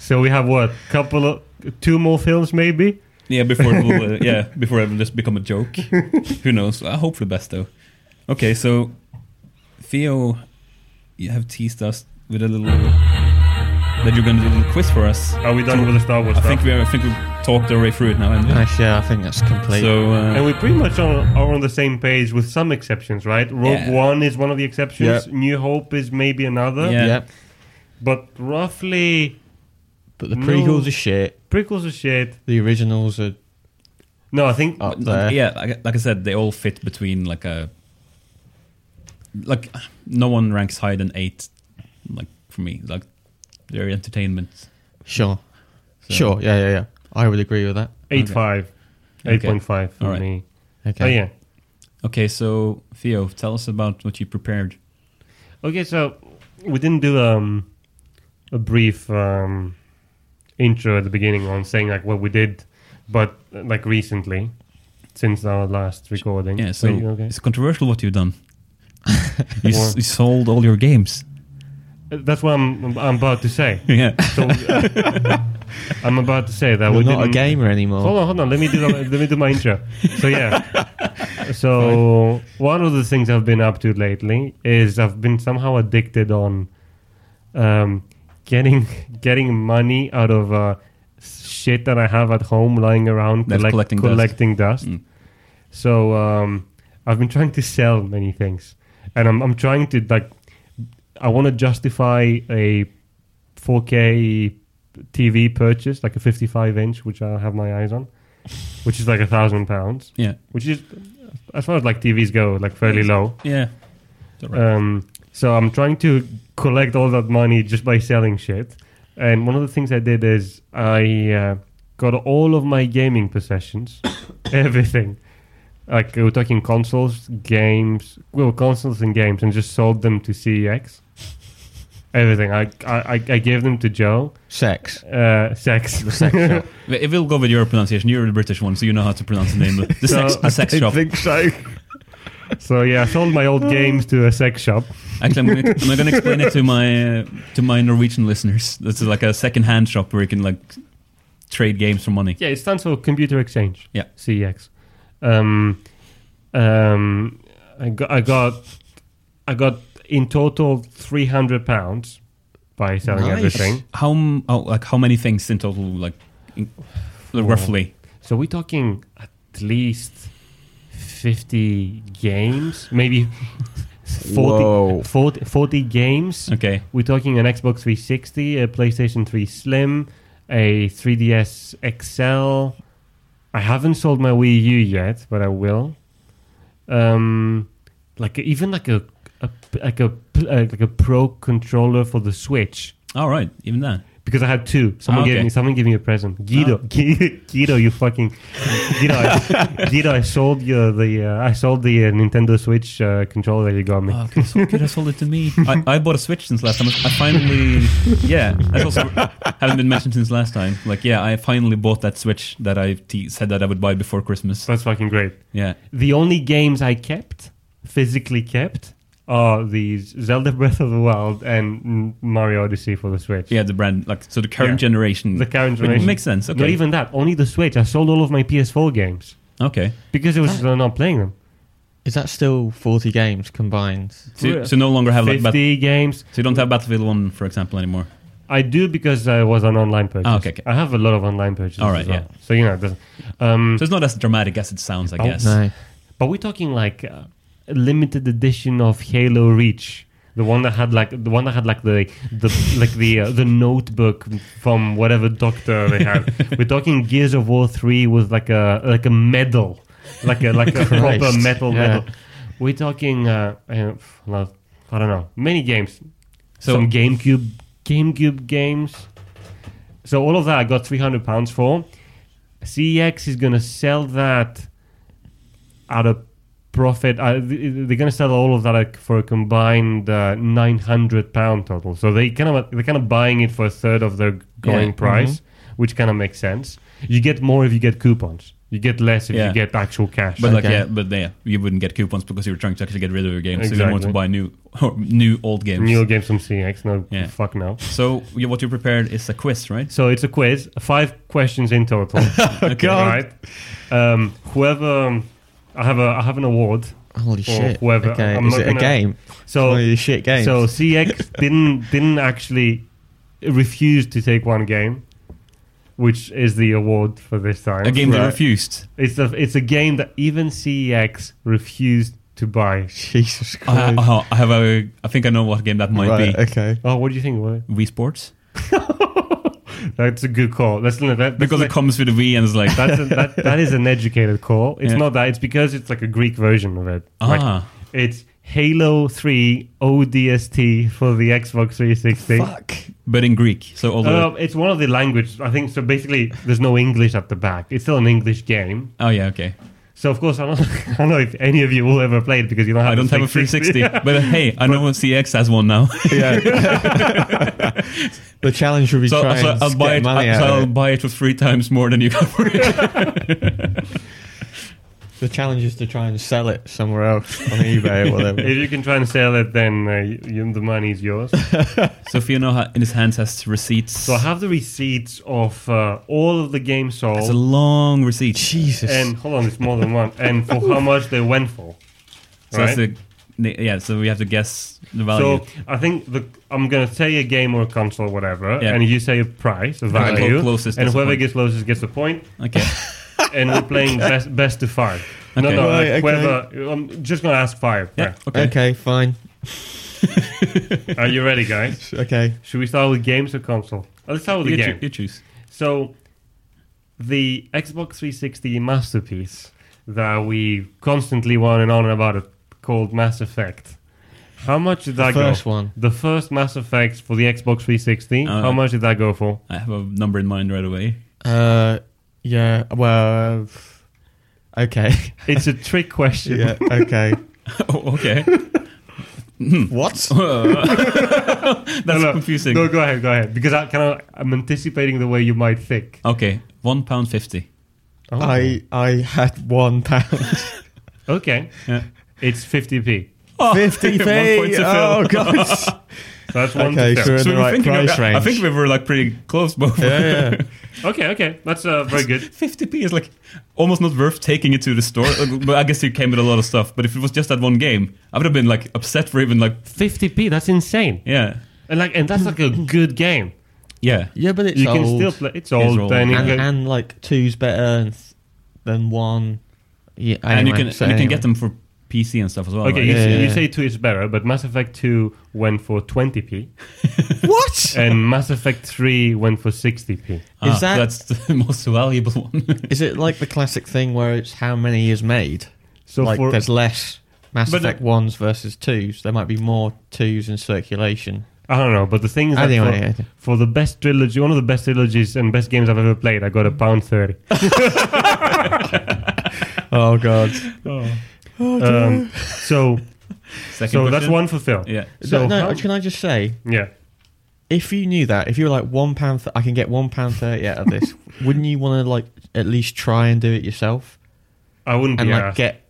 [SPEAKER 3] So we have what couple of two more films maybe.
[SPEAKER 1] yeah. Before it will, uh, yeah, before it will just become a joke. Who knows? I hope for the best though. Okay, so Theo, you have teased us with a little that you're going to do a little quiz for us.
[SPEAKER 6] Are we done with the Star Wars
[SPEAKER 1] I
[SPEAKER 6] stuff?
[SPEAKER 1] think we are, I think we've talked our way through it now. haven't we?
[SPEAKER 2] Nice, yeah, I think that's complete.
[SPEAKER 1] So
[SPEAKER 3] And
[SPEAKER 1] uh,
[SPEAKER 3] we pretty much are, are on the same page with some exceptions, right? Rogue
[SPEAKER 1] Yeah.
[SPEAKER 3] One is one of the exceptions.
[SPEAKER 2] Yep.
[SPEAKER 3] New Hope is maybe another.
[SPEAKER 1] Yeah.
[SPEAKER 2] Yep.
[SPEAKER 3] But roughly,
[SPEAKER 2] But the
[SPEAKER 3] No.
[SPEAKER 2] prequels are shit.
[SPEAKER 3] prequels are shit.
[SPEAKER 2] The originals are
[SPEAKER 3] No, I think
[SPEAKER 1] Oh,
[SPEAKER 2] up there.
[SPEAKER 1] yeah, like, like I said, they all fit between like a like no one ranks higher than eight. Like for me, like their entertainment.
[SPEAKER 2] Sure.
[SPEAKER 1] So-
[SPEAKER 2] Sure. Yeah, yeah, yeah. I would agree with that.
[SPEAKER 3] eight
[SPEAKER 1] Okay.
[SPEAKER 3] five,
[SPEAKER 1] Okay.
[SPEAKER 3] eight point five for
[SPEAKER 1] All right.
[SPEAKER 3] me.
[SPEAKER 2] Okay.
[SPEAKER 3] Oh, yeah.
[SPEAKER 1] Okay, so Theo, tell us about what you prepared.
[SPEAKER 3] Okay, so we didn't do um, a brief um, intro at the beginning on saying like what we did, but uh, like recently, since our last recording.
[SPEAKER 1] Yeah, so
[SPEAKER 3] Wait, okay.
[SPEAKER 1] it's controversial what you've done. you, s-
[SPEAKER 3] Or-
[SPEAKER 1] you sold all your games.
[SPEAKER 3] Uh, that's what I'm, I'm about to say.
[SPEAKER 1] yeah.
[SPEAKER 3] So uh, I'm about to say that
[SPEAKER 2] You're
[SPEAKER 3] we
[SPEAKER 2] not a
[SPEAKER 3] didn't-
[SPEAKER 2] gamer anymore.
[SPEAKER 3] Hold on, hold on. Let me do the, let me do my intro. So yeah. So one of the things I've been up to lately is I've been somehow addicted on um, getting getting money out of uh, shit that I have at home lying around
[SPEAKER 1] That's collecting dust.
[SPEAKER 3] dust.
[SPEAKER 1] Mm.
[SPEAKER 3] So um, I've been trying to sell many things, and I'm I'm trying to like I want to justify a 4K TV purchase, like a 55 inch, which I have my eyes on, which is like a thousand pounds,
[SPEAKER 1] Yeah.
[SPEAKER 3] which is as far as like TVs go, like fairly low.
[SPEAKER 1] Yeah.
[SPEAKER 3] Um, so I'm trying to collect all that money just by selling shit. And one of the things I did is I uh, got all of my gaming possessions, everything. Like we're talking consoles, games, well, consoles and games, and just sold them to CEX. Everything. I I, I- I gave them to Joe.
[SPEAKER 2] Sex.
[SPEAKER 3] Uh, sex.
[SPEAKER 2] The sex shop.
[SPEAKER 1] But If we'll go with your pronunciation, you're the British one, so you know how to pronounce the name. The sex,
[SPEAKER 3] No,
[SPEAKER 1] the sex
[SPEAKER 3] I
[SPEAKER 1] shop.
[SPEAKER 3] think so. so yeah, I sold my old games to a sex shop.
[SPEAKER 1] Actually, I'm going to I'm gonna explain it to my uh, to my Norwegian listeners. This is like a second-hand shop where you can like trade games for money.
[SPEAKER 3] Yeah, it stands for Computer Exchange.
[SPEAKER 1] Yeah.
[SPEAKER 3] CEX. Um, um, I got, I got, I got in total three hundred pounds by selling
[SPEAKER 2] Nice.
[SPEAKER 3] everything.
[SPEAKER 1] How m- oh, like how many things in total? Like in, roughly.
[SPEAKER 3] So we're talking at least fifty games, maybe 40,
[SPEAKER 2] Whoa.
[SPEAKER 3] 40, 40 games.
[SPEAKER 1] Okay.
[SPEAKER 3] We're talking an Xbox 360, a PlayStation 3 Slim, a 3DS XL. I haven't sold my Wii U yet, but I will. Um, like even like a, a like a pl- uh, like a pro controller for the Switch
[SPEAKER 1] All right. Even that.
[SPEAKER 3] because I had two. Someone
[SPEAKER 1] Ah,
[SPEAKER 3] gave
[SPEAKER 1] okay. Ah.
[SPEAKER 3] me someone gave me a present. Guido, Guido, Guido you fucking Guido, I, Guido, I sold you the uh, I sold the uh, Nintendo Switch uh, controller that you got me.
[SPEAKER 1] Oh, could have sold, could have sold it to me. I, I bought a Switch since last time. I finally, yeah, that's also haven't been mentioned since last time. Like, yeah, I finally bought that Switch that I te- said that I would buy before Christmas.
[SPEAKER 3] That's fucking great.
[SPEAKER 1] Yeah,
[SPEAKER 3] the only games I kept, physically kept, are these Zelda Breath of the Wild and Mario Odyssey for the Switch.
[SPEAKER 1] yeah, the brand, like, so the current
[SPEAKER 3] Yeah.
[SPEAKER 1] generation.
[SPEAKER 3] The current
[SPEAKER 1] It
[SPEAKER 3] generation.
[SPEAKER 1] makes sense. Okay,
[SPEAKER 3] Not even that, only the Switch. I sold all of my PS4 games
[SPEAKER 1] okay.
[SPEAKER 3] because it was
[SPEAKER 1] Ah.
[SPEAKER 2] That-
[SPEAKER 3] not playing them.
[SPEAKER 2] Is that still 40 games combined?
[SPEAKER 1] So, so no longer have like,
[SPEAKER 3] 50
[SPEAKER 1] bat- so
[SPEAKER 3] games.
[SPEAKER 1] you don't have Battlefield One, for example, anymore.
[SPEAKER 3] I do because I was an online purchase.
[SPEAKER 1] Ah, okay, okay.
[SPEAKER 3] I have a lot of online purchases.
[SPEAKER 1] All right,
[SPEAKER 3] as well. So, you know, it doesn't- um,
[SPEAKER 1] So it's not as dramatic as it sounds, I
[SPEAKER 3] Oh,
[SPEAKER 1] guess.
[SPEAKER 2] No.
[SPEAKER 3] But we're talking like uh, a limited edition of Halo Reach, the one that had like the one that had like the the like the uh, the notebook from whatever doctor they had. we're talking Gears of War three with like a like a medal, like a like a proper
[SPEAKER 2] Christ,
[SPEAKER 3] metal
[SPEAKER 2] yeah.
[SPEAKER 3] medal. We're talking uh, I don't- well, I don't know many games,
[SPEAKER 1] So-
[SPEAKER 3] some GameCube GameCube games. So all of that I got three hundred pounds for. CEX is gonna sell that at a profit. Uh, th- they're going to sell all of that like, for a combined uh, nine hundred pound total. So they kind of they're kind of buying it for a third of their going
[SPEAKER 1] Yeah, mm-hmm.
[SPEAKER 3] price, which kind of makes sense. You get more if you get coupons. You get less if
[SPEAKER 1] Yeah.
[SPEAKER 3] you get actual cash.
[SPEAKER 1] But like
[SPEAKER 2] Okay.
[SPEAKER 1] yeah, but yeah, you wouldn't get coupons because you were trying to actually get rid of your games. So you want to
[SPEAKER 3] Exactly.
[SPEAKER 1] buy new or new old games.
[SPEAKER 3] new games from CX, no
[SPEAKER 1] Yeah.
[SPEAKER 3] fuck no.
[SPEAKER 1] So you, what you prepared is a quiz, right?
[SPEAKER 3] So it's a quiz, five questions in
[SPEAKER 1] Oh,
[SPEAKER 3] total.
[SPEAKER 1] Okay.
[SPEAKER 3] Right. Um, whoever um, I have a I have an award
[SPEAKER 2] Holy shit!
[SPEAKER 3] whoever.
[SPEAKER 2] Okay,
[SPEAKER 3] I'm
[SPEAKER 2] is
[SPEAKER 3] not
[SPEAKER 2] it a
[SPEAKER 3] gonna-
[SPEAKER 2] game?
[SPEAKER 3] So
[SPEAKER 2] One of these shit games.
[SPEAKER 3] So CX didn't didn't actually refuse to take one game, which is the award for this time.
[SPEAKER 1] A game they
[SPEAKER 2] Right.
[SPEAKER 1] refused.
[SPEAKER 3] It's a it's a game that even CX refused to buy.
[SPEAKER 2] Jesus
[SPEAKER 1] I,
[SPEAKER 2] Christ!
[SPEAKER 1] Uh, I- I have a. I think I know what game that might
[SPEAKER 2] right,
[SPEAKER 1] be.
[SPEAKER 2] okay.
[SPEAKER 3] Oh, what do you think? What?
[SPEAKER 1] Wii Sports
[SPEAKER 3] That's a good call. That's that, that's
[SPEAKER 1] because
[SPEAKER 3] like-
[SPEAKER 1] it comes with a Wii and it's like
[SPEAKER 3] that's a, that, that is an educated call. It's
[SPEAKER 1] Yeah.
[SPEAKER 3] not that. It's because it's like a Greek version of it. Like,
[SPEAKER 1] ah
[SPEAKER 3] it's Halo 3 ODST for the Xbox 360.
[SPEAKER 2] Fuck.
[SPEAKER 1] but in Greek. So all the
[SPEAKER 3] Uh, it's one of the language. I think so. Basically, there's no English at the back. It's still an English game.
[SPEAKER 1] oh yeah okay.
[SPEAKER 3] So of course, I don't, I don't know if any of you will ever play it because you don't have.
[SPEAKER 1] I don't have a 360, but hey, I know what CX has one now.
[SPEAKER 2] Yeah. the challenge would be
[SPEAKER 1] so
[SPEAKER 2] trying
[SPEAKER 1] so
[SPEAKER 2] to
[SPEAKER 1] I'll
[SPEAKER 2] get
[SPEAKER 1] buy it.
[SPEAKER 2] money
[SPEAKER 1] I,
[SPEAKER 2] out
[SPEAKER 1] so
[SPEAKER 2] of
[SPEAKER 1] I'll
[SPEAKER 2] it.
[SPEAKER 1] buy it for three times more than you got for it.
[SPEAKER 2] The challenge is to try and sell it somewhere else on eBay or whatever.
[SPEAKER 3] If you can try and sell it, then uh, you, the money is yours.
[SPEAKER 1] Sophia now ha- in his hands has receipts.
[SPEAKER 3] so I have the receipts of uh, all of the games
[SPEAKER 1] it's a
[SPEAKER 3] sold,
[SPEAKER 1] long receipt.
[SPEAKER 2] Jesus.
[SPEAKER 3] and hold on, it's more than one, and for how much they went for.
[SPEAKER 1] So that's
[SPEAKER 3] right?
[SPEAKER 1] the, the- yeah. So we have to guess the value.
[SPEAKER 3] So I think the, I'm gonna say a game or a console, whatever,
[SPEAKER 1] Yeah.
[SPEAKER 3] and you say a price, a
[SPEAKER 1] Whoever
[SPEAKER 3] value,
[SPEAKER 1] closest
[SPEAKER 3] and
[SPEAKER 1] gets a
[SPEAKER 3] whoever
[SPEAKER 1] point.
[SPEAKER 3] gets closest gets a point.
[SPEAKER 1] okay.
[SPEAKER 3] and we're playing best, best to five. No,
[SPEAKER 1] Okay.
[SPEAKER 3] no,
[SPEAKER 2] Right,
[SPEAKER 3] like,
[SPEAKER 2] okay.
[SPEAKER 3] whoever. I'm just gonna ask five.
[SPEAKER 1] Yeah. Okay.
[SPEAKER 2] okay. fine.
[SPEAKER 3] Are you ready, guys?
[SPEAKER 2] Okay.
[SPEAKER 3] Should we start with games or console? Uh, Let's start with
[SPEAKER 1] You,
[SPEAKER 3] the
[SPEAKER 1] get-
[SPEAKER 3] game.
[SPEAKER 1] you choose.
[SPEAKER 3] So, the Xbox 360 masterpiece that we constantly went on and on about it, called Mass Effect. How much did that go?
[SPEAKER 2] First one.
[SPEAKER 3] The first Mass Effect for the Xbox 360.
[SPEAKER 1] Uh,
[SPEAKER 3] how much did that go for?
[SPEAKER 1] I have a number in mind right away.
[SPEAKER 2] Uh, yeah. Well. uh, Okay.
[SPEAKER 3] It's a trick question.
[SPEAKER 2] yeah. Okay.
[SPEAKER 1] oh, okay.
[SPEAKER 2] what?
[SPEAKER 1] That's
[SPEAKER 3] No, no,
[SPEAKER 1] confusing.
[SPEAKER 3] No, go ahead, go ahead. Because I, can I, I'm anticipating the way you might think.
[SPEAKER 1] Okay, one pound fifty.
[SPEAKER 2] I I had one pound
[SPEAKER 3] Okay.
[SPEAKER 1] Yeah.
[SPEAKER 3] It's 50p.
[SPEAKER 2] Oh. fifty
[SPEAKER 1] one point
[SPEAKER 2] p.
[SPEAKER 1] to
[SPEAKER 2] Oh
[SPEAKER 1] Phil.
[SPEAKER 2] god.
[SPEAKER 3] So that's one
[SPEAKER 2] Okay,
[SPEAKER 3] to sure.
[SPEAKER 2] sure. in the
[SPEAKER 1] we were
[SPEAKER 2] right
[SPEAKER 1] thinking
[SPEAKER 2] price
[SPEAKER 1] of- I
[SPEAKER 2] range.
[SPEAKER 1] think we were like pretty close both.
[SPEAKER 2] yeah, yeah.
[SPEAKER 3] Okay, okay. That's uh, very good.
[SPEAKER 1] 50p is like almost not worth taking it to the store. Like, but I guess you came with a lot of stuff. But if it was just that one game, I would have been like upset for even like
[SPEAKER 3] 50p, that's insane.
[SPEAKER 1] yeah,
[SPEAKER 3] And like and that's like a good game.
[SPEAKER 1] yeah.
[SPEAKER 2] Yeah, but it's
[SPEAKER 3] you
[SPEAKER 2] old.
[SPEAKER 3] can still play it's old,
[SPEAKER 1] old.
[SPEAKER 3] Then you
[SPEAKER 2] and,
[SPEAKER 3] can-
[SPEAKER 2] and like two's better than, th- than one. Yeah,
[SPEAKER 1] and you
[SPEAKER 2] anyway,
[SPEAKER 1] can
[SPEAKER 2] so
[SPEAKER 1] you can
[SPEAKER 2] anyway.
[SPEAKER 1] get them for PC and stuff as well.
[SPEAKER 3] Okay,
[SPEAKER 1] right?
[SPEAKER 3] you,
[SPEAKER 2] Yeah,
[SPEAKER 3] say-
[SPEAKER 2] yeah,
[SPEAKER 3] you
[SPEAKER 2] yeah.
[SPEAKER 3] say 2 is better, but Mass Effect 2 went for 20p
[SPEAKER 2] What
[SPEAKER 3] and Mass Effect 3 went for 60p.
[SPEAKER 1] Ah,
[SPEAKER 2] Is that-
[SPEAKER 1] that's the most valuable one?
[SPEAKER 2] is it like the classic thing where it's how many is made?
[SPEAKER 3] So
[SPEAKER 2] like
[SPEAKER 3] for
[SPEAKER 2] there's less Mass
[SPEAKER 1] But
[SPEAKER 2] Effect ones versus twos. There might be more twos in circulation.
[SPEAKER 3] I don't know, but the thing is that
[SPEAKER 2] Anyway,
[SPEAKER 3] for,
[SPEAKER 2] okay.
[SPEAKER 3] for the best trilogy, one of the best trilogies and best games I've ever played, I got a pound 30.
[SPEAKER 2] Oh god.
[SPEAKER 3] Um, so
[SPEAKER 1] Oh, Second
[SPEAKER 3] so that's
[SPEAKER 1] question?
[SPEAKER 3] one for Phil.
[SPEAKER 1] Yeah.
[SPEAKER 3] So
[SPEAKER 2] no, no,
[SPEAKER 3] how-
[SPEAKER 2] can I just say
[SPEAKER 3] yeah.
[SPEAKER 2] if you knew that, if you were like one pound, th- I can get one pound thirty out of this. wouldn't you want to like at least try and do it yourself
[SPEAKER 3] I wouldn't
[SPEAKER 2] and
[SPEAKER 3] be
[SPEAKER 2] like
[SPEAKER 3] asked.
[SPEAKER 2] get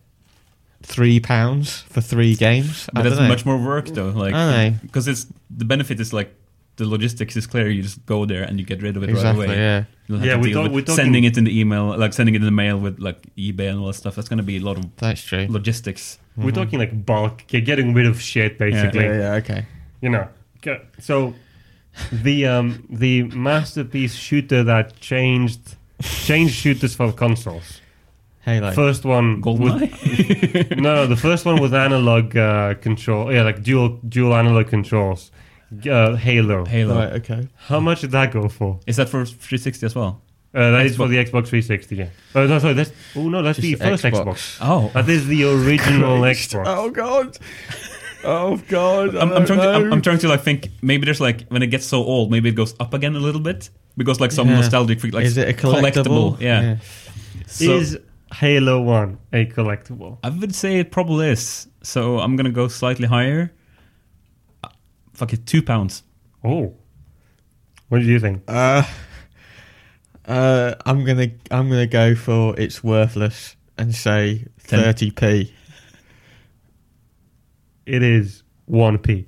[SPEAKER 2] three pounds for three games?
[SPEAKER 1] But
[SPEAKER 2] I
[SPEAKER 1] that's
[SPEAKER 2] don't know.
[SPEAKER 1] much more work though.
[SPEAKER 2] I
[SPEAKER 1] Like
[SPEAKER 2] know.
[SPEAKER 1] because it's the benefit is like the logistics is clear. You just go there and you get rid of it
[SPEAKER 2] exactly.
[SPEAKER 1] right away.
[SPEAKER 2] Yeah.
[SPEAKER 1] You'll
[SPEAKER 3] Yeah,
[SPEAKER 1] have to
[SPEAKER 3] we
[SPEAKER 1] deal
[SPEAKER 3] talk-
[SPEAKER 1] with
[SPEAKER 3] we're talking-
[SPEAKER 1] sending it in the email, like sending it in the mail with like eBay and all that stuff. That's going to be a lot of
[SPEAKER 2] That's true.
[SPEAKER 1] logistics.
[SPEAKER 3] We're
[SPEAKER 2] Mhm.
[SPEAKER 3] talking like bulk, okay, getting rid of shit, basically.
[SPEAKER 2] okay.
[SPEAKER 3] You know. Okay, So the um, the masterpiece shooter that changed changed shooters for consoles.
[SPEAKER 2] Halo.
[SPEAKER 3] First one, was,
[SPEAKER 1] Goldeneye.
[SPEAKER 3] no, no, the first one was analog uh, control. Yeah, like dual dual analog controls. Uh, Halo.
[SPEAKER 1] Halo.
[SPEAKER 2] Right, okay.
[SPEAKER 3] How much did that go for?
[SPEAKER 1] Is that for 360 as well?
[SPEAKER 3] Uh, that is for
[SPEAKER 1] Xbox.
[SPEAKER 3] the Xbox 360. Yeah. Oh no, sorry. That's oh no, that's the
[SPEAKER 2] Just
[SPEAKER 3] first Xbox.
[SPEAKER 2] Xbox.
[SPEAKER 1] Oh,
[SPEAKER 3] That is the original Xbox.
[SPEAKER 2] Oh god. Oh god.
[SPEAKER 1] I'm, I'm trying to I'm, I'm trying to like think. Maybe there's like when it gets so old, maybe it goes up again a little bit because like some
[SPEAKER 2] Yeah.
[SPEAKER 1] nostalgic freak like
[SPEAKER 2] Is it a collectible?
[SPEAKER 1] Yeah. So
[SPEAKER 3] is Halo One a collectible?
[SPEAKER 1] I would say it probably is. So I'm gonna go slightly higher. Uh, Fuck it, two pounds.
[SPEAKER 3] Oh. What do you think?
[SPEAKER 2] Uh, uh, I'm gonna I'm gonna go for it's worthless and say
[SPEAKER 1] Ten.
[SPEAKER 2] thirty p.
[SPEAKER 3] It is 1p.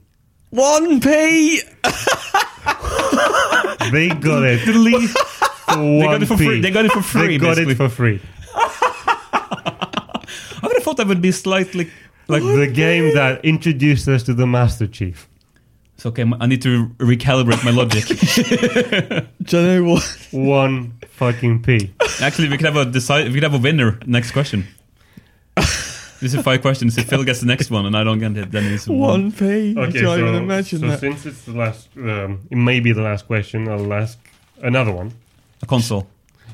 [SPEAKER 2] One p.
[SPEAKER 3] They got it. for 1p.
[SPEAKER 1] They got it for free. They got it for free.
[SPEAKER 3] They got it
[SPEAKER 1] basically.
[SPEAKER 3] for free.
[SPEAKER 1] I would have thought that would be slightly
[SPEAKER 3] like the game that introduced us to the Master Chief.
[SPEAKER 1] It's okay. I need to recalibrate my logic.
[SPEAKER 2] Do you know what?
[SPEAKER 3] One fucking P.
[SPEAKER 1] Actually, we could have a decide. We could have a winner. Next question. This is five questions. If Phil gets the next one and I don't get it, then it's
[SPEAKER 2] One P. I can't even imagine
[SPEAKER 3] so
[SPEAKER 2] that.
[SPEAKER 3] since it's the last, um, it may be the last question. I'll ask another one.
[SPEAKER 1] A console.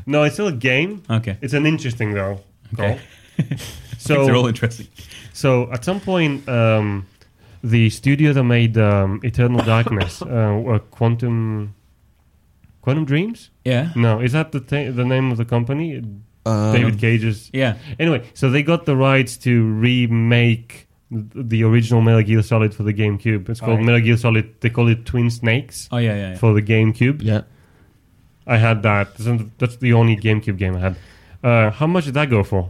[SPEAKER 3] No, it's still a game.
[SPEAKER 1] Okay.
[SPEAKER 3] It's an interesting though.
[SPEAKER 1] Okay.
[SPEAKER 3] Call.
[SPEAKER 1] I think they're all
[SPEAKER 3] so,
[SPEAKER 1] interesting.
[SPEAKER 3] so at some point, um, the studio that made um, Eternal Darkness, uh, uh, Quantum, Quantum Dreams.
[SPEAKER 1] Yeah.
[SPEAKER 3] No, is that the ta- the name of the company?
[SPEAKER 2] Uh,
[SPEAKER 3] David Cage's.
[SPEAKER 1] Uh, Yeah.
[SPEAKER 3] Anyway, so they got the rights to remake th- the original Metal Gear Solid for the GameCube. It's called
[SPEAKER 1] Alright.
[SPEAKER 3] Metal Gear Solid. They call it Twin Snakes
[SPEAKER 1] Oh yeah, yeah. yeah.
[SPEAKER 3] for the GameCube.
[SPEAKER 2] Yeah.
[SPEAKER 3] I had that. That's- That's the only GameCube game I had. Uh, how much did that go for?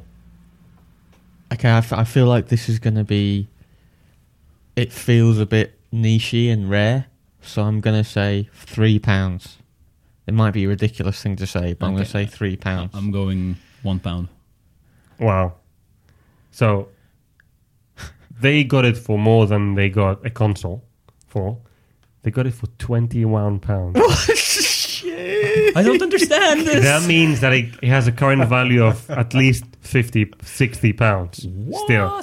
[SPEAKER 2] Okay, I, f- I feel like this is going to be. It feels a bit nichey and rare, so I'm going to say three pounds. It might be a ridiculous thing to say, but I'm going
[SPEAKER 1] Okay.
[SPEAKER 2] to say three pounds.
[SPEAKER 1] I'm going one pound.
[SPEAKER 3] Wow. So they got it for more than they got a console for. They got it for twenty one pounds.
[SPEAKER 1] I don't understand this.
[SPEAKER 3] that means that it, it has a current value of at least 50, 60 pounds. Still.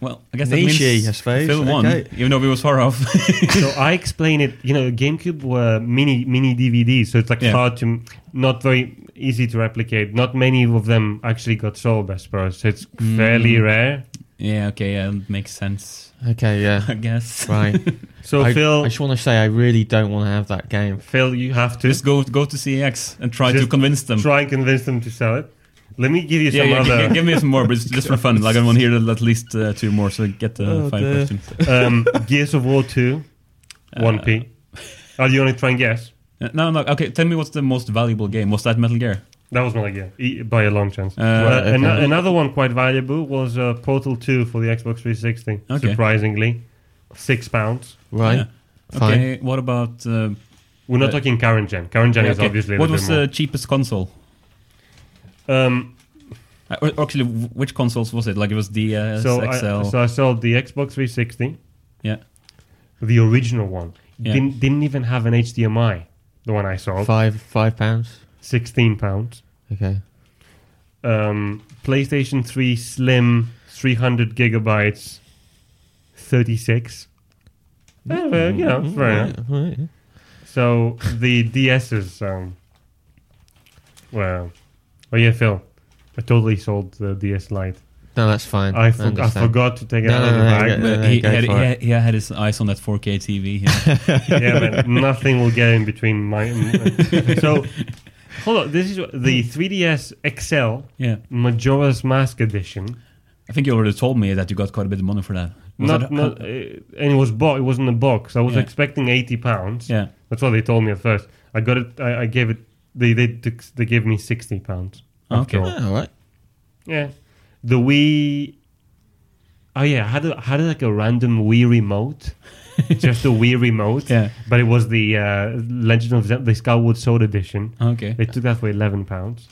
[SPEAKER 1] Well, I guess
[SPEAKER 2] Niche,
[SPEAKER 1] that means
[SPEAKER 2] I suppose.
[SPEAKER 1] Phil won,
[SPEAKER 2] Okay.
[SPEAKER 1] even though we was far off.
[SPEAKER 3] So I explain it. You know, GameCube were mini mini DVDs, so it's like
[SPEAKER 1] Yeah.
[SPEAKER 3] hard to, not very easy to replicate. Not many of them actually got sold, I suppose. So it's
[SPEAKER 1] Hmm.
[SPEAKER 3] fairly rare.
[SPEAKER 1] yeah. Okay. Yeah. That makes sense.
[SPEAKER 2] Okay,
[SPEAKER 1] I
[SPEAKER 2] yeah.
[SPEAKER 1] guess.
[SPEAKER 2] right.
[SPEAKER 3] So
[SPEAKER 2] I,
[SPEAKER 3] Phil,
[SPEAKER 2] I just want to say I really don't want to have that game.
[SPEAKER 3] Phil, you have to
[SPEAKER 1] Just go go to CEX and try to
[SPEAKER 3] Just
[SPEAKER 1] convince them.
[SPEAKER 3] try and convince them to sell it. Let me give you
[SPEAKER 1] um, yeah,
[SPEAKER 3] some
[SPEAKER 1] yeah,
[SPEAKER 3] other.
[SPEAKER 1] g- g- give me some more, but it's just for fun. Like I want to hear at least uh, two more, so get the
[SPEAKER 2] Oh,
[SPEAKER 1] five
[SPEAKER 2] dear.
[SPEAKER 1] questions.
[SPEAKER 3] um, Gears of War 2, 1P. Are you only trying guess?
[SPEAKER 1] Uh, No, no. Okay, tell me what's the most valuable game? Was that Metal Gear?
[SPEAKER 3] That was not a guess, e- by a long chance.
[SPEAKER 1] Uh,
[SPEAKER 3] Uh,
[SPEAKER 2] okay.
[SPEAKER 3] an- another one quite valuable was uh, Portal 2 for the Xbox 360,
[SPEAKER 1] Okay.
[SPEAKER 3] surprisingly. Six pounds.
[SPEAKER 2] Right?
[SPEAKER 1] Yeah.
[SPEAKER 2] Fine.
[SPEAKER 1] Okay. What about? Uh,
[SPEAKER 3] We're not
[SPEAKER 1] Uh,
[SPEAKER 3] talking current gen. Current gen is
[SPEAKER 1] okay,
[SPEAKER 3] obviously a
[SPEAKER 1] what
[SPEAKER 3] little
[SPEAKER 1] was
[SPEAKER 3] bit
[SPEAKER 1] the cheapest console?
[SPEAKER 3] more. Um,
[SPEAKER 1] Uh, or, or actually, w- which consoles was it? Like it was DS,
[SPEAKER 3] so, I,
[SPEAKER 1] XL.
[SPEAKER 3] so I sold the Xbox 360,
[SPEAKER 1] yeah.
[SPEAKER 3] the original one.
[SPEAKER 1] Yeah.
[SPEAKER 3] Didn't, didn't even have an HDMI, the one I sold.
[SPEAKER 2] Five five pounds.
[SPEAKER 3] 16 pounds.
[SPEAKER 2] Okay.
[SPEAKER 3] um, PlayStation 3 Slim 300 gigabytes 36 Uh, well, you know,
[SPEAKER 1] Mm-hmm.
[SPEAKER 3] fair enough.
[SPEAKER 2] Right, right.
[SPEAKER 3] so the DS's um well oh yeah Phil I totally sold the DS Lite
[SPEAKER 2] No, that's fine.
[SPEAKER 3] I, for- I
[SPEAKER 2] understand.
[SPEAKER 3] forgot to take it
[SPEAKER 2] No,
[SPEAKER 3] out
[SPEAKER 2] no,
[SPEAKER 3] of the
[SPEAKER 2] no,
[SPEAKER 3] bag
[SPEAKER 2] yeah,
[SPEAKER 1] But
[SPEAKER 2] yeah,
[SPEAKER 1] he,
[SPEAKER 2] go
[SPEAKER 1] had, he,
[SPEAKER 2] for it.
[SPEAKER 1] had, he had his eyes on that 4K TV. yeah.
[SPEAKER 3] yeah, but nothing will get in between my. so, hold on. This is what- the 3DS XL
[SPEAKER 1] yeah.
[SPEAKER 3] Majora's Mask edition.
[SPEAKER 1] I think you already told me that you got quite a bit of money for that. Was
[SPEAKER 3] not,
[SPEAKER 1] that-
[SPEAKER 3] not, uh, and it was bo- it was in a box. I was
[SPEAKER 1] Yeah.
[SPEAKER 3] expecting eighty pounds.
[SPEAKER 1] yeah.
[SPEAKER 3] that's what they told me at first. I got it. I, I gave it. They they took, they gave me sixty pounds.
[SPEAKER 1] Okay.
[SPEAKER 2] Yeah, all right.
[SPEAKER 3] Yeah, the Wii. Oh yeah, I had a, I had like a random Wii remote, just a Wii remote.
[SPEAKER 1] Yeah.
[SPEAKER 3] but it was the uh, Legend of Zelda, the Skyward Sword edition.
[SPEAKER 1] Okay.
[SPEAKER 3] They took that for eleven pounds.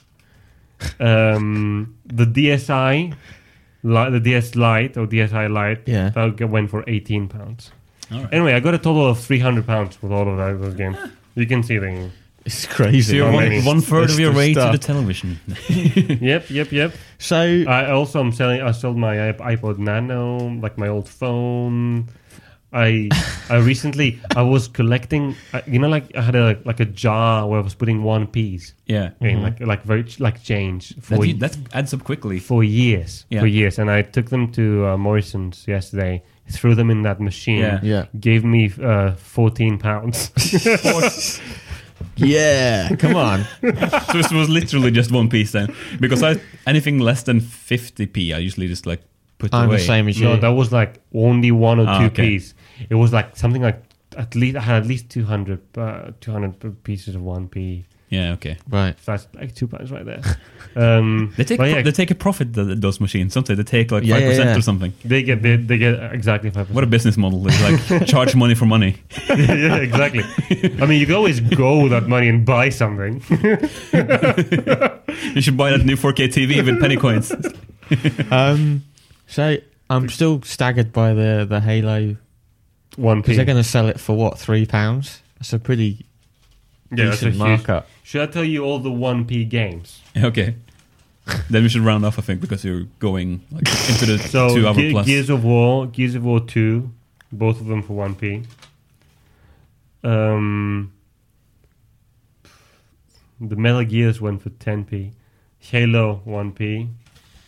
[SPEAKER 3] Um, the DSi, li- the DS Lite or DSi Lite,
[SPEAKER 2] Yeah.
[SPEAKER 3] that g- went for eighteen pounds.
[SPEAKER 1] All right.
[SPEAKER 3] Anyway, I got a total of three hundred pounds with all of that, those games. You can see the
[SPEAKER 2] It's crazy.
[SPEAKER 1] So you're
[SPEAKER 3] Oh,
[SPEAKER 1] one,
[SPEAKER 3] maybe.
[SPEAKER 1] one third of
[SPEAKER 2] It's
[SPEAKER 1] your
[SPEAKER 2] the
[SPEAKER 1] way
[SPEAKER 2] stuff.
[SPEAKER 1] to the television.
[SPEAKER 3] Yep, yep, yep.
[SPEAKER 2] So
[SPEAKER 1] Uh,
[SPEAKER 3] I also am selling. I sold my iP- iPod Nano, like my old phone. I I recently I was collecting. I- You know, like I had a like a jar where I was putting one piece
[SPEAKER 1] yeah.
[SPEAKER 3] in, like like very ch- like change for
[SPEAKER 1] That,
[SPEAKER 3] y-
[SPEAKER 1] you- that adds up quickly.
[SPEAKER 3] for years,
[SPEAKER 1] Yeah.
[SPEAKER 3] for years. And I took them to uh, Morrison's yesterday, threw them in that machine,
[SPEAKER 1] Yeah.
[SPEAKER 2] yeah,
[SPEAKER 3] gave me uh, fourteen pounds.
[SPEAKER 2] yeah. Come on.
[SPEAKER 1] so it was literally just one piece then. Because I, anything less than 50p, I usually just like put
[SPEAKER 2] I'm
[SPEAKER 1] away.
[SPEAKER 2] the same as you.
[SPEAKER 3] no, that was like only one or
[SPEAKER 1] Ah,
[SPEAKER 3] two
[SPEAKER 1] okay.
[SPEAKER 3] piece. It was like something like at least I had at least 200, uh, 200 p- pieces of one p.
[SPEAKER 1] Yeah, okay.
[SPEAKER 2] right.
[SPEAKER 3] So that's like two pounds right there. Um,
[SPEAKER 1] They take,
[SPEAKER 3] but yeah,
[SPEAKER 1] they take a profit, th- those machines, don't they? They take like 5%
[SPEAKER 2] Yeah, yeah, yeah.
[SPEAKER 1] or something.
[SPEAKER 3] they get they, they get exactly five.
[SPEAKER 1] What a business model. It's like charge money for money.
[SPEAKER 3] yeah, exactly. I mean, you could always go with that money and buy something.
[SPEAKER 1] You should buy that new 4K TV with penny coins.
[SPEAKER 2] um, so I'm still staggered by the the Halo
[SPEAKER 3] One
[SPEAKER 2] because
[SPEAKER 3] P.
[SPEAKER 2] they're going to sell it for what three pounds. That's a pretty
[SPEAKER 3] Yeah, that's a
[SPEAKER 2] decent
[SPEAKER 3] huge-
[SPEAKER 2] markup.
[SPEAKER 3] Should I tell you all the One P games?
[SPEAKER 1] Okay. then we should round off, I think, because you're going like, into the
[SPEAKER 3] So
[SPEAKER 1] two hour
[SPEAKER 3] Ge-
[SPEAKER 1] plus.
[SPEAKER 3] Gears of War, Gears of War Two, both of them for one p. Um, the Metal Gears one for ten p. Halo one p.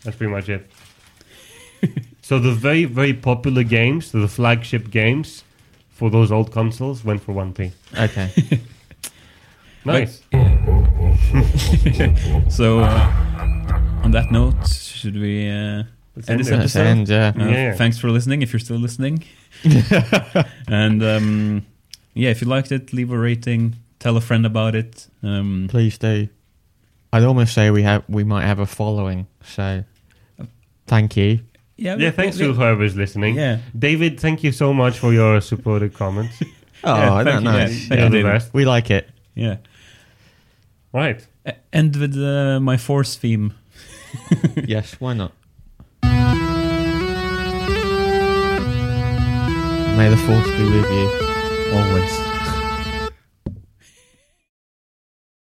[SPEAKER 3] That's pretty much it. so the very very popular games, the flagship games for those old consoles, went for one p.
[SPEAKER 2] Okay,
[SPEAKER 3] Nice.
[SPEAKER 1] So, uh, on that note, should we uh,
[SPEAKER 3] Let's
[SPEAKER 1] end
[SPEAKER 3] end
[SPEAKER 1] this
[SPEAKER 3] it.
[SPEAKER 2] That's the
[SPEAKER 1] episode?
[SPEAKER 2] end. Yeah.
[SPEAKER 1] Uh,
[SPEAKER 3] Yeah.
[SPEAKER 1] Thanks for listening, if you're still listening. and um, yeah, if you liked it, leave a rating, tell a friend about it. Um,
[SPEAKER 2] Please do. I'd almost say we have we might have a following. So thank you.
[SPEAKER 1] yeah,
[SPEAKER 3] Yeah, thanks to whoever's listening.
[SPEAKER 1] Yeah.
[SPEAKER 3] David, thank you so much for your supportive comments.
[SPEAKER 2] Oh,
[SPEAKER 1] Yeah,
[SPEAKER 2] I
[SPEAKER 1] thank
[SPEAKER 2] don't
[SPEAKER 1] you,
[SPEAKER 2] know.
[SPEAKER 1] yeah.
[SPEAKER 3] You're the
[SPEAKER 1] David.
[SPEAKER 3] best.
[SPEAKER 2] We like it.
[SPEAKER 1] Yeah.
[SPEAKER 3] Right.
[SPEAKER 1] E- End with uh, my force theme.
[SPEAKER 2] yes, why not? May the force be with you.
[SPEAKER 1] Always.